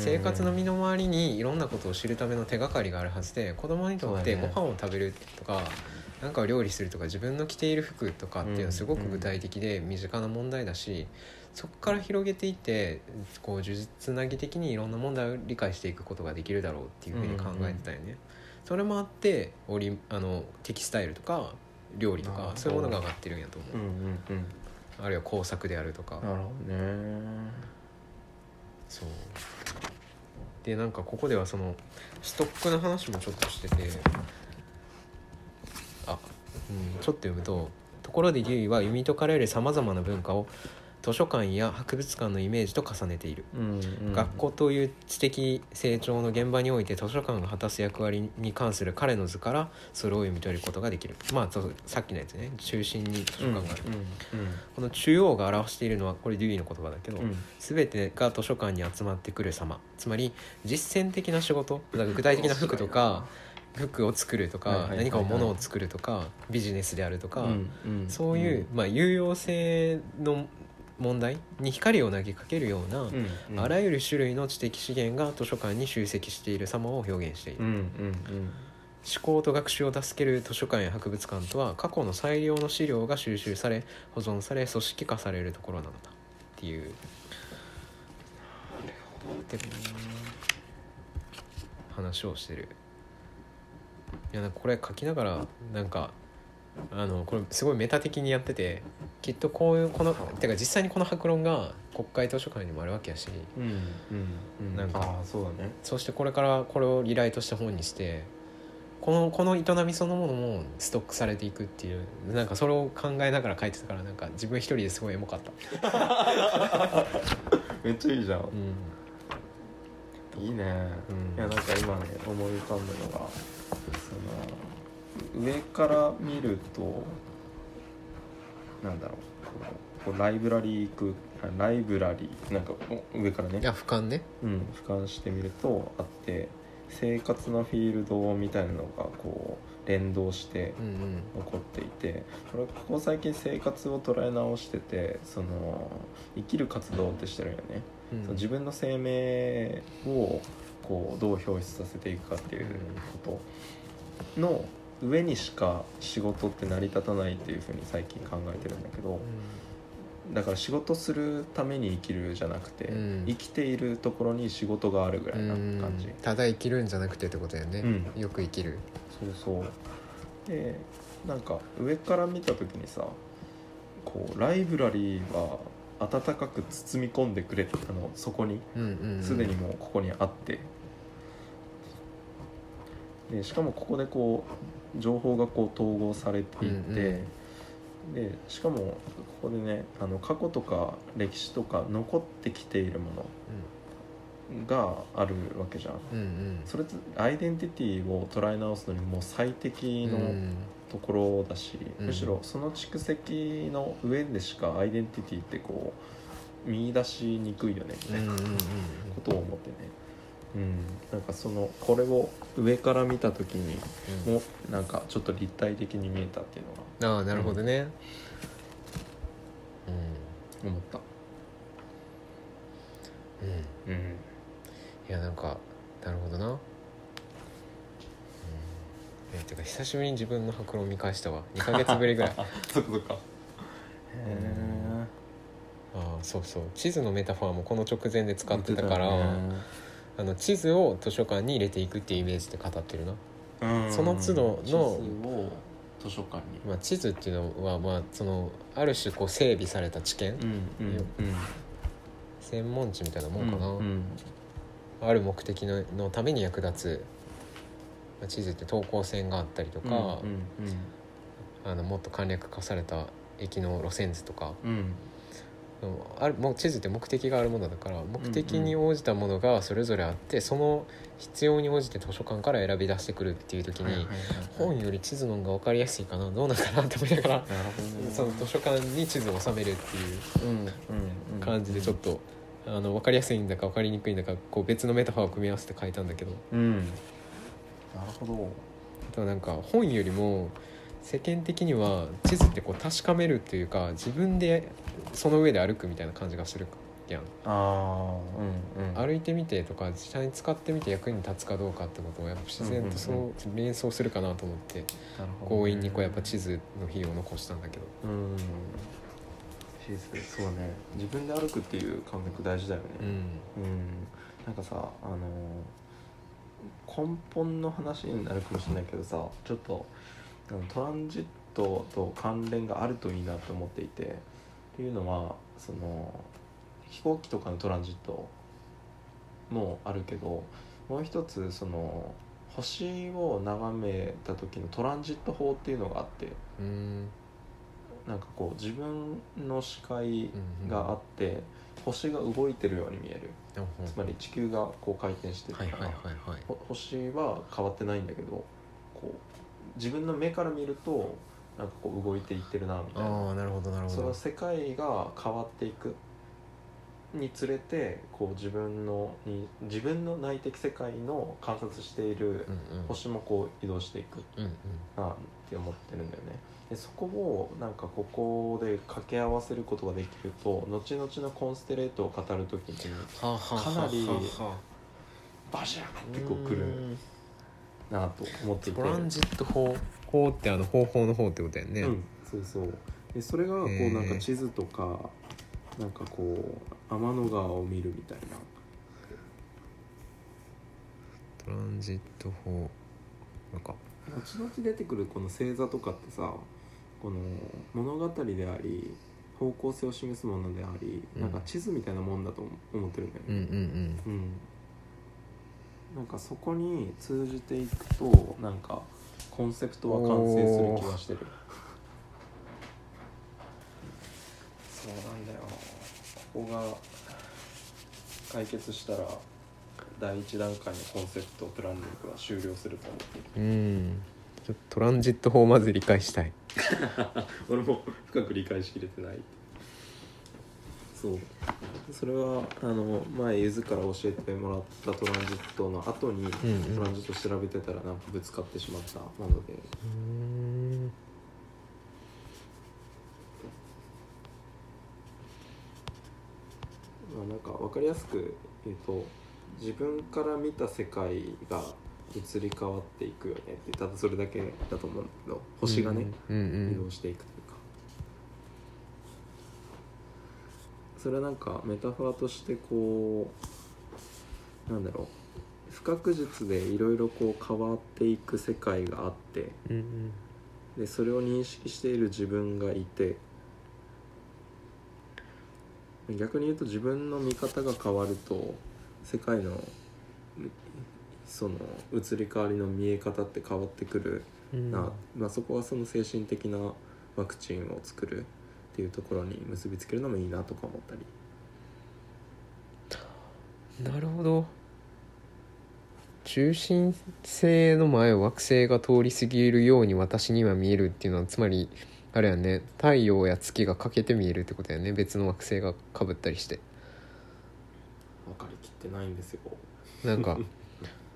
[SPEAKER 2] 生活の身の回りにいろんなことを知るための手がかりがあるはずで子供にとって
[SPEAKER 1] そう
[SPEAKER 2] ご
[SPEAKER 1] だ
[SPEAKER 2] 飯
[SPEAKER 1] ね
[SPEAKER 2] を食べるとか何かを料理するとか自分の着ている服とかっていうのはすごく具体的で身近な問題だしそこから広げていってこう呪術つなぎ的にいろんな問題を理解していくことができるだろうっていうふうに考えてたよね。それもあって折りあのテキスタイルとか料理と
[SPEAKER 1] あ
[SPEAKER 2] か
[SPEAKER 1] ー
[SPEAKER 2] そういうものが上がってるんやと思
[SPEAKER 1] うんうんうん
[SPEAKER 2] うあるいは工作であるとか。
[SPEAKER 1] なるほどね
[SPEAKER 2] そうでなんかここではそのストックの話もちょっとしててあ、うん、ちょっと読むと「ところでデュイは読み解かれるさまざまな文化を図書館や博物館のイメージと重ねている」
[SPEAKER 1] うんうん
[SPEAKER 2] 学校という知的成長の現場において図書館が果たす役割に関する彼の図からそれを読み取ることができるまあそうさっきのやつね中心に図書館がある、この中央が表しているのはこれデュイの言葉だけど、
[SPEAKER 1] うんうん
[SPEAKER 2] 全てが図書館に集まってくる様つまり実践的な仕事だから具体的な服とか服を作るとか、
[SPEAKER 1] はいはいはいは
[SPEAKER 2] 何
[SPEAKER 1] い
[SPEAKER 2] かを物を作るとかビジネスであるとか、
[SPEAKER 1] うんうん
[SPEAKER 2] そういう、まあ、有用性の問題に光を投げかけるような、
[SPEAKER 1] うんうん
[SPEAKER 2] あらゆる種類の知的資源が図書館に集積している様を表現している
[SPEAKER 1] う、んうんうん
[SPEAKER 2] 思考と学習を助ける図書館や博物館とは過去の最良の資料が収集され保存され組織化されるところなのだっていうで話をしてるいやなんかこれ書きながらなんかあのこれすごいメタ的にやっててきっとこういうこのてか実際にこの博論が国会図書館にもあるわけやし
[SPEAKER 1] うんうんうん
[SPEAKER 2] なんか
[SPEAKER 1] ああそうだね
[SPEAKER 2] そしてこれからこれをリライトした本にしてこのこの営みそのものもストックされていくっていうなんかそれを考えながら書いてたからなんか自分一人ですごいエモかった、
[SPEAKER 1] めっちゃいいじゃん
[SPEAKER 2] うん
[SPEAKER 1] いいね、
[SPEAKER 2] うん
[SPEAKER 1] いやなんか今ね思い浮かんだのがその上から見るとなんだろうこうこうライブラリー行くあライブラリーなんかこう上からね
[SPEAKER 2] いや俯瞰ね
[SPEAKER 1] うん、俯瞰してみるとあって生活のフィールドみたいなのがこう連動して
[SPEAKER 2] うんうん
[SPEAKER 1] 残っていてこれここ最近生活を捉え直しててその生きる活動ってしてるよね、
[SPEAKER 2] うん
[SPEAKER 1] その自分の生命をこうどう表出させていくかっていうことの上にしか仕事って成り立たないっていうふうに最近考えてるんだけどだから仕事するために生きるじゃなくて、
[SPEAKER 2] うん
[SPEAKER 1] 生きているところに仕事があるぐらいな
[SPEAKER 2] うん
[SPEAKER 1] 感じ、
[SPEAKER 2] ただ生きるんじゃなくてってことやね、
[SPEAKER 1] うん
[SPEAKER 2] よく生きる
[SPEAKER 1] そうそうでなんか上から見た時にさこうライブラリーは温かく包み込んでくれたのそこに
[SPEAKER 2] うんうんうん
[SPEAKER 1] すでにもうここにあってでしかもここでこう情報がこう統合されていて、
[SPEAKER 2] うんう
[SPEAKER 1] でしかもここでねあの過去とか歴史とか残ってきているものがあるわけじゃん。
[SPEAKER 2] うんうん
[SPEAKER 1] それってアイデンティティを捉え直すのにもう最適
[SPEAKER 2] う
[SPEAKER 1] の
[SPEAKER 2] ん
[SPEAKER 1] ところだし、
[SPEAKER 2] うん
[SPEAKER 1] むしろその蓄積の上でしかアイデンティティってこう見出しにくいよねみ
[SPEAKER 2] う
[SPEAKER 1] た
[SPEAKER 2] ん
[SPEAKER 1] いな
[SPEAKER 2] うんうん
[SPEAKER 1] ことを思ってね、うん、なんかそのこれを上から見た時に
[SPEAKER 2] うん
[SPEAKER 1] もなんかちょっと立体的に見えたっていうのが
[SPEAKER 2] ああなるほどね、
[SPEAKER 1] 思った、
[SPEAKER 2] うんうん
[SPEAKER 1] うん、
[SPEAKER 2] いやなんかなるほどな、うん、えてか久しぶりに自分の白論見返したわ2ヶ月ぶり ぐらいあ
[SPEAKER 1] そっかそっかへえ
[SPEAKER 2] あそうそう地図のメタファーもこの直前で使ってたから
[SPEAKER 1] ね
[SPEAKER 2] あの地図を図書館に入れていくっていうイメージで語ってるな、
[SPEAKER 1] うん
[SPEAKER 2] その都度の
[SPEAKER 1] 地図を図書館に
[SPEAKER 2] まあ、地図っていうのは、まあ、そのある種こう整備された知見、
[SPEAKER 1] うんうんうん
[SPEAKER 2] 専門知みたいなもんかな、
[SPEAKER 1] うんうん
[SPEAKER 2] ある目的ののために役立つまあ地図って等高線があったりとか、
[SPEAKER 1] うん
[SPEAKER 2] あのもっと簡略化された駅の路線図とか
[SPEAKER 1] うんうん
[SPEAKER 2] うんあるもう地図って目的があるものだから目的に応じたものがそれぞれあって、その必要に応じて図書館から選び出してくるっていう時に、
[SPEAKER 1] はいはいはい
[SPEAKER 2] 本より地図の方が分かりやすいかなどうなんかなって思いながら、
[SPEAKER 1] なるほどね
[SPEAKER 2] その図書館に地図を収めるっていう
[SPEAKER 1] うんうんうん
[SPEAKER 2] 感じでちょっと、あの分かりやすいんだか分かりにくいんだかこう別のメタファーを組み合わせて書いたんだけど
[SPEAKER 1] うんなるほど
[SPEAKER 2] あとはなんか本よりも世間的には地図ってこう確かめるというか自分でその上で歩くみたいな感じがするやん。
[SPEAKER 1] ああうんうん
[SPEAKER 2] 歩いてみてとか実際に使ってみて役に立つかどうかってことをやっぱ自然とそう
[SPEAKER 1] うん
[SPEAKER 2] 連想するかなと思って
[SPEAKER 1] なるほどね
[SPEAKER 2] 強引にこうやっぱ地図の比を残したんだけど
[SPEAKER 1] うんシーズそうね自分で歩くっていう感覚大事だよね
[SPEAKER 2] うん
[SPEAKER 1] うん、なんかさあのー根本の話になるかもしれないけどさちょっとあのトランジットと関連があるといいなと思っていてっていうのはその飛行機とかのトランジットもあるけどもう一つその星を眺めた時のトランジット法っていうのがあって
[SPEAKER 2] うん
[SPEAKER 1] なんかこう自分の視界
[SPEAKER 2] うん
[SPEAKER 1] があって、星が動いてるように見える。
[SPEAKER 2] うん
[SPEAKER 1] つまり地球がこう回転してるか
[SPEAKER 2] はい
[SPEAKER 1] ら、
[SPEAKER 2] はいはいはい
[SPEAKER 1] ほ星は変わってないんだけどこう自分の目から見るとなんかこう動いていってるなみたいな
[SPEAKER 2] ああなるほどなるほ
[SPEAKER 1] その
[SPEAKER 2] ど
[SPEAKER 1] 世界が変わっていくにつれてこう自分のに自分の内的世界の観察している
[SPEAKER 2] うんうん
[SPEAKER 1] 星もこう移動していく
[SPEAKER 2] うんうん
[SPEAKER 1] なって思ってるんだよねでそこをなんかここで掛け合わせることができると後々のコンステレートを語る時に
[SPEAKER 2] はあはあはあはあ
[SPEAKER 1] かなりバシャーンってこう来る
[SPEAKER 2] うん
[SPEAKER 1] なと思っていて
[SPEAKER 2] トランジット法法ってあの方法の方ってことやんね、
[SPEAKER 1] うん、そうそうでそれがこ
[SPEAKER 2] へ
[SPEAKER 1] う
[SPEAKER 2] ー
[SPEAKER 1] なんか地図とか、なんかこう天の川を見るみたいな
[SPEAKER 2] トランジット法なんか
[SPEAKER 1] 後々出てくるこの星座とかってさこの物語であり方向性を示すものであり、
[SPEAKER 2] うん
[SPEAKER 1] なんか地図みたいなもんだと思思ってるんだよ
[SPEAKER 2] うん
[SPEAKER 1] ね、
[SPEAKER 2] うんうん
[SPEAKER 1] うんなんかそこに通じていくとなんかコンセプトは完成する気がしてるそうなんだよここが解決したら第一段階のコンセプトプランニングは終了すると思っている
[SPEAKER 2] うんちょっとトランジット法をまず理解したい
[SPEAKER 1] 俺も深く理解しきれてないそうそれはあの前ゆずから教えてもらったトランジットの後に、
[SPEAKER 2] うんうん
[SPEAKER 1] トランジット調べてたらなんかぶつかってしまったもので
[SPEAKER 2] うん
[SPEAKER 1] まあなんか分かりやすく言うと自分から見た世界が移り変わっていくよねってただそれだけだと思うんだけど星がね、
[SPEAKER 2] うんう
[SPEAKER 1] 移動
[SPEAKER 2] ん
[SPEAKER 1] していくというか、それはなんかメタファーとしてこうなんだろう不確実でいろいろこう変わっていく世界があって
[SPEAKER 2] うんうん
[SPEAKER 1] でそれを認識している自分がいて逆に言うと自分の見方が変わると世界のその移り変わりの見え方って変わってくる
[SPEAKER 2] うん
[SPEAKER 1] な、まあ、そこはその精神的なワクチンを作るっていうところに結びつけるのもいいなとか思ったり
[SPEAKER 2] なるほど中心性の前を惑星が通り過ぎるように私には見えるっていうのはつまりあれやね太陽や月が欠けて見えるってことやね別の惑星がかぶったりして
[SPEAKER 1] 分かりきってないんですよ
[SPEAKER 2] なん か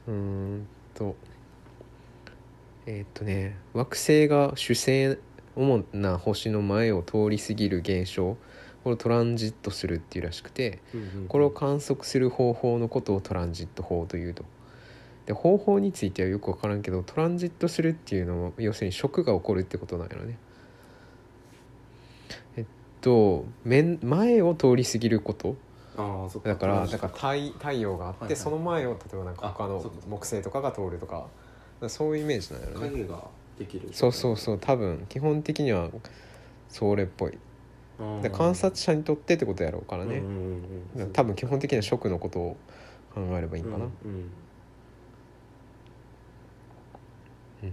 [SPEAKER 2] うーんとえーっとね惑星が主星主な星の前を通り過ぎる現象これをトランジットするっていうらしくてこれを観測する方法のことをトランジット法というと。で方法についてはよく分からんけどトランジットするっていうのは要するに食が起こるってことなんやろね。えっと面前を通り過ぎること
[SPEAKER 1] ああそっか
[SPEAKER 2] だからだから太太陽があって、
[SPEAKER 1] はいはい
[SPEAKER 2] その前を例えばなんか他
[SPEAKER 1] あそ
[SPEAKER 2] の
[SPEAKER 1] うかそうか
[SPEAKER 2] 木星とかが通るとかだからそういうイメージなんやろね。
[SPEAKER 1] 影ができる
[SPEAKER 2] そうそうそう多分基本的にはそれっぽい。
[SPEAKER 1] うん
[SPEAKER 2] で観察者にとってってことやろうからね。
[SPEAKER 1] うんうんうんうん
[SPEAKER 2] 多分基本的には食のことを考えればいいのかな。
[SPEAKER 1] うんうん
[SPEAKER 2] うん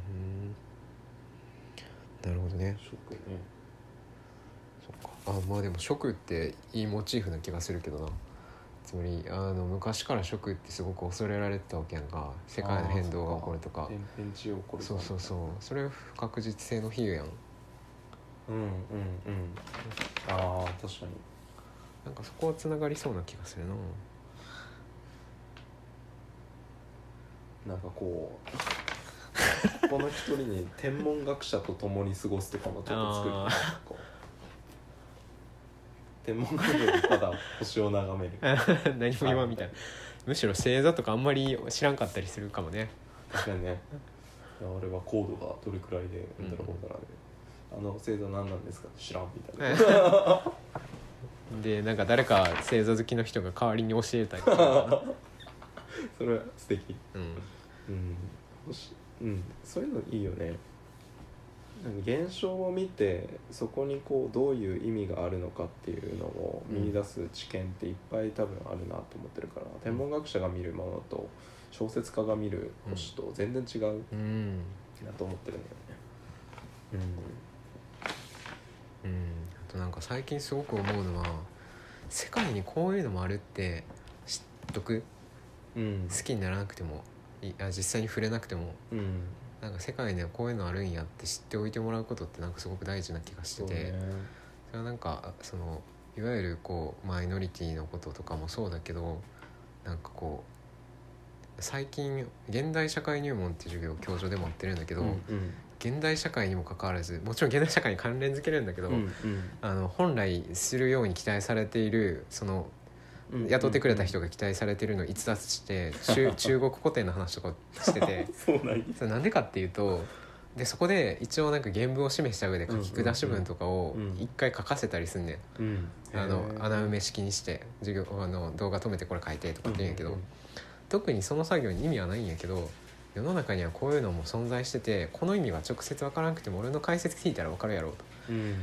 [SPEAKER 2] なるほどね
[SPEAKER 1] ショックね
[SPEAKER 2] そっかあまあでも食っていいモチーフな気がするけどなつまりあの昔から食ってすごく恐れられてたわけやんか世界の変動が起こるとか
[SPEAKER 1] 天変地異起こる
[SPEAKER 2] そうそううそうそれは不確実性の比喩やん
[SPEAKER 1] うんうんうんああ確かに
[SPEAKER 2] なんかそこはつながりそうな気がするな
[SPEAKER 1] なんかこうこの一人に天文学者と共に過ごすとかもちょっと作る
[SPEAKER 2] あー
[SPEAKER 1] こう天文学者でただ星を眺める
[SPEAKER 2] 何も今みたいなむしろ星座とかあんまり知らんかったりするかもね
[SPEAKER 1] 確かにねいや俺は高度がどれくらいでうんだらこうだらで、あの星座何なんですか知らんみたいな
[SPEAKER 2] でなんか誰か星座好きの人が代わりに教えたりとか、
[SPEAKER 1] それは素敵
[SPEAKER 2] うん、
[SPEAKER 1] うん星うんそういうのいいよねなんか現象を見てそこにこうどういう意味があるのかっていうのを見出す知見っていっぱい多分あるなと思ってるから、天文学者が見るものと小説家が見る星と全然違う
[SPEAKER 2] うん
[SPEAKER 1] なと思ってるんだよね。
[SPEAKER 2] うん、あとなんか最近すごく思うのは世界にこういうのもあるって知っとく
[SPEAKER 1] うん、うん
[SPEAKER 2] 好きにならなくてもいあ実際に触れなくても
[SPEAKER 1] うん、
[SPEAKER 2] なんか世界にはこういうのあるんやって知っておいてもらうことってなんかすごく大事な気がして
[SPEAKER 1] そう
[SPEAKER 2] てそ,、
[SPEAKER 1] ね。
[SPEAKER 2] れはなんかそのいわゆるこうマイノリティのこととかもそうだけどなんかこう最近現代社会入門っていう授業を教授でもやってるんだけ
[SPEAKER 1] う
[SPEAKER 2] ど、
[SPEAKER 1] ん
[SPEAKER 2] 現代社会にもかかわらずもちろん現代社会に関連づけるんだけど、
[SPEAKER 1] うんうん
[SPEAKER 2] あの本来するように期待されているその
[SPEAKER 1] うん
[SPEAKER 2] 雇ってくれた人が期待されてるのを逸脱して 中中国古典の話とかしてて
[SPEAKER 1] そうなんや
[SPEAKER 2] それなんでかっていうとでそこで一応なんか原文を示した上で書き下し文とかを
[SPEAKER 1] うんうんうん
[SPEAKER 2] 一回書かせたりすんねん、
[SPEAKER 1] うん
[SPEAKER 2] あの
[SPEAKER 1] へー
[SPEAKER 2] 穴埋め式にして授業あの動画止めてこれ書いてとかって言うんやけど、
[SPEAKER 1] うん
[SPEAKER 2] 特にその作業に意味はないんやけど世の中にはこういうのも存在しててこの意味は直接分からなくても俺の解説聞いたら分かるやろと
[SPEAKER 1] うんうん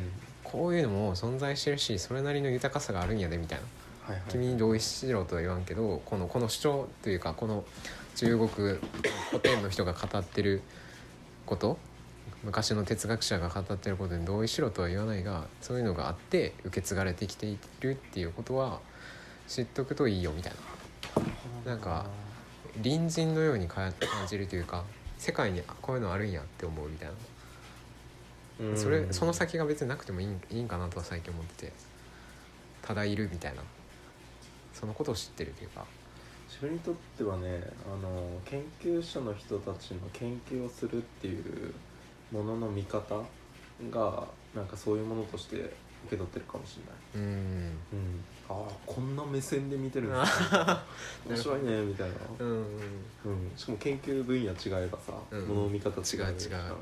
[SPEAKER 2] こういうのも存在してるしそれなりの豊かさがあるんやでみたいな
[SPEAKER 1] はいはい
[SPEAKER 2] 君に同意しろとは言わんけどこのこの主張というかこの中国古典の人が語ってること昔の哲学者が語ってることに同意しろとは言わないがそういうのがあって受け継がれてきているっていうことは知っとくといいよみたいななんか隣人のようにか感じるというか世界にあこういうのあるんやって思うみたいな
[SPEAKER 1] うん
[SPEAKER 2] それその先が別になくてもいいんいいんかなとは最近思っててただいるみたいなそのことを知ってるというか。
[SPEAKER 1] 自分にとってはねあの研究者の人たちの研究をするっていうものの見方がなんかそういうものとして受け取ってるかもしれない、
[SPEAKER 2] うん
[SPEAKER 1] うん、ああこんな目線で見てるんだ面白いねみたいな、
[SPEAKER 2] うん
[SPEAKER 1] うん、しかも研究分野違えばさ、
[SPEAKER 2] うん
[SPEAKER 1] ものの見方違うじゃ
[SPEAKER 2] 違
[SPEAKER 1] ん
[SPEAKER 2] う違う
[SPEAKER 1] あ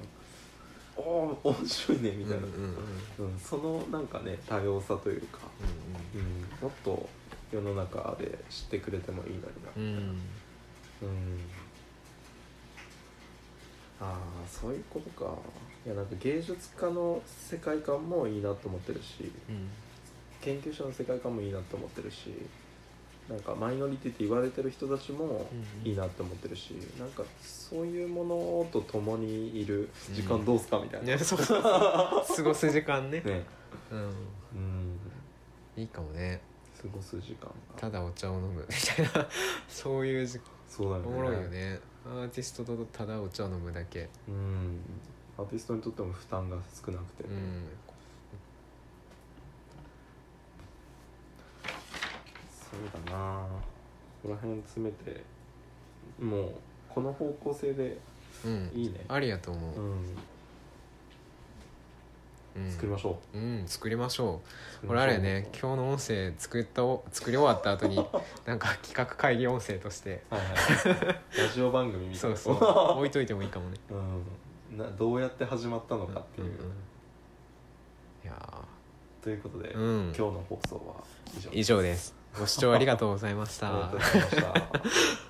[SPEAKER 1] あ面白いねみたいな、
[SPEAKER 2] うんうん
[SPEAKER 1] うんそのなんかね多様さというか、うん、もっと世の中で知ってくれてもいいのにな
[SPEAKER 2] うんうん
[SPEAKER 1] うんああそういうことかいやなんか芸術家の世界観もいいなと思ってるし
[SPEAKER 2] うん
[SPEAKER 1] 研究者の世界観もいいなと思ってるしなんかマイノリティって言われてる人たちも
[SPEAKER 2] うんうん
[SPEAKER 1] いいなと思ってるし、なんかそういうものと共にいる時間どうすかみたい
[SPEAKER 2] い
[SPEAKER 1] な、
[SPEAKER 2] やそうそう過ごす時間ね、
[SPEAKER 1] ね
[SPEAKER 2] うん、
[SPEAKER 1] うん
[SPEAKER 2] いいかもね
[SPEAKER 1] 過ごす時間が
[SPEAKER 2] ただお茶を飲むみたいなそういう時
[SPEAKER 1] そうだ
[SPEAKER 2] お
[SPEAKER 1] よね
[SPEAKER 2] もろいよねアーティストとただお茶を飲むだけ
[SPEAKER 1] うんアーティストにとっても負担が少なくて、
[SPEAKER 2] うん
[SPEAKER 1] そうだなここら辺詰めてもうこの方向性で
[SPEAKER 2] うん
[SPEAKER 1] いいね
[SPEAKER 2] ありやと思
[SPEAKER 1] う
[SPEAKER 2] う、
[SPEAKER 1] ん
[SPEAKER 2] うん、
[SPEAKER 1] 作りましょ
[SPEAKER 2] ううん作りましょ
[SPEAKER 1] う
[SPEAKER 2] う俺あれやね今日の音声作ったお作り終わった後になんか企画会議音声として
[SPEAKER 1] はいはいラジオ番組みたい
[SPEAKER 2] そう
[SPEAKER 1] な
[SPEAKER 2] そう置いといてもいいかもね
[SPEAKER 1] うん、などうやって始まったのかっていう、
[SPEAKER 2] うんうんうんいや
[SPEAKER 1] ということで、
[SPEAKER 2] ーうん
[SPEAKER 1] 今日の放送は以上
[SPEAKER 2] 以上ですご視聴ありがとうございまし
[SPEAKER 1] あ
[SPEAKER 2] た
[SPEAKER 1] りがとうございました